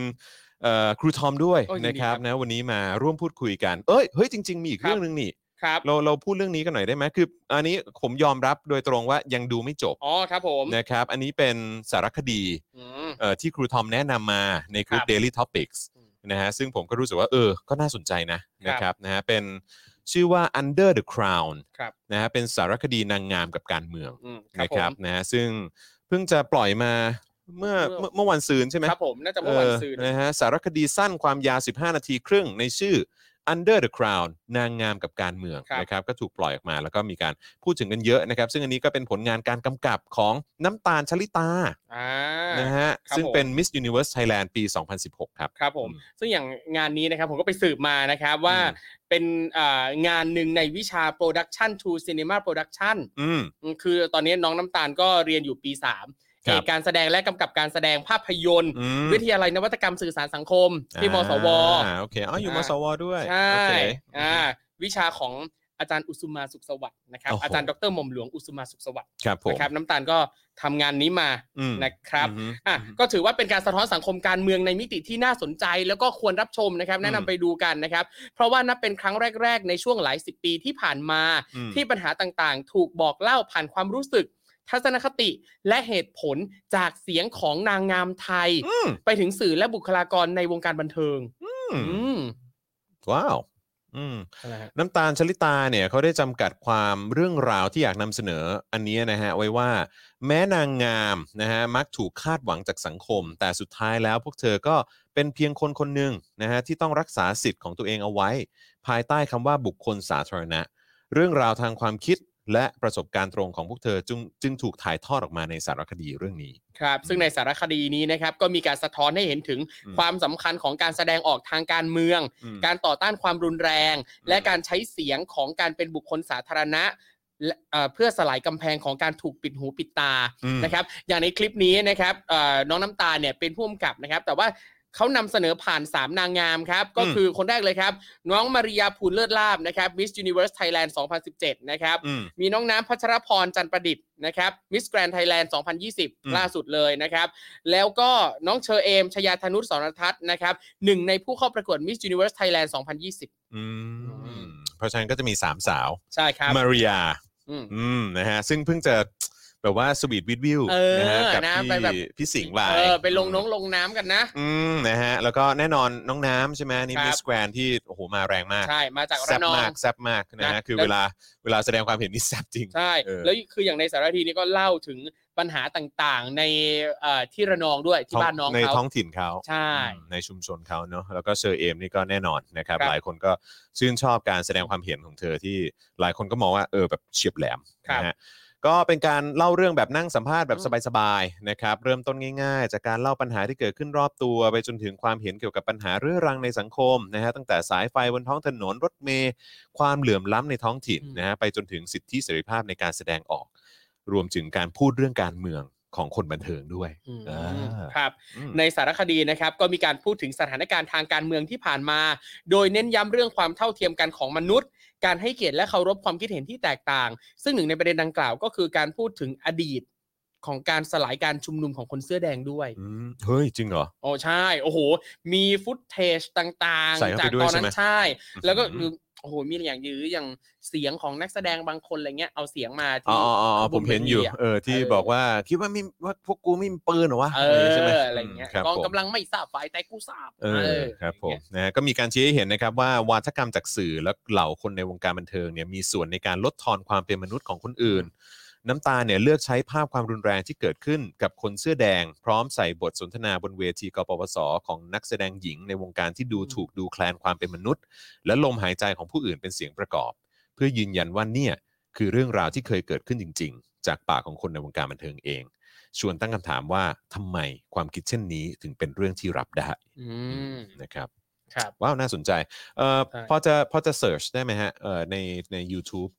[SPEAKER 2] เอ่อครูทอมด้วย
[SPEAKER 3] โอ้ยยินดี
[SPEAKER 2] นะครับ
[SPEAKER 3] ครับ
[SPEAKER 2] นะวันนี้มาร่วมพูดคุยกัน เอ้ยเฮ้ยจริง ๆ มีอีก
[SPEAKER 3] ครับ
[SPEAKER 2] เรื่องหนึงนี่
[SPEAKER 3] ครับ
[SPEAKER 2] เราเราพูดเรื่องนี้กันหน่อยได้ไหมคือ อันนี้ผมยอมรับโดยตรงว่ายังดูไม่จบ
[SPEAKER 3] อ๋อครับผม
[SPEAKER 2] นะครับ อันนี้เป็นสารคดี
[SPEAKER 3] อืม
[SPEAKER 2] เอ่อที่ครูทอมแนะนำมาในกลุ่ม
[SPEAKER 3] ครับ
[SPEAKER 2] Daily Topics
[SPEAKER 3] อืม
[SPEAKER 2] นะฮะซึ่งผมก็รู้สึกว่า เออ ก็น่าสนใจนะครับ นะครับนะฮะเป็นชื่อว่า Under the Crown
[SPEAKER 3] ครับ
[SPEAKER 2] นะฮะเป็นสารคดีนางงามกับการเมือง
[SPEAKER 3] อืมครับ
[SPEAKER 2] นะ
[SPEAKER 3] ผ
[SPEAKER 2] ครับ
[SPEAKER 3] ม
[SPEAKER 2] นะฮะซึ่งเพิ่งจะปล่อยมาเมื่อ
[SPEAKER 3] เมื่
[SPEAKER 2] เมื่อ
[SPEAKER 3] อ
[SPEAKER 2] เมื่อวันซืนใช่ไหม
[SPEAKER 3] ครับผมน่าจะเมื่อวันซืน
[SPEAKER 2] เออนะฮะสารคดีสั้นความยาว 15 นาทีครึ่งในชื่อ Under the Crown นางงามกับการเมืองนะครับก็ถูกปล่อยออกมาแล้วก็มีการพูดถึงกันเยอะนะครับ ซึ่งอันนี้ก็เป็นผลงานการกำกับของน้ำตาลชลิตา
[SPEAKER 3] อ่า
[SPEAKER 2] นะฮะ
[SPEAKER 3] ครับ
[SPEAKER 2] ซึ่ง
[SPEAKER 3] ผม
[SPEAKER 2] เป็น Miss Universe Thailand ปี 2016 ครับ
[SPEAKER 3] ครับผม
[SPEAKER 2] อืม
[SPEAKER 3] ซึ่งอย่างงานนี้นะครับผมก็ไปสืบมานะครับว่า
[SPEAKER 2] อืม
[SPEAKER 3] เป็นอ่างานหนึ่งในวิชา Production to Cinema Production
[SPEAKER 2] อืม
[SPEAKER 3] อืมคือตอนนี้น้องน้ำตาลก็เรียนอยู่ปี3
[SPEAKER 2] ครั
[SPEAKER 3] เอบ กการแสดงและกำกับการแสดงภาพยนตร์
[SPEAKER 2] อืม
[SPEAKER 3] วิทยาลัยนวัตกรรมสื่อสารสังคม ที่มสว
[SPEAKER 2] อ่าโอเคอ๋ออยู่ม
[SPEAKER 3] อ่าม
[SPEAKER 2] สวด้วย
[SPEAKER 3] ใช่
[SPEAKER 2] โอเค
[SPEAKER 3] อ่าวิชาของอาจารย์อุสุมาสุขสวัสดิ์นะครับ
[SPEAKER 2] โอ้โห
[SPEAKER 3] อาจารย์ดรหม่อมหลวงอุสุมาสุขสวัสดิ์
[SPEAKER 2] ครับผม
[SPEAKER 3] นะครับน้ำตาลก็ทำงานนี้มา
[SPEAKER 2] อืม
[SPEAKER 3] นะครับ
[SPEAKER 2] อืม
[SPEAKER 3] อ่ะก็ถือว่าเป็นการสะท้อนสังคมการเมืองในมิติที่น่าสนใจ แล้วก็ควรรับชมนะครับ แนะนำ
[SPEAKER 2] อืม
[SPEAKER 3] ไปดูกันนะครับ เพราะว่านับเป็นครั้งแรก ๆ ในช่วงหลายสิบปีที่ผ่านมา
[SPEAKER 2] อืม
[SPEAKER 3] ที่ปัญหาต่างๆ ถูกบอกเล่าผ่านความรู้สึก ทัศนคติและเหตุผลจากเสียงของนางงามไทย
[SPEAKER 2] อืม
[SPEAKER 3] ไปถึงสื่อและบุคลากรในวงการบันเทิง
[SPEAKER 2] อืม
[SPEAKER 3] อืม
[SPEAKER 2] ว้าว อืม
[SPEAKER 3] อะไรฮะ
[SPEAKER 2] น้ำตาลชลิตาเนี่ยเขาได้จำกัดความเรื่องราวที่อยากนำเสนออันนี้นะฮะไว้ว่า แม้นางงามนะฮะมักถูกคาดหวังจากสังคม แต่สุดท้ายแล้วพวกเธอก็เป็นเพียงคนคนหนึ่งนะฮะที่ต้องรักษาสิทธิ์ของตัวเองเอาไว้ ภายใต้คำว่าบุคคลสาธารณะ เรื่องราวทางความคิดและประสบการณ์ตรงของพวกเธอจึงจึงถูกถ่ายทอดออกมาในสารคดีเรื่องนี้
[SPEAKER 3] ครับซึ่งในสารคดีนี้นะครับก็มีการสะท้อนให้เห็นถึง
[SPEAKER 2] อืม
[SPEAKER 3] ความสำคัญของการแสดงออกทางการเมือง
[SPEAKER 2] อืม
[SPEAKER 3] การต่อต้านความรุนแรง
[SPEAKER 2] ม
[SPEAKER 3] และการใช้เสียงของการเป็นบุคคลสาธารณะและเอ่อเพื่อสลายกำแพงของการถูกปิดหูปิดตา
[SPEAKER 2] อืม
[SPEAKER 3] นะครับอย่างในคลิปนี้นะครับเอ่อน้องน้ำตาลเนี่ยเป็นผู้กำกับนะครับ แต่ว่าเขานำเสนอผ่าน 3 นางงามครับ ก็
[SPEAKER 2] อืม
[SPEAKER 3] คือคนแรกเลยครับ น้องมาริยาภูลเลิศลาบนะครับ Miss Universe Thailand 2017 นะครับ
[SPEAKER 2] อืม
[SPEAKER 3] มีน้องน้ำพัชรพรจันทร์ประดิษฐ์นะครับมิสแกรนไทยแลนด์
[SPEAKER 2] อืม
[SPEAKER 3] 2020 ล่าสุดเลยนะครับ แล้วก็น้องเชอเอมชยาธนุสรทัศน์นะครับหนึ่งในผู้เข้าประกวดมิส s u นิเว r ร์สไทยแลนด์2020
[SPEAKER 2] อื
[SPEAKER 3] อื
[SPEAKER 2] ม
[SPEAKER 3] ม
[SPEAKER 2] เพราะฉะนั้นก็จะมีสามสาว
[SPEAKER 3] ใช่ครับ
[SPEAKER 2] มาริยา
[SPEAKER 3] อืม
[SPEAKER 2] อืมนะฮะซึ่งเพิ่งจะ แบบว่าสวีทวิดวิว
[SPEAKER 3] เออ
[SPEAKER 2] นะฮะกับ
[SPEAKER 3] นะ
[SPEAKER 2] พี่
[SPEAKER 3] ไปแบบ
[SPEAKER 2] พี่สิงห์ไลน์
[SPEAKER 3] เออไปลงน้องลงน้ำกันนะ
[SPEAKER 2] อืมนะฮะแล้วก็แน่นอนน้องน้ำใช่ไหมนี่
[SPEAKER 3] ครับ
[SPEAKER 2] มิสแกรนที่โอ้โหมาแรงมาก
[SPEAKER 3] ใช่มาจาก
[SPEAKER 2] แซ่
[SPEAKER 3] ระ
[SPEAKER 2] บ
[SPEAKER 3] นอง
[SPEAKER 2] มากแซ่บมากนะฮะ
[SPEAKER 3] นะ
[SPEAKER 2] คือ
[SPEAKER 3] แล้
[SPEAKER 2] เว
[SPEAKER 3] ว
[SPEAKER 2] ลาเวลาแสดงความเห็นนี่แซ่บจริง
[SPEAKER 3] ใช่
[SPEAKER 2] เออ
[SPEAKER 3] แล้วคืออย่างในสารคดีนี้ก็เล่าถึงปัญหาต่างๆ ในเอ่อที่ระนองด้วยที่บ้านน้อง
[SPEAKER 2] ใน
[SPEAKER 3] เขา
[SPEAKER 2] ท้องถิ่นเขา
[SPEAKER 3] ใช่
[SPEAKER 2] อืมในชุมชนเขาเนอะแล้วก็เชอเอมนี่ก็แน่นอนนะครับ
[SPEAKER 3] ครับ
[SPEAKER 2] หลายคนก็ชื่นชอบการแสดงความเห็นของเธอที่หลายคนก็มองว่าเออแบบเฉียบแหลม
[SPEAKER 3] ครับ
[SPEAKER 2] นะฮะก็เป็นการเล่าเรื่องแบบนั่งสัมภาษณ์แบบสบายๆนะครับ เริ่มต้นง่ายๆ จากการเล่าปัญหาที่เกิดขึ้นรอบตัว ไปจนถึงความเห็นเกี่ยวกับปัญหาเรื้อรังในสังคมนะฮะตั้งแต่สายไฟบนท้องถนนรถเมล์ความเหลื่อมล้ำในท้องถิ่น
[SPEAKER 3] อืม
[SPEAKER 2] นะฮะไปจนถึงสิทธิเสรีภาพในการแสดงออก รวมถึงการพูดเรื่องการเมืองของคนบันเทิงด้วย
[SPEAKER 3] อืม
[SPEAKER 2] อ่า
[SPEAKER 3] ครับ
[SPEAKER 2] อืม
[SPEAKER 3] ในสารคดีนะครับก็มีการพูดถึงสถานการณ์ทางการเมืองที่ผ่านมา โดยเน้นย้ำเรื่องความเท่าเทียมกันของมนุษย์ การให้เกียรติและเคารพความคิดเห็นที่แตกต่าง ซึ่งหนึ่งในประเด็นดังกล่าวก็คือการพูดถึงอดีตของการสลายการชุมนุมของคนเสื้อแดงด้วย
[SPEAKER 2] อืมเฮ้ย จริงเหรอ
[SPEAKER 3] โอ้ใช่ โอ้โห มีฟุตเทจต่าง
[SPEAKER 2] ใส่เข้าไป
[SPEAKER 3] ๆจาก
[SPEAKER 2] ด้วย
[SPEAKER 3] ตอน
[SPEAKER 2] ใช่
[SPEAKER 3] นั้
[SPEAKER 2] ไหม
[SPEAKER 3] นใช่ แล้วก็คือโอ้โหมีอย่างยืออย่างเสียงของนักแสดงบางคนอะไรเงี้ยเอาเสียงมา
[SPEAKER 2] อ๋
[SPEAKER 3] ที่
[SPEAKER 2] ออ๋ออ๋อผมเห็นอยู่
[SPEAKER 3] บุมเบอรี่อะ
[SPEAKER 2] เออ ที่
[SPEAKER 3] เออ
[SPEAKER 2] บอกว่าคิดว่ามีว่าพวกกูไม่มีปืนเหรอวะ
[SPEAKER 3] เอ
[SPEAKER 2] เออใช่ไหม
[SPEAKER 3] ออะไรเงี้ย
[SPEAKER 2] ครับ
[SPEAKER 3] กอง
[SPEAKER 2] ผม
[SPEAKER 3] กำลังไม่ทราบฝ่ายแต่กูทราบ
[SPEAKER 2] เอ
[SPEAKER 3] เอ
[SPEAKER 2] อ
[SPEAKER 3] อ
[SPEAKER 2] ครับ
[SPEAKER 3] อะ
[SPEAKER 2] ผ
[SPEAKER 3] ไเงี้
[SPEAKER 2] ม
[SPEAKER 3] ย
[SPEAKER 2] นะฮะก็มีการชี้ให้เห็นนะครับว่าวาทกรรมจากสื่อและเหล่าคนในวงการบันเทิงเนี่ยมีส่วนในการลดทอนความเป็นมนุษย์ของคนอื่น น้ำตาเนี่ยเลือกใช้ภาพความรุนแรงที่เกิดขึ้นกับคนเสื้อแดง พร้อมใส่บทสนทนาบนเวทีกปปสของนักแสดงหญิงในวงการที่ดู
[SPEAKER 3] อืม
[SPEAKER 2] ถูกดูแคลนความเป็นมนุษย์ และลมหายใจของผู้อื่นเป็นเสียงประกอบ เพื่อยืนยันว่าเนี่ย คือเรื่องราวที่เคยเกิดขึ้นจริง ๆ จากปากของคนในวงการบันเทิงเอง ชวนตั้งคำถามว่าทำไมความคิดเช่นนี้ถึงเป็นเรื่องที่รับได้
[SPEAKER 3] อืม
[SPEAKER 2] นะครับ
[SPEAKER 3] ครับ
[SPEAKER 2] ว้าวน่าสนใจเอ่อ
[SPEAKER 3] ใช่
[SPEAKER 2] พอจะพอจะเสิร์ชได้ไหมฮะเอ่อในใน u t u b e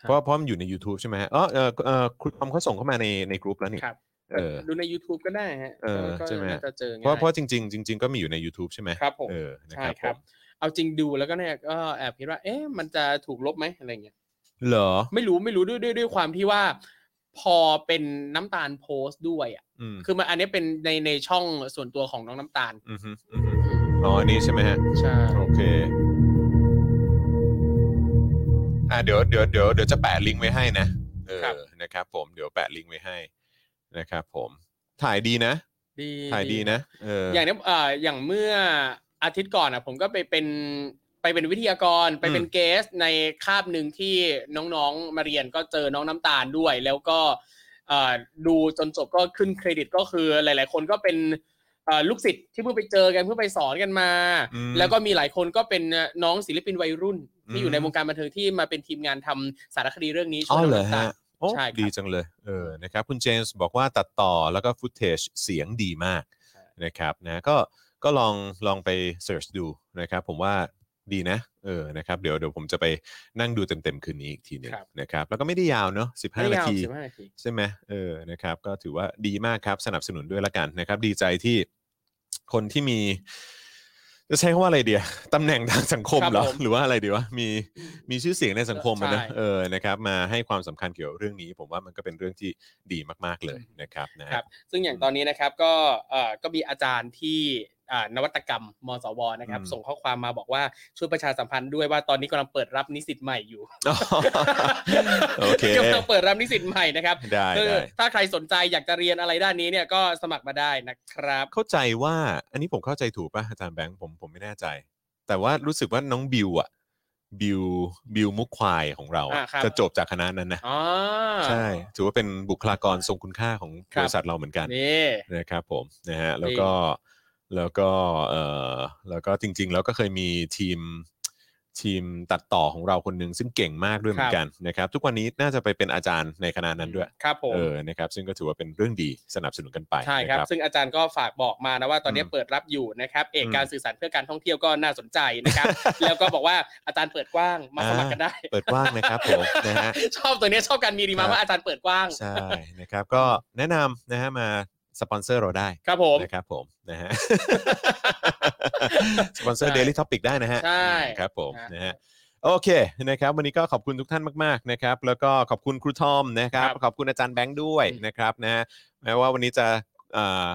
[SPEAKER 3] ครับ
[SPEAKER 2] เพราะเพราะมันอยู่ใน YouTube ใช่ไหมฮะอ๋อเอ่อเอ่อคุณทอมเขาส่งเข้ามาในในกลุ่มแล้วนี่
[SPEAKER 3] ครับ
[SPEAKER 2] เออ
[SPEAKER 3] ดูใน YouTube ก็ได้ฮะ
[SPEAKER 2] เออ
[SPEAKER 3] ก็
[SPEAKER 2] ใช่ไหม
[SPEAKER 3] น่าจะเจอง่ย
[SPEAKER 2] เพราะเพราะจริง ๆ จริง ๆ ก็มีอยู่ใน YouTube ใช่ไหม
[SPEAKER 3] ครับผม
[SPEAKER 2] เออนะค
[SPEAKER 3] ใช่
[SPEAKER 2] รับ
[SPEAKER 3] ครับ
[SPEAKER 2] ผม
[SPEAKER 3] เอาจริงดูแล้วก็เนี่ยก็แอบคิดว่า เอ๊ะมันจะถูกลบไหมอะไรเงี้ย
[SPEAKER 2] เหรอ
[SPEAKER 3] ไม่รู้ไม่รู้ด้วยด้วยด้วยความที่ว่า พอเป็นน้ำตาลโพสต์ด้วยอ่ะ
[SPEAKER 2] อืม
[SPEAKER 3] คือมันอันนี้เป็นในในช่องส่วนตัวของน้องน้ำตาล
[SPEAKER 2] อืมฮึอืมฮึอ๋ออันนี้ใช่ไหมฮะ
[SPEAKER 3] ใช่
[SPEAKER 2] โอเค อ่าเดี๋ยวเดี๋ยวเดี๋ยวเดี๋ยวจะแปะลิงก์ไว้ให้นะ เออ นะครับผม เดี๋ยวแปะลิงก์ไว้ให้ นะครับผม ถ่ายดีนะ
[SPEAKER 3] ดี
[SPEAKER 2] ถ่ายดีนะ เออ
[SPEAKER 3] อ
[SPEAKER 2] อ
[SPEAKER 3] ย่างเนี้ยเอ่ออย่างเมื่ออาทิตย์ก่อนอ่ะ ผมก็ไปเป็นไปเป็นวิทยากรไปเป็นเกสในคาบหนึ่งที่น้องๆมาเรียนก็เจอน้องน้ำตาลด้วย แล้วก็เอ่อดูจนจบก็ขึ้นเครดิตก็คือหลาย ๆ คนก็เป็นเอ่อลูกศิษย์ที่เพิ่งไปเจอกันเพิ่งไปสอนกันมา
[SPEAKER 2] อืม
[SPEAKER 3] แล้วก็มีหลายคนก็เป็นน้องศิลปินวัยรุ่น ที่อ
[SPEAKER 2] อื
[SPEAKER 3] ยู่
[SPEAKER 2] ม
[SPEAKER 3] ในวงการบันเทิงที่มาเป็นทีมงานทำสารคดีเรื่องนี้ช่
[SPEAKER 2] อ๋
[SPEAKER 3] ว
[SPEAKER 2] อย เหร
[SPEAKER 3] น้
[SPEAKER 2] อ
[SPEAKER 3] องน้ำตา
[SPEAKER 2] ฮะ
[SPEAKER 3] ล
[SPEAKER 2] โอ้
[SPEAKER 3] ใช่ครับ
[SPEAKER 2] ดีจังเลย เออ นะครับ คุณเจมส์บอกว่าตัดต่อแล้วก็ฟุตเทจเสียงดีมาก
[SPEAKER 3] ใช่
[SPEAKER 2] นะครับ นะ ก็ ก็ลอง ลองไปเสิร์ชดูนะครับ ผมว่าดีนะ เออ นะครับ เดี๋ยว เดี๋ยวผมจะไปนั่งดูเต็มๆคืนนี้อีกทีหนึงนะครับ แล้วก็ไม่ได้ยาวเนอะ
[SPEAKER 3] ไม่
[SPEAKER 2] 15นาย
[SPEAKER 3] ได้าว
[SPEAKER 2] ที
[SPEAKER 3] สิบห้านาที
[SPEAKER 2] ใช่ไหมเออ นะครับ ก็ถือว่าดีมากครับ สนับสนุนด้วยละกันนะครับ ดีใจที่คนที่มี จะใช้คำว่าอะไรเดียตำแหน่งทางสังคม
[SPEAKER 3] ครับ
[SPEAKER 2] เหรอ
[SPEAKER 3] ผม
[SPEAKER 2] หรือว่าอะไรดีวะ มี มีชื่อเสียงในสังคมอะนะ
[SPEAKER 3] ใช่
[SPEAKER 2] เออ นะครับ มาให้ความสำคัญเกี่ยวกับเรื่องนี้ ผมว่ามันก็เป็นเรื่องที่ดีมาก ๆ เลยนะครับนะ
[SPEAKER 3] ครับ ซึ่งอย่างตอนนี้นะครับก็เอ่อก็มีอาจารย์ที่อ่านวัตกรรมมสวนะครับ
[SPEAKER 2] อืม
[SPEAKER 3] ส่งข้อความมาบอกว่าช่วยประชาสัมพันธ์ด้วยว่าตอนนี้กำลังเปิดรับนิสิตใหม่อยู่
[SPEAKER 2] อ๋อ โอเค
[SPEAKER 3] กำลังเปิดรับนิสิตใหม่นะครับ
[SPEAKER 2] ได้
[SPEAKER 3] คือ
[SPEAKER 2] ได้
[SPEAKER 3] ถ้าใครสนใจอยากจะเรียนอะไรด้านนี้เนี่ยก็สมัครมาได้นะครับ
[SPEAKER 2] เข้าใจว่า อันนี้ผมเข้าใจถูกป่ะอาจารย์แบงค์ผมผมไม่แน่ใจ แต่ว่ารู้สึกว่าน้องบิวอะบิวบิวมุกควายของเราอะ
[SPEAKER 3] อ่าครับ
[SPEAKER 2] จะจบจากคณะนั้นนะ
[SPEAKER 3] อ๋อ
[SPEAKER 2] ใช่ ถือว่าเป็นบุคลากรทรงคุณค่าของ
[SPEAKER 3] ครับ บ
[SPEAKER 2] ริษัทเราเหมือนกัน
[SPEAKER 3] นี่
[SPEAKER 2] นะครับผมนะฮะแล้วก็แล้วก็เอ่อแล้วก็จริงๆ แล้วก็เคยมีทีมทีมตัดต่อของเราคนหนึ่งซึ่งเก่งมากด้วยเหมือน
[SPEAKER 3] ครับ
[SPEAKER 2] กันนะครับทุกวันนี้น่าจะไปเป็นอาจารย์ในคณะนั้นด้วย
[SPEAKER 3] ครับผม
[SPEAKER 2] เออนะครับซึ่งก็ถือว่าเป็นเรื่องดีสนับสนุนกันไป
[SPEAKER 3] ใช่
[SPEAKER 2] นะครับ ครับ
[SPEAKER 3] ซึ่งอาจารย์ก็ฝากบอกมานะว่าตอนนี้
[SPEAKER 2] อืม
[SPEAKER 3] เปิดรับอยู่นะครับ เอก
[SPEAKER 2] อืม
[SPEAKER 3] การสื่อสารเพื่อการท่องเที่ยวก็น่าสนใจ นะครับ แล้วก็บอกว่าอาจารย์เปิดกว้างมาสมัครกันได้
[SPEAKER 2] เปิดว่างนะครับผมนะฮะ
[SPEAKER 3] ชอบตัวเนี้ยชอบการมีดี
[SPEAKER 2] ค
[SPEAKER 3] มา
[SPEAKER 2] รับ
[SPEAKER 3] ว่าอาจารย์เปิดกว้าง
[SPEAKER 2] ใช่ นะครับก็แนะนำนะฮะมาสปอนเซอร์เราได้
[SPEAKER 3] ครับผม
[SPEAKER 2] นะครับผมนะ ฮะ สปอนเซอร์
[SPEAKER 3] ใช่
[SPEAKER 2] Daily Topic ได้นะฮะ
[SPEAKER 3] ใช่
[SPEAKER 2] อืมครับผม
[SPEAKER 3] ฮะ
[SPEAKER 2] นะฮะโอเคนะครับ วันนี้ก็ขอบคุณทุกท่านมากๆนะครับ แล้วก็ขอบคุณครูทอมนะครับ
[SPEAKER 3] ครับ
[SPEAKER 2] ขอบคุณอาจารย์แบงค์ด้วย
[SPEAKER 3] อืม
[SPEAKER 2] นะครับนะฮะแม้ว่าวันนี้จะเอ่อ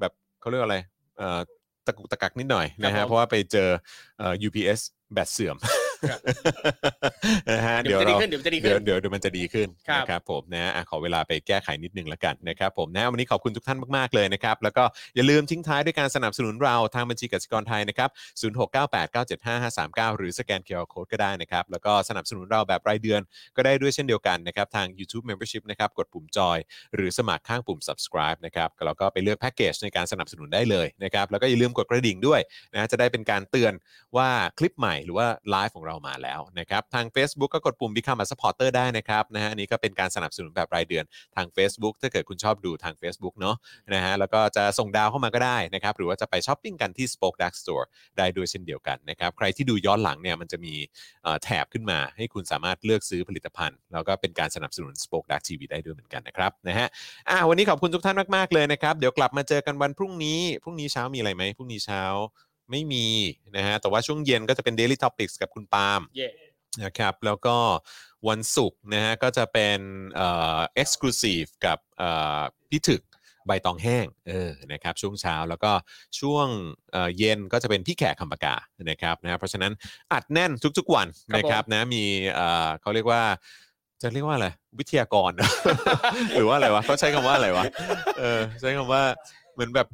[SPEAKER 2] แบบเขาเรียกว่าอะไรเอ่อตะกุกตะกักนิดหน่อยนะฮะเพราะว่าไปเจอเอ่อ UPS แบตเสื่อม
[SPEAKER 3] ครับ
[SPEAKER 2] นะฮะ
[SPEAKER 3] เดี๋
[SPEAKER 2] เดี๋
[SPEAKER 3] ย
[SPEAKER 2] ยววเรา
[SPEAKER 3] จะดีขึ้นเดี๋ยวจะดี
[SPEAKER 2] เดี๋
[SPEAKER 3] ขึ้
[SPEAKER 2] ยวน เดี๋ยวเดี๋ยวมันจะดีขึ้น
[SPEAKER 3] ครับ
[SPEAKER 2] นะครับผมนะอ่ะขอเวลาไปแก้ไขนิดนึงละกันนะครับผมนะวันนี้ขอบคุณทุกท่านมาก ๆ เลยนะครับ แล้วก็อย่าลืมทิ้งท้ายด้วยการสนับสนุนเราทางบัญชีกสิกรไทยนะครับ0698975539 หรือสแกน QR Code ก็ได้นะครับ แล้วก็สนับสนุนเราแบบรายเดือนก็ได้ด้วยเช่นเดียวกันนะครับ ทาง YouTube Membership นะครับกดปุ่มจอย หรือสมัครข้างปุ่ม subscribe นะครับแล้วก็ไปเลือกแพ็กเกจในการสนับสนุนได้เลยนะครับแล้วก็อย่าลืมกดกระดิ่งด้วยนะจะได้เป็นการเตือน ว่าคลิปใหม่หรือว่าไลฟ์ของเรามาแล้วนะครับ ทาง Facebook ก็กดปุ่ม Become a supporter ได้นะครับนะฮะอันนี้ก็เป็นการสนับสนุนแบบรายเดือนทาง Facebook ถ้าเกิดคุณชอบดูทาง Facebook เนาะนะฮะแล้วก็จะส่งดาวเข้ามาก็ได้นะครับ หรือว่าจะไปช้อปปิ้งกันที่ Spoke Dark Store ได้ด้วยเช่นเดียวกันนะครับ ใครที่ดูย้อนหลังเนี่ยมันจะมีเอ่อแถบขึ้นมา ให้คุณสามารถเลือกซื้อผลิตภัณฑ์ แล้วก็เป็นการสนับสนุน Spoke Dark TV ได้ด้วยเหมือนกันนะครับนะฮะ อ่ะวันนี้ขอบคุณทุกท่านมาก ๆ เลยนะครับ เดี๋ยวกลับมาเจอกันวันพรุ่งนี้พรุ่งนี้เช้ามีอะไรไหมพรุ่งนี้เช้าไม่มีนะฮะแต่ว่าช่วงเย็นก็จะเป็น Daily Topics กับคุณปาล์ม
[SPEAKER 3] เย่
[SPEAKER 2] นะครับแล้วก็วันศุกร์นะฮะก็จะเป็นเอ่อ exclusive กับเอ่อพี่ถึกใบตองแห้งเออนะครับช่วงเช้าแล้วก็ช่วงเอ่อเย็นก็จะเป็นพี่แขกคำปากานะครับนะฮะเพราะฉะนั้นอัดแน่นทุกๆวันนะครับนะมีเอ่อเขาเรียกว่าจะเรียกว่าอะไรวิทยากร หรือว่าอะไรวะเขาใช้คำว่าอะไรวะเออใช้คำว่าเหมือนแบบ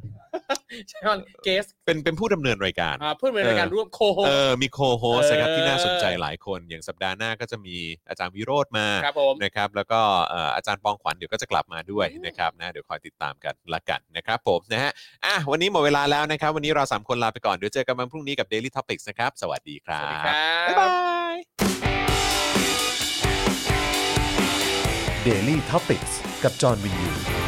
[SPEAKER 3] ใช่ว่าเกส
[SPEAKER 2] เป็นเป็นผู้ดำเนินรายการ
[SPEAKER 3] อ่าเพื่อนเป็นรายการร่วมโคโฮ
[SPEAKER 2] เออ มีโคโฮสนะครับ
[SPEAKER 3] เออ
[SPEAKER 2] ที่น่าสนใจหลายคน อย่างสัปดาห์หน้าก็จะมีอาจารย์วิโรธมา
[SPEAKER 3] ครับผม
[SPEAKER 2] นะครับ แล้วก็เอ่ออาจารย์ปองขวัญเดี๋ยวก็จะกลับมาด้วยนะครับนะเดี๋ยวคอยติดตามกันละกันนะครับผมนะฮะอ่ะวันนี้หมดเวลาแล้วนะครับ วันนี้เราสามคนลาไปก่อน เดี๋ยวเจอกันวันพรุ่งนี้กับ Daily Topics นะครับ สวัสดีครั
[SPEAKER 3] สวัสดี
[SPEAKER 2] บ
[SPEAKER 3] ครับ
[SPEAKER 1] Daily t o p i c กกับจอห์นวินยู